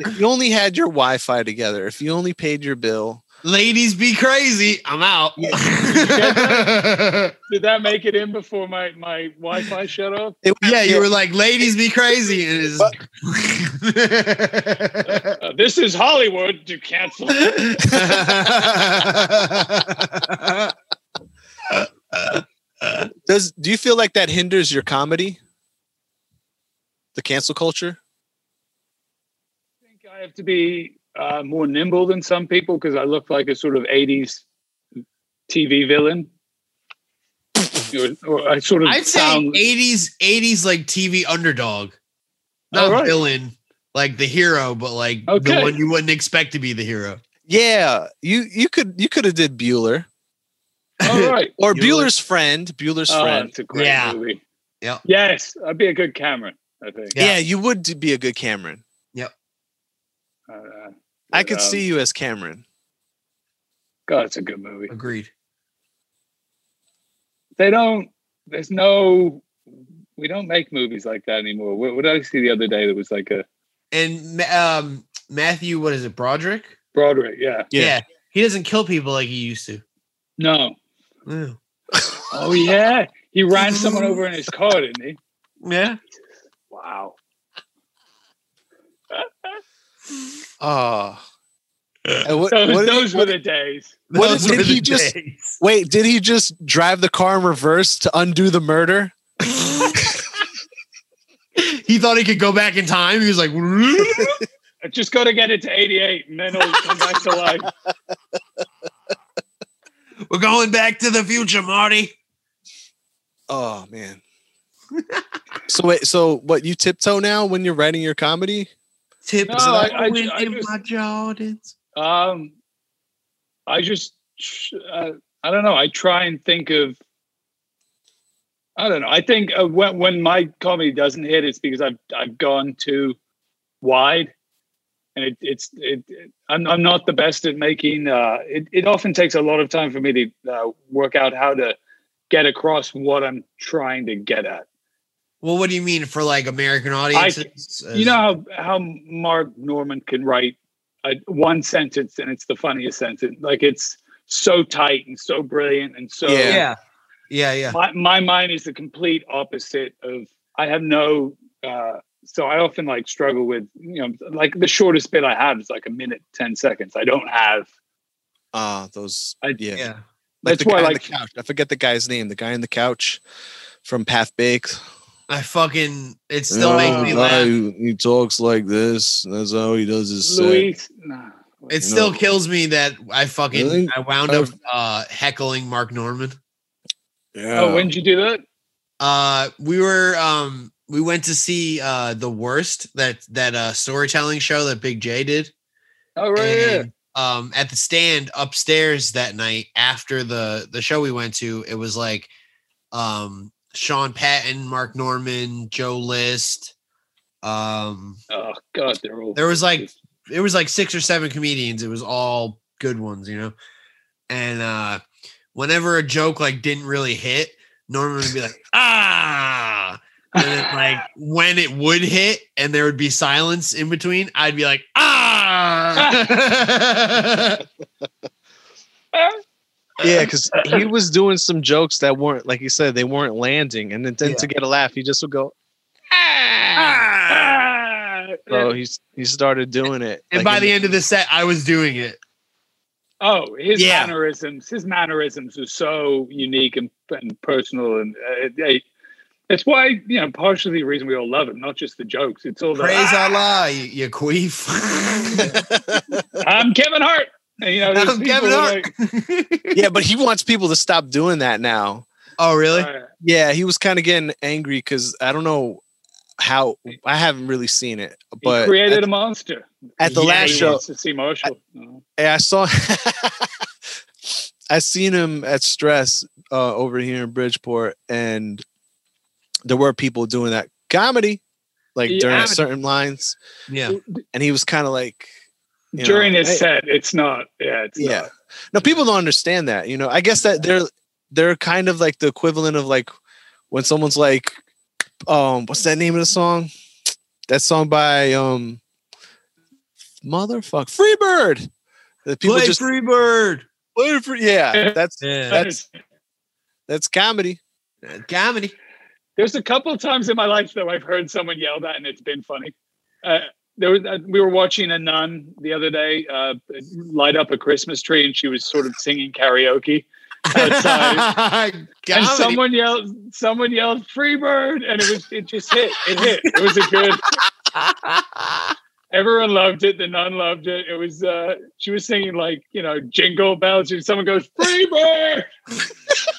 if you only had your Wi-Fi together, if you only paid your bill,
Ladies be crazy. I'm out.
get Did that make it in before my my Wi-Fi shut off?
it,
Yeah, you were like, ladies be crazy. And it's
Uh, this is Hollywood. You cancel.
Does do you feel like that hinders your comedy? The cancel culture.
I think I have to be uh, more nimble than some people because I look like a sort of 80s TV villain. Or- or I sort of
I'd say
sound,
80s, 80s like TV underdog. Not
All right.
villain, like the hero, but like the
Okay.
one you wouldn't expect to be the hero.
Yeah, you you could you could have did Bueller
all right.
or
Bueller.
Bueller's friend. Bueller's
Oh,
friend.
it's a great
Yeah.
movie.
Yep.
Yes, I'd be a good Cameron, I think.
Yeah.
yeah.
you would d- be a good Cameron.
Uh,
I
but,
could
um,
see you as Cameron.
God, it's a good movie.
Agreed.
They don't, there's no, we don't make movies like that anymore. What, what did I see the other day that was like a
And um, Matthew, what is it, Broderick?
Broadway? Yeah.
He doesn't kill people like he used to.
No.
Yeah.
Oh, yeah. He ran someone over in his car, didn't he?
Yeah.
Wow.
Ah. And what-
Those,
what did he-
those were the days.
what
Those
did-
were
did he
the
just
days.
wait? Did he just drive the car in reverse to undo the murder?
He thought he could go back in time. He was like,
I just got to get it to 88 and then it'll come back to life.
"We're going back to the future, Marty."
Oh man. so wait, so what? You tiptoe now when you're writing your comedy?
Tip
No,
is
I-
like
I-
wind
I
in
just-
my Jordans.
Um, I just, uh, I don't know. I try and think of, I don't know. I think uh, when when my comedy doesn't hit, it's because I've I've gone too wide, and it, it's it, it- I'm I'm not the best at making. Uh, it it often takes a lot of time for me to uh, work out how to get across what I'm trying to get at.
Well, what do you mean for like American audiences?
You know how how Mark Norman can write a, one sentence and it's the funniest sentence. Like it's so tight and so brilliant and so.
Yeah.
yeah, yeah, yeah.
My, my mind is the complete opposite of. I have no. Uh, so I often like struggle with you know like the shortest bit I have is like a minute ten seconds. I don't have.
Ah, those.
I-
yeah.
Yeah.
Like
That's
the guy
why I
on the
like-
couch. I forget the guy's name. The guy on the couch from Path Oh, Baked.
I fucking it still
No,
makes me
no,
laugh.
He, he talks like this. That's how he does his set.
Luis, nah.
It still
No.
kills me that I fucking
Really?
I
Oh.
wound up uh, heckling Mark Norman.
Yeah.
Oh, when did you do that?
Uh, we were um we went to see uh the worst that that uh storytelling show that Big J did.
Oh right, yeah.
And, um, at the stand upstairs that night after the the show we went to, it was like um Sean Patton, Mark Norman, Joe List. Um,
Oh god, they're all.
there was like it was like six or seven comedians. It was all good ones, you know. And uh whenever a joke like didn't really hit, Norman would be like, ah. And then, like when it would hit and there would be silence in between, I'd be like, ah.
Yeah, because he was doing some jokes that weren't, like you said, they weren't landing. And then, then to get a laugh, he just would go.
Ah!
Oh, he's he started doing it.
and by the end of the set, I was doing it.
Oh, his
Yeah.
mannerisms, his mannerisms were so unique and, and personal, and uh, they, it's why you know partially the reason we all love him, not just the jokes. It's all the
Praise
"Ah,
Allah, you, you queef.
I'm Kevin Hart. And, you know, there's
I'm
people
Kevin
that
Hart.
yeah, but he wants people to stop doing that now.
oh, really?
are, uh,
Yeah, he was kind of getting angry because I don't know how I haven't really seen it, but
he created
at,
a monster.
at the
Yeah,
last
Nobody
show,
wants to see Marshall. No.
I saw. I seen him at Stress uh, over here in Bridgeport, and there were people doing that comedy, like
Yeah,
during
I-
certain lines,
Yeah.
and he was kind of like you
During
know,
his
hey,
set, it's not. Yeah, it's
yeah.
not.
No, people don't understand that. You know, I guess that they're they're kind of like the equivalent of like when someone's like, um, what's that name of the song? That song by um, motherfuck Freebird. That people
Play
just
Free Bird.
play free. Yeah, that's
Yeah.
that's that's comedy.
Comedy.
There's a couple of times in my life though I've heard someone yell that, and it's been funny. Uh, there was uh, we were watching a nun the other day uh, light up a Christmas tree, and she was sort of singing karaoke outside. and
Comedy.
someone yelled, someone yelled "Freebird," and it was it just hit. It hit. It was a good. Everyone loved it. The nun loved it. It was uh, she was singing like you know jingle bells, and someone goes "Freebird."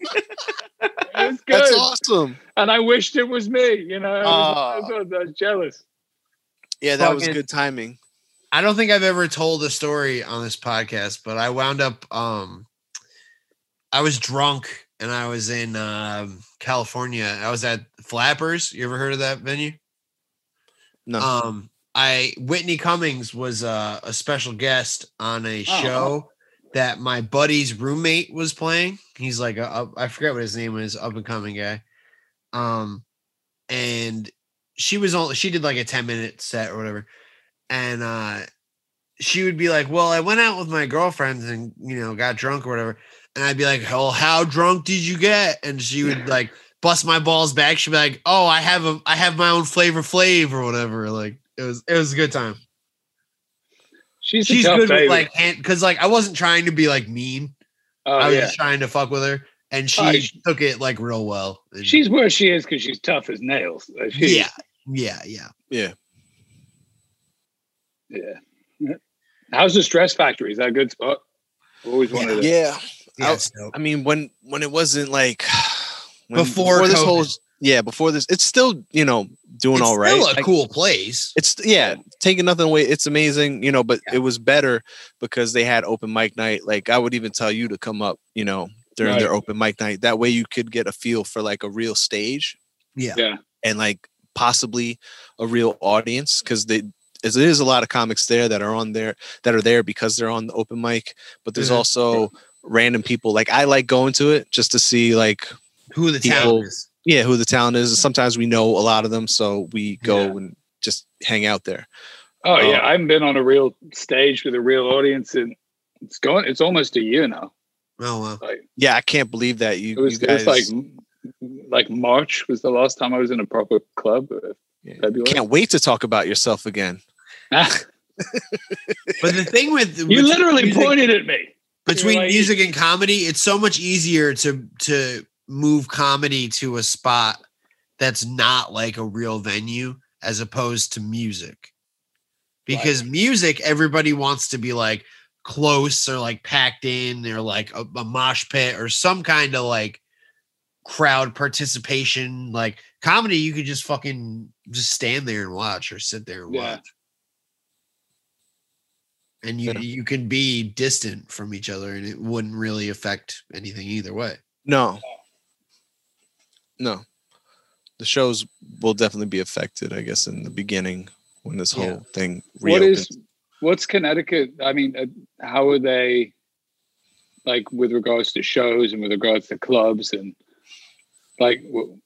it was good
That's awesome. Ah.
and I wished it was me. You know, I was, I was, I was jealous.
Yeah, that was
Fucking-
good timing.
I don't think I've ever told a story on this podcast, but I wound up um I was drunk and I was in um California. I was at Flappers. You ever heard of that venue?
No.
Um I Whitney Cummings was uh, a special guest on a
Oh.
show that my buddy's roommate was playing. He's like a, up- I forget what his name is, up and coming guy. Um and she was only she did like a 10 minute set or whatever and uh she would be like well i went out with my girlfriends and you know got drunk or whatever and i'd be like oh how drunk did you get and she would like bust my balls back she'd be like oh i have a i have my own flavor flav or whatever like it was it was a good time
She's, a
She's
tough
good
baby.
with like hand because like I wasn't trying to be like mean.
oh,
I was
yeah.
just trying to fuck with her, and she
Oh,
took it like real well. And-
She's where she is because she's tough as nails. Like, she-
yeah, yeah, yeah.
yeah. How's the Stress Factory? Is that a good spot? Always wanted to.
Yeah.
yeah
I-
so-
I mean, when when it wasn't like when-
Before
this
COVID.
whole yeah before this, it's still you know doing
it's
all right.
still a
Like,
cool place.
it's yeah, taking nothing away. It's amazing, you know, but it was better because they had open mic night. Like I would even tell you to come up, you know, during their open mic night. That way you could get a feel for like a real stage.
Yeah.
Yeah.
And like possibly a real audience because they as there's a lot of comics there that are on there that are there because they're on the open mic, but there's
Mhm.
also random people. Like I like going to it just to see like
Who the town
people-
is?
yeah, who the talent is. And sometimes we know a lot of them, so we go
Mm-hmm. Yeah.
and just hang out there.
Oh yeah,
Oh.
I haven't been on a real stage with a real audience, and it's going. It's almost a year now.
Oh wow.
Yeah, I can't believe that you,
It was,
you guys
it was like like March was the last time I was in a proper club. uh,
Yeah.
February. Ah,
can't wait to talk about yourself again.
But the thing with
you
with
literally
music-
pointed at me.
between
like-
music and comedy, it's so much easier to to move comedy to a spot that's not like a real venue as opposed to music. Because music, everybody wants to be like close or like packed in or like a, a mosh pit or some kind of like crowd participation. Like comedy, you could just fucking just stand there and watch or sit there and
Yeah.
watch. And you
Yeah.
you can be distant from each other and it wouldn't really affect anything either way.
No. No. The shows will definitely be affected, I guess, in the beginning when this
Yeah.
whole thing
What
reopens.
is what's Connecticut? I mean, uh, how are they like with regards to shows and with regards to clubs and like w-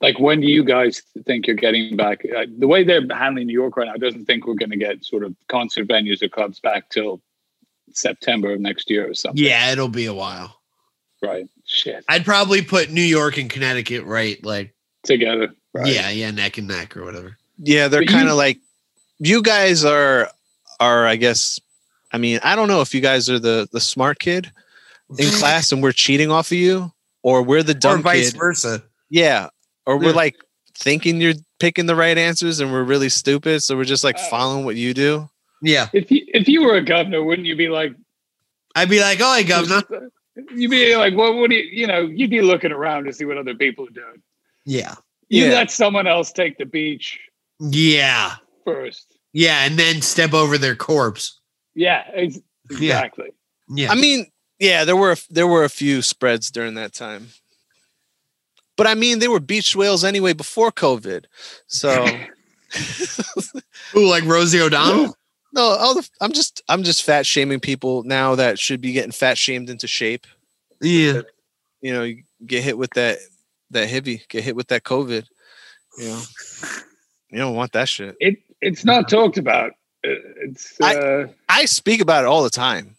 like when do you guys think you're getting back? Uh, the way they're handling New York right now, I doesn't think we're going to get sort of concert venues or clubs back till September of next year or something.
Yeah, it'll be a while.
Right. Shit.
I'd probably put New York and Connecticut right like
Together. Right.
yeah, yeah, neck and neck or whatever.
yeah, they're
But you-
kind of like you guys are are I guess I mean, I don't know if you guys are the the smart kid in class and we're cheating off of you or we're the
Or
dumb
vice
kid.
versa.
Yeah. Or we're
Yeah.
like thinking you're picking the right answers and we're really stupid, so we're just like
Uh,
following what you do.
Yeah.
If you if you were a governor, wouldn't you be like
I'd be like, oh hey governor.
You'd be like, what would you, you know, you'd be looking around to see what other people are doing.
Yeah.
You
Yeah.
let someone else take the beach
Yeah.
first.
Yeah, and then step over their corpse.
Yeah, ex- exactly.
Yeah.
I mean, yeah, there were there were a few spreads during that time, but I mean, they were beach whales anyway before COVID. So
Ooh, like Rosie O'Donnell?
no, all the, I'm just I'm just fat shaming people now that should be getting fat shamed into shape.
Yeah.
You know, you get hit with that that heavy, get hit with that COVID. You know, you don't want that shit.
It it's not talked about. It- It's
I-
uh,
I speak about it all the time.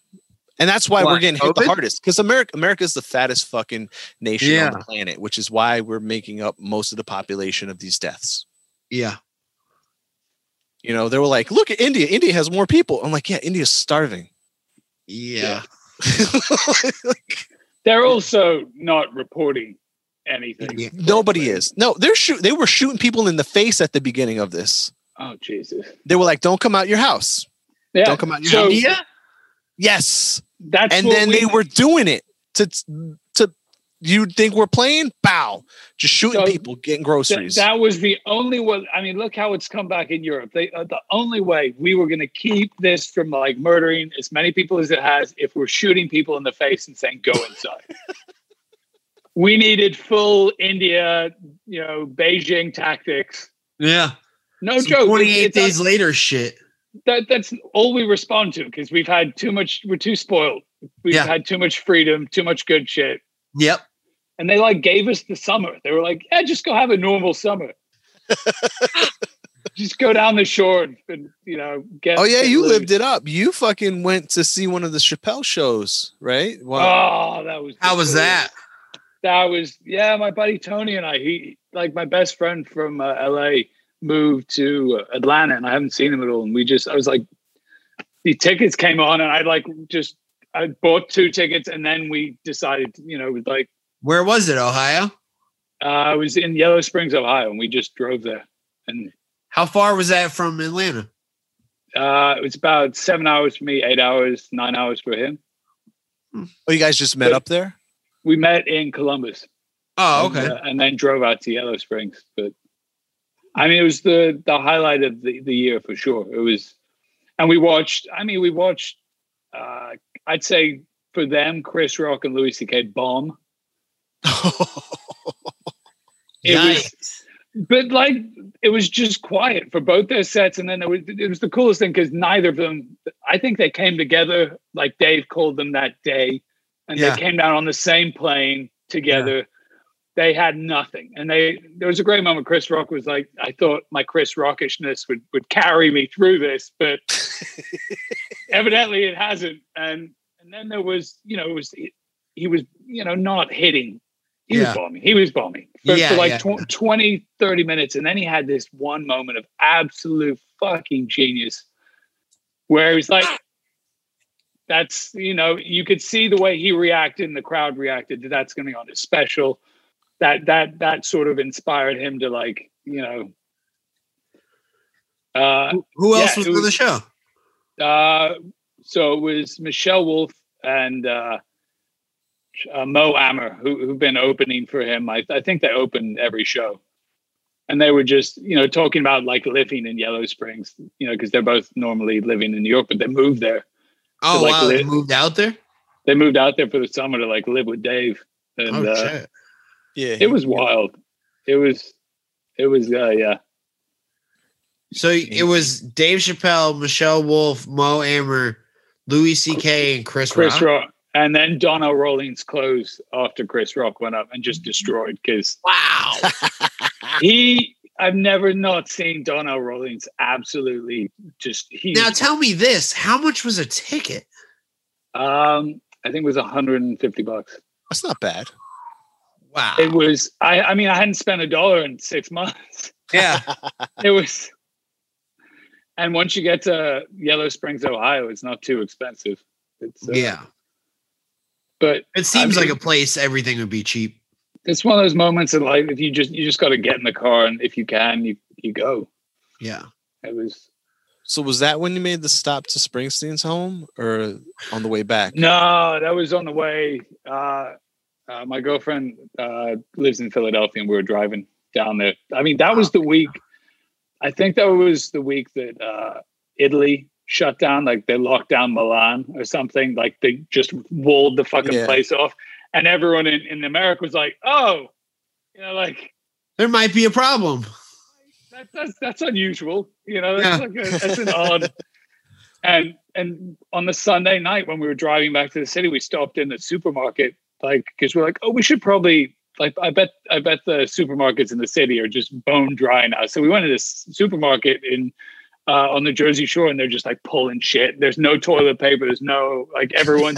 And that's why we're
What,
getting hit the
COVID?
hardest because America America is the fattest fucking nation
Yeah.
on the planet, which is why we're making up most of the population of these deaths.
Yeah.
You know, they were like, "Look at India. India has more people." I'm like, "Yeah, India's starving."
Yeah.
they're also not reporting anything.
Yeah.
Nobody is. No, they're shoot. They were shooting people in the face at the beginning of this.
Oh Jesus!
They were like, "Don't come out your house."
Yeah,
Don't come out your
so
house. Yes,
That's
and
what
then
we-
they were doing it to to. You think we're playing? Bow, just shooting
So-
people, getting groceries.
Th- that was the only one. I mean, look how it's come back in Europe. They, uh, the only way we were going to keep this from like murdering as many people as it has, if we're shooting people in the face and saying, go inside. we needed full India, you know, Beijing tactics.
Yeah.
No
Some
joke.
28
it's- it's
days later shit.
that that's all we respond to because we've had too much. We're too spoiled. We've
Yeah.
had too much freedom, too much good shit.
Yep.
And they like gave us the summer. They were like, yeah, just go have a normal summer. just go down the shore and, and, you know get.
Oh yeah,
get
you
loose.
lived it up. You fucking went to see one of the Chappelle shows, right? Wow.
Oh, that was
How was that?
That was yeah. My buddy Tony and I. He like my best friend from uh, L.A. moved to uh, Atlanta, and I haven't seen him at all. And we just I was like, the tickets came on, and I like just I bought two tickets, and then we decided, you know, with like
Where was it? Ohio?
uh, I was in Yellow Springs, Ohio, and we just drove there, and
How far was that from Atlanta?
uh, it was about seven hours for me, eight hours, nine hours for him.
Oh, you guys just met up there?
We met in Columbus.
Oh, okay.
And, uh, and then drove out to Yellow Springs. But I mean, it was the the highlight of the, the year for sure. It was, and we watched. I mean, we watched. Uh, I'd say for them, Chris Rock and Louis C.K. bomb. It was, but like it was just quiet for both their sets, and then it was it was the coolest thing because neither of them. I think they came together. Like Dave called them that day, and
Yeah.
they came down on the same plane together. They had nothing, and they there was a great moment. Chris Rock was like, "I thought my Chris Rockishness would would carry me through this, but evidently it hasn't." And and then there was, you know, it was he, he was, you know, not hitting. He
Yeah.
was bombing. He was bombing for,
Yeah,
for like
yeah.
tw- 20, 30 minutes. And then he had this one moment of absolute fucking genius where he was like, that's, you know, you could see the way he reacted and the crowd reacted that that's going to be on his special. That, that, that sort of inspired him to like, you know, uh,
Who- Who
yeah,
else was
it
on the
was-
show?
uh, so it was Michelle Wolf and uh, uh, Mo Ammer who, who've been opening for him. I, I think they opened every show, and they were just you know talking about like living in Yellow Springs, you know, because they're both normally living in New York, but they moved there.
Oh
like,
wow, they
lit-
moved out there.
They moved out there for the summer to like live with Dave, and
Oh
uh,
shit.
Yeah.
it was wild. It was, it was uh, yeah.
So it was Dave Chappelle, Michelle Wolf, Mo Ammer, Louis C.K., and Chris,
Chris
Rock.
Rock. And then Donna Rollins closed after Chris Rock went up and just destroyed because
Wow.
he I've never not seen Donnell Rollins absolutely just he
now tell me this: How much was a ticket?
um I think it was 150 bucks.
That's not bad.
Wow.
It was I I mean I hadn't spent a dollar in 6 months.
yeah.
It was And once you get to Yellow Springs, Ohio, it's not too expensive. It's uh,
yeah.
but
It seems
I mean-
like a place everything would be cheap.
it's one of those moments in life if you just you just got to get in the car and if you can you you go.
Yeah.
It was
So was that when you made the stop to Springsteen's home or on the way back?
No, that was on the way. Uh, uh, my girlfriend uh, lives in Philadelphia, and we were driving down there. I mean, that was the week. I think that was the week that uh, Italy shut down, like they locked down Milan or something. Like they just walled the fucking
Yeah.
place off, and everyone in, in America was like, "Oh, you know, like
There might be a problem.
that, that's that's unusual. You know, that's, like a, that's an odd. And and on the Sunday night when we were driving back to the city, we stopped in the supermarket, like because we're like, oh, we should probably like I bet I bet the supermarkets in the city are just bone dry now. So we went to this supermarket in. Uh, on the Jersey Shore, and they're just like pulling shit. There's no toilet paper. There's no like everyone.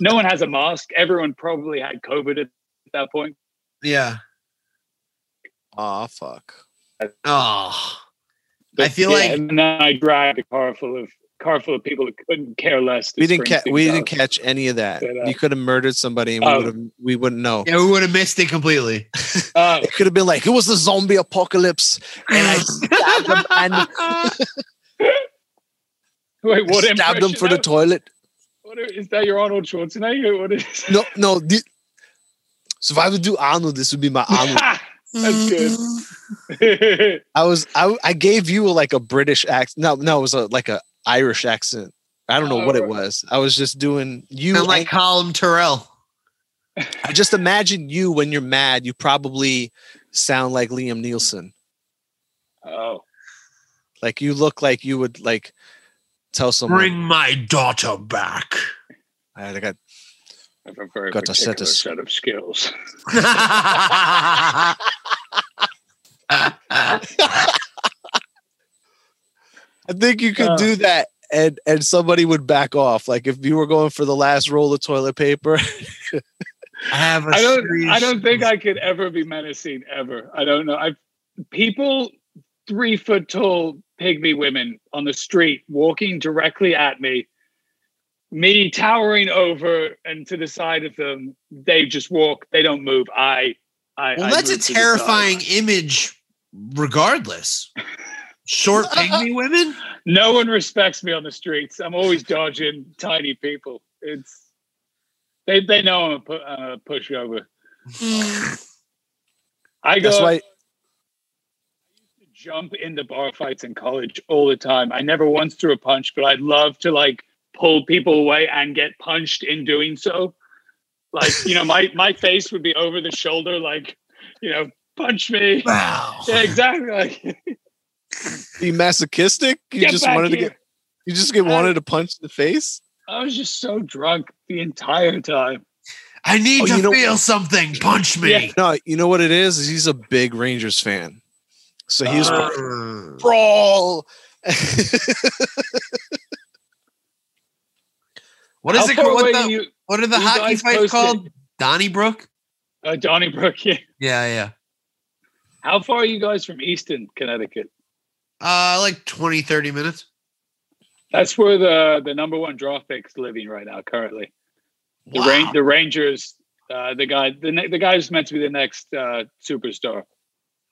no one has a mask. Everyone probably had COVID at that point.
Yeah.
Aw, fuck.
Oh. I feel like-
and then I dragged a car full of car full of people that couldn't care less. to
We didn't catch
Springsteen
we didn't
dogs.
catch any of that.
But, uh,
You could have murdered somebody and we
Oh.
would have we wouldn't know.
Yeah, we would have missed it completely.
Oh,
It could have been like it was the zombie apocalypse and I stabbed him and
Oh, wait, what?
stabbed him for the
impression that-
toilet.
what is is that? Your Arnold Schwarzenegger? What is?
No, no. This, so if I would do Arnold, this would be my Arnold.
That's good.
I was I I gave you like a British accent. No, no, it was a, like a Irish accent. I don't know what it
Oh.
was. I was just doing you.
Sound like Colin Terrell.
I just imagine you when you're mad. You probably sound like Liam Nielsen.
oh,
Like you look like you would like tell someone.
my daughter back.
All right, I got
I have a very
Got to
particular
set
set,
a s-
of skills.
I think you could
Uh.
do that, and and somebody would back off. Like if you were going for the last roll of toilet paper,
I have a
I don't.
serious-
I don't think I could ever be menacing ever. I don't know. I people three foot tall pygmy women on the street walking directly at me, me towering over and to the side of them. They just walk. They don't move. I, I.
Well,
I
that's a
move to the side.
terrifying image, regardless. Short pygmy women.
No one respects me on the streets. I'm always dodging tiny people. It's they they know I'm a, pu- I'm a pushover.
Hmm.
I go
That's why
jump into bar fights in college all the time. I never once threw a punch, but I'd love to like pull people away and get punched in doing so. Like, you know, my my face would be over the shoulder, like, you know, punch me.
wow.
Yeah, exactly. Like,
Be masochistic. You
Get
just
back
wanted to
here.
get you just get wanted to punch in the face.
I was just so drunk the entire time.
I need
Oh,
to
you know-
feel something. Punch me.
Yeah.
No, you know what it is? Is he's a big Rangers fan. So he was probably
Uh,
brawl.
what is
How
it?
far
called?
away
What,
are
the,
you,
what are the
you
hockey
guys
fights
posted?
called? Donnybrook.
uh, Donnybrook? Yeah.
Yeah, yeah.
How far are you guys from Easton, Connecticut?
Uh, like 20, 30 minutes.
That's where the the number one draft pick's living right now, currently. The,
Wow.
Ran- the Rangers, uh, the guy, the, ne- the guy who's meant to be the next uh, superstar.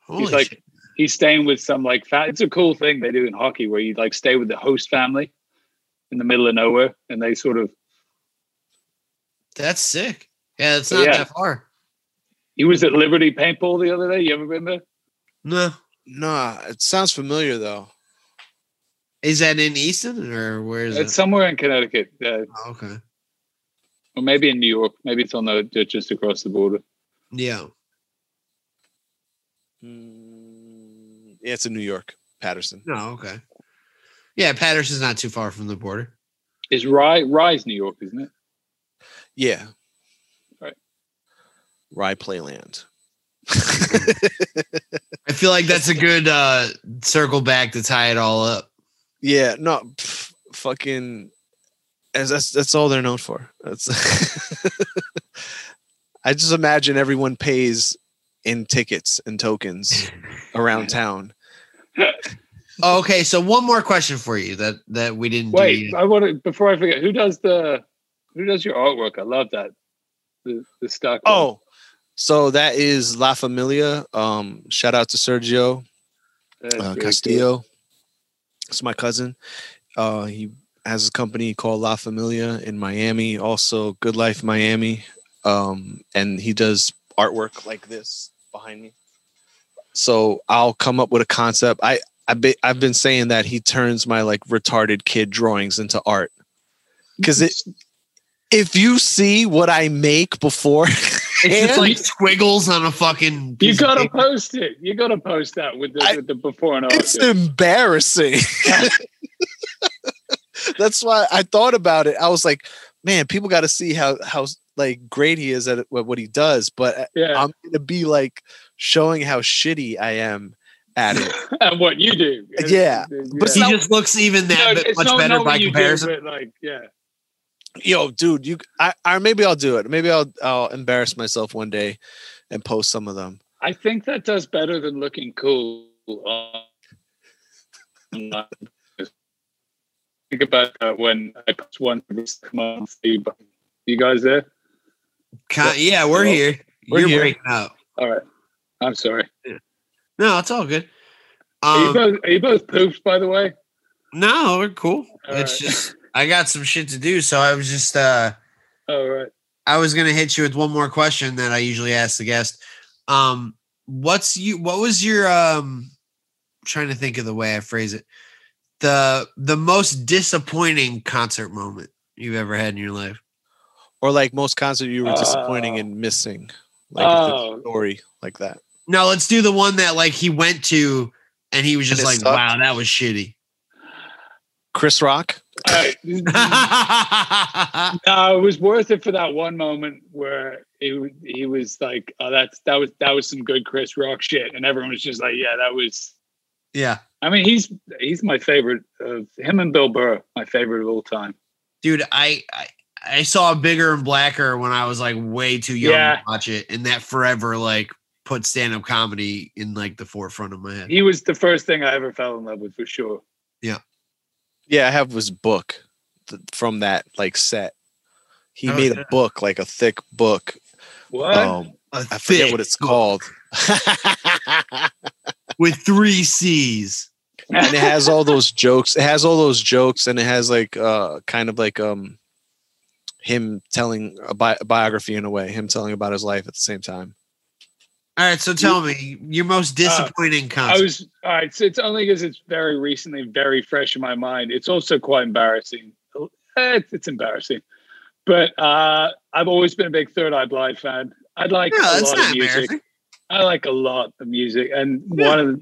Holy
like-
shit.
He's staying with some like fat. It's a cool thing they do in hockey where you like stay with the host family in the middle of nowhere, and they sort of.
that's sick. Yeah, it's not
Yeah.
that far.
He was at Liberty Paintball the other day. You ever been there?
No,
Nah, it sounds familiar though.
is that in Easton or where is
It's
it?
somewhere in Connecticut, uh,
Oh, okay.
or maybe in New York. Maybe it's on the just across the border.
Yeah.
Mm, yeah, it's in New York, Patterson.
No. Okay. Yeah, Patterson's not too far from the border.
Is Rye Rye's New York, isn't it?
Yeah.
Right.
Rye Playland.
I feel like that's a good uh circle back to tie it all up.
Yeah, no, pff, fucking. As that's that's all they're known for. That's. I just imagine everyone pays in tickets and tokens around town.
Okay, so one more question for you that that we didn't do.
Wait,
yet.
I want to before I forget. Who does the who does your artwork? I love that. The the stock. one.
Oh, so that is La Familia. Um, shout out to Sergio.
That's
uh,
really cool.
Castillo. It's my cousin. Uh, he has a company called La Familia in Miami, also Good Life Miami. Um, and he does artwork like this behind me. So I'll come up with a concept. I, I be, I've been saying that he turns my like retarded kid drawings into art. Cause it, if you see what I make before,
It's just like squiggles on a fucking.
You
piece of
gotta
paper.
post it. You gotta post that with the,
I-
with the before and
it's
after.
embarrassing. That's why I thought about it. I was like, man, people got to see how how like great he is at it- what he does, but
yeah,
I'm gonna be like showing how shitty I am at it.
and what you do.
Yeah, but
He just looks even
No,
that bit
it's
much
not-
better
not what
by
you do,
comparison.
but, like, yeah,
Yo, dude, you, I, I maybe I'll do it. Maybe I'll I'll embarrass myself one day and post some of them.
I think that does better than looking cool. on- online. Think about that when I post one this month. You you guys there?
Ki- yeah, we're
Well,
here.
we're
You're
here.
breaking up.
All right. I'm sorry.
No, it's all good.
Are you
Um,
both, are you both poofed, by the way?
no, we're cool.
All
it's
right.
just I got some shit to do, so I was just uh
All Oh, right.
I was gonna hit you with one more question that I usually ask the guest. Um, what's you? What was your? Um, trying to think of the way I phrase it. The the most disappointing concert moment you've ever had in your life.
Or like most concert you were disappointing
Oh.
and missing, like if it's a
Oh.
story like that.
No, let's do the one that like he went to and he was just
it
like,
sucked?
"Wow, that was shitty."
Chris Rock.
All right. Uh, No, it was worth it for that one moment where he he was like, "Oh, that's that was that was some good Chris Rock shit," and everyone was just like, "Yeah, that was."
yeah,
I mean, he's he's my favorite of him and Bill Burr, my favorite of all time.
dude, I. I I saw Bigger and Blacker when I was like way too young
Yeah.
to watch it, and that forever like put stand up comedy in like the forefront of my head.
He was the first thing I ever fell in love with for sure.
Yeah, I have his book th- from that like set. He
Oh,
made
yeah.
a book, like a thick book.
What?
Um,
A
I forget what
thick
it's called.
with three C's.
and it has all those jokes. It has all those jokes, and it has like uh, kind of like um, him telling a, bi- biography in a way, him telling about his life at the same time.
All right, so tell me your most disappointing
Uh, I
concert.
was all right. So it's only because it's very recently, very fresh in my mind. It's also quite embarrassing. Eh, It's, it's embarrassing, but uh, I've always been a big Third Eye Blind fan. I like
No,
a
that's
lot of
not
music.
embarrassing.
I like a lot of music, and one of the,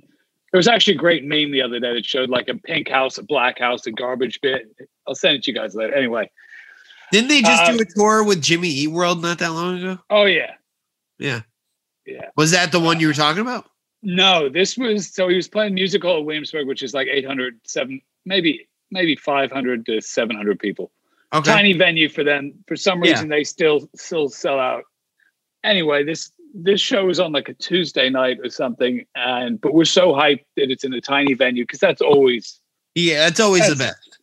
there was actually a great meme the other day that showed like a pink house, a black house, a garbage bit. I'll send it to you guys later. Anyway,
Didn't they just
Uh,
do a tour with Jimmy Eat World not that long ago?
oh yeah,
Yeah.
yeah.
Was that the one you were talking about?
No, this was so he was playing Music Hall at Williamsburg, which is like 800, seven, maybe maybe 500 to 700 people.
Okay.
Tiny venue for them. For some
Yeah.
reason, they still still sell out. Anyway, this this show was on like a Tuesday night or something, and but we're so hyped that it's in a tiny venue because that's always
Yeah, that's always the
That's-
best.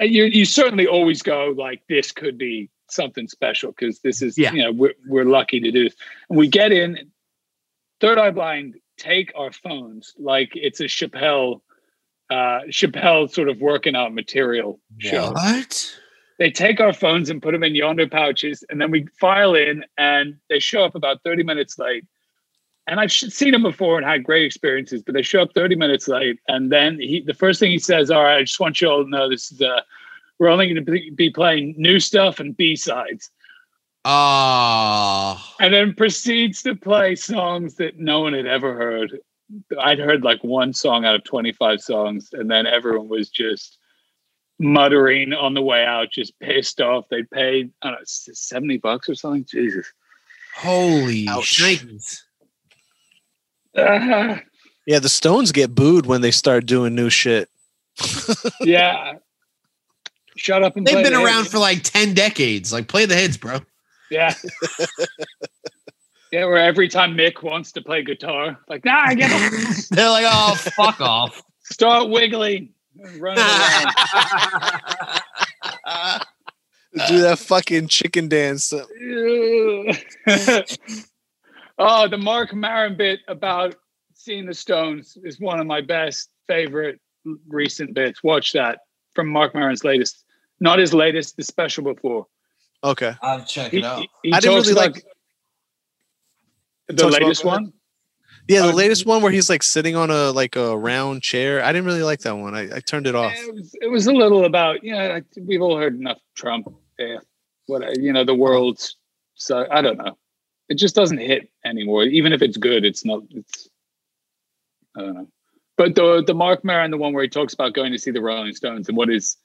and you you certainly always go like this could be something special because this is
Yeah.
you know we're we're lucky to do this. And we get in, Third Eye Blind take our phones like it's a Chappelle, uh, Chappelle sort of working out material show.
What?
They take our phones and put them in yonder pouches, and then we file in, and they show up about thirty minutes late. And I've sh- seen him before and had great experiences, but they show up 30 minutes late. And then he, the first thing he says, All right, I just want you all to know this is uh, we're only going to be playing new stuff and B sides,
Oh.
and then proceeds to play songs that no one had ever heard. I'd heard like one song out of 25 songs, and then everyone was just muttering on the way out, just pissed off. They paid, I don't know, 70 bucks or something. Jesus.
Holy
Ouch.
shnikes.
Ah,
Yeah, the Stones get booed when they start doing new shit.
yeah. Shut up and
They've
play
been
the
around
hits.
for like 10 decades. Like, play the hits, bro.
Yeah. yeah, where every time Mick wants to play guitar, like, nah, I get it.
They're like, oh, fuck off.
Start wiggling. Run around.
Do that fucking chicken dance.
oh, the Mark Maron bit about seeing the Stones is one of my best favorite recent bits. Watch that from Mark Maron's latest, not his latest, the special before.
Okay.
I'll check
He, he, he
I didn't
talks
really
about
like-
the
Talks about-
latest one.
Yeah, the
Oh.
latest one where he's like sitting on a like a round chair. I didn't really like that one. I, I turned it off.
It was, it was a little about you know like, we've all heard enough Trump. Yeah, what you know the world's so I don't know. It just doesn't hit anymore. Even if it's good, it's not. It's I don't know. But the the Mark Maron, the one where he talks about going to see the Rolling Stones and what is,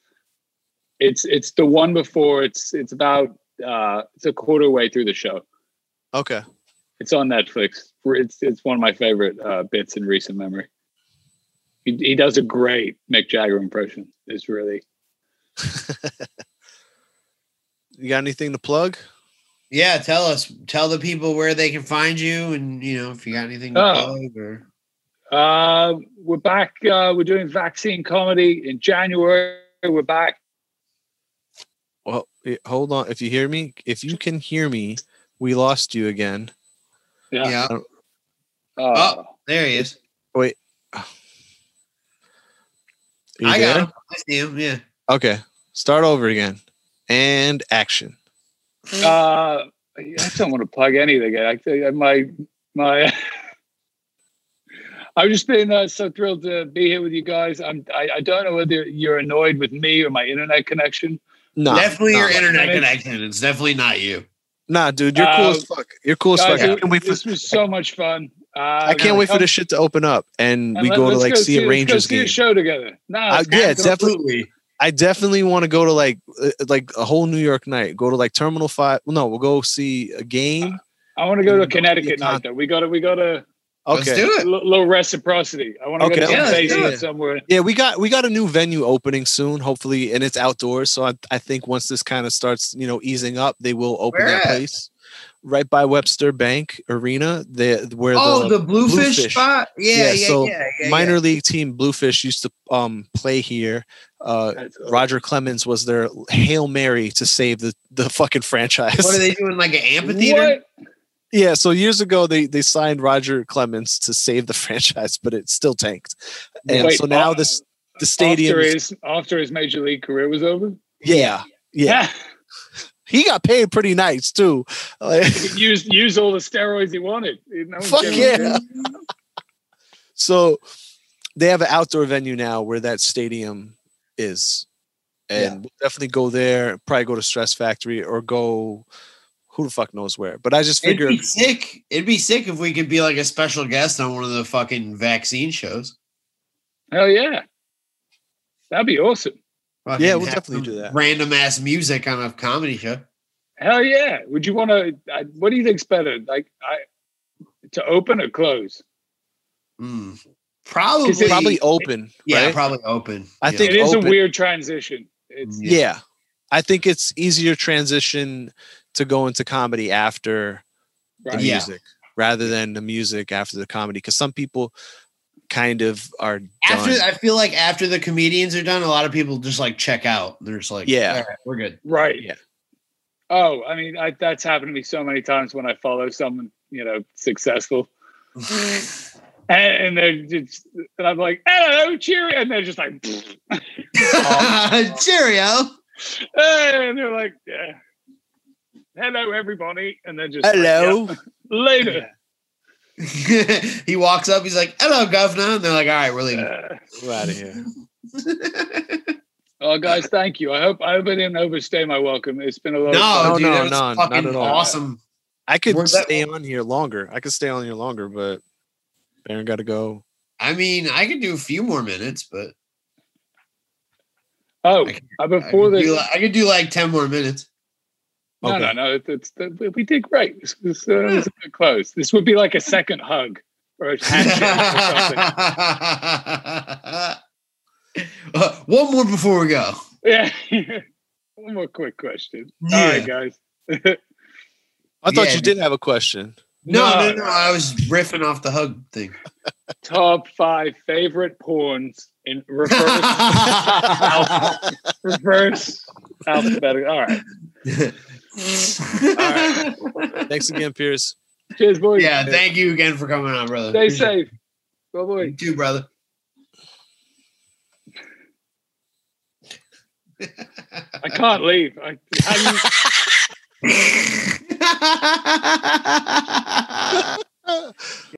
it's it's the one before. It's it's about uh it's a quarter way through the show.
Okay.
It's on Netflix. It's it's one of my favorite uh, bits in recent memory. He, he does a great Mick Jagger impression. It's really
You got anything to plug?
Yeah, tell us. Tell the people where they can find you and, you know, if you got anything to
Oh.
plug or.
Uh, we're back. Uh, we're doing vaccine comedy in January. We're back.
Well, eh, hold on. If you hear me, if you can hear me, we lost you again.
Yeah.
Yeah.
Uh,
there he is.
Are you
I
there?
got him. I see him. Yeah.
Okay. Start over again. And action. Oh.
uh, I don't want to plug anything. I think I- my my. I've just been uh, so thrilled to be here with you guys. I'm. I, I don't know whether you're annoyed with me or my internet connection.
No.
definitely
no.
your internet
Dennis.
connection. It's definitely not you.
Nah, dude, you're cool
Uh,
as fuck. You're cool as fuck.
Guys,
I
it-
can't wait for,
this was so much fun. Uh,
I can't wait for this shit to open up and, we go to like see a Rangers
See
game.
a show together. No,
Uh,
it's
yeah,
happening.
definitely. I definitely want to go to like uh, like a whole New York night. Go to like Terminal Five. Well, no, we'll go see a game.
I want to go
Yeah,
to Connecticut
con-
night though. We got to. We got to.
Okay.
Let's do
a
it.
li- little reciprocity. I want to
Okay,
go to
yeah,
some place
yeah.
or somewhere.
Yeah, we got we got a new venue opening soon, hopefully, and it's outdoors. So I, I think once this kind of starts, you know, easing up, they will open
Where
that
at?
place. right by Webster Bank Arena, they, where
oh, the, bluefish,
Bluefish-
spot. Yeah, yeah, yeah.
so
yeah, yeah.
minor league team Bluefish used to um, play here. Uh,
That's awesome.
Roger Clemens was their hail mary to save the the fucking franchise.
What are they doing? Like an amphitheater?
Yeah, so years ago they they signed Roger Clemens to save the franchise, but it still tanked. And
Wait,
so now
uh,
this the stadium
after
is,
his after his major league career was over.
yeah, yeah. He got paid pretty nice too. Like,
he could use use all the steroids he wanted. No one
fuck
cared.
yeah. so they have an outdoor venue now where that stadium is. And we'll definitely go there, probably go to Stress Factory or go who the fuck knows where. But I just
It'd
figure
be sick. It'd be sick if we could be like a special guest on one of the fucking vaccine shows.
Hell yeah, that'd be awesome.
Fucking
Yeah, we'll
have
definitely
some
do that.
Random ass music on a comedy show.
Hell yeah. Would you want to? What do you think's better, like I, to open or close?
Mm. Probably,
Is it-
probably open.
yeah,
right?
probably open.
I
Yeah.
think-
It is
open.
a weird transition. It's
yeah. I think it's easier transition to go into comedy after the
Right.
Yeah.
music rather than the music after the comedy because some people kind of are
after
done.
I feel like after the comedians are done, a lot of people just like check out. They're just like,
Yeah.
all right, we're good.
right.
Yeah.
Oh, I mean, I, that's happened to me so many times when I follow someone, you know, successful, and, and they're just, and I'm like, hello, cheerio, and they're just like,
Cheerio.
and they're like, yeah, hello, everybody, and then just like,
Hello.
"Yeah, later.
he walks up. He's like, "Hello, governor," and they're like, "All right, we're leaving."
Uh,
We're out of here.
oh, guys, thank you. I hope I hope I didn't overstay my welcome. It's been a lot. of fun.
no,
No,
dude,
no,
that was
no, not
fucking
at all.
awesome.
I could
Where's that-
stay on here longer. I could stay on here longer, but Baron got to go.
I mean, I could do a few more minutes, but
Oh,
I can-
uh,
I
before
could,
this,
do, li- I could do like ten more minutes.
no,
Okay.
no, no, it- it's, we- we did great. This was, uh, this was a good close. This would be like a second hug or a handshake or something.
Uh, one more before we go.
Yeah. One more quick question. All right, guys.
I thought
Yeah,
you did have a question.
No, no,
No.
no, I was riffing off the hug thing.
Top five favorite porns in reverse, reverse alphabetical. All right.
Thanks again, Pierce.
Cheers, boys.
yeah, thank you again for coming on, brother.
Stay
Appreciate
safe. Bye,
it.
boy.
You too, brother.
I can't leave. I, how do you-
Ha ha ha ha ha ha!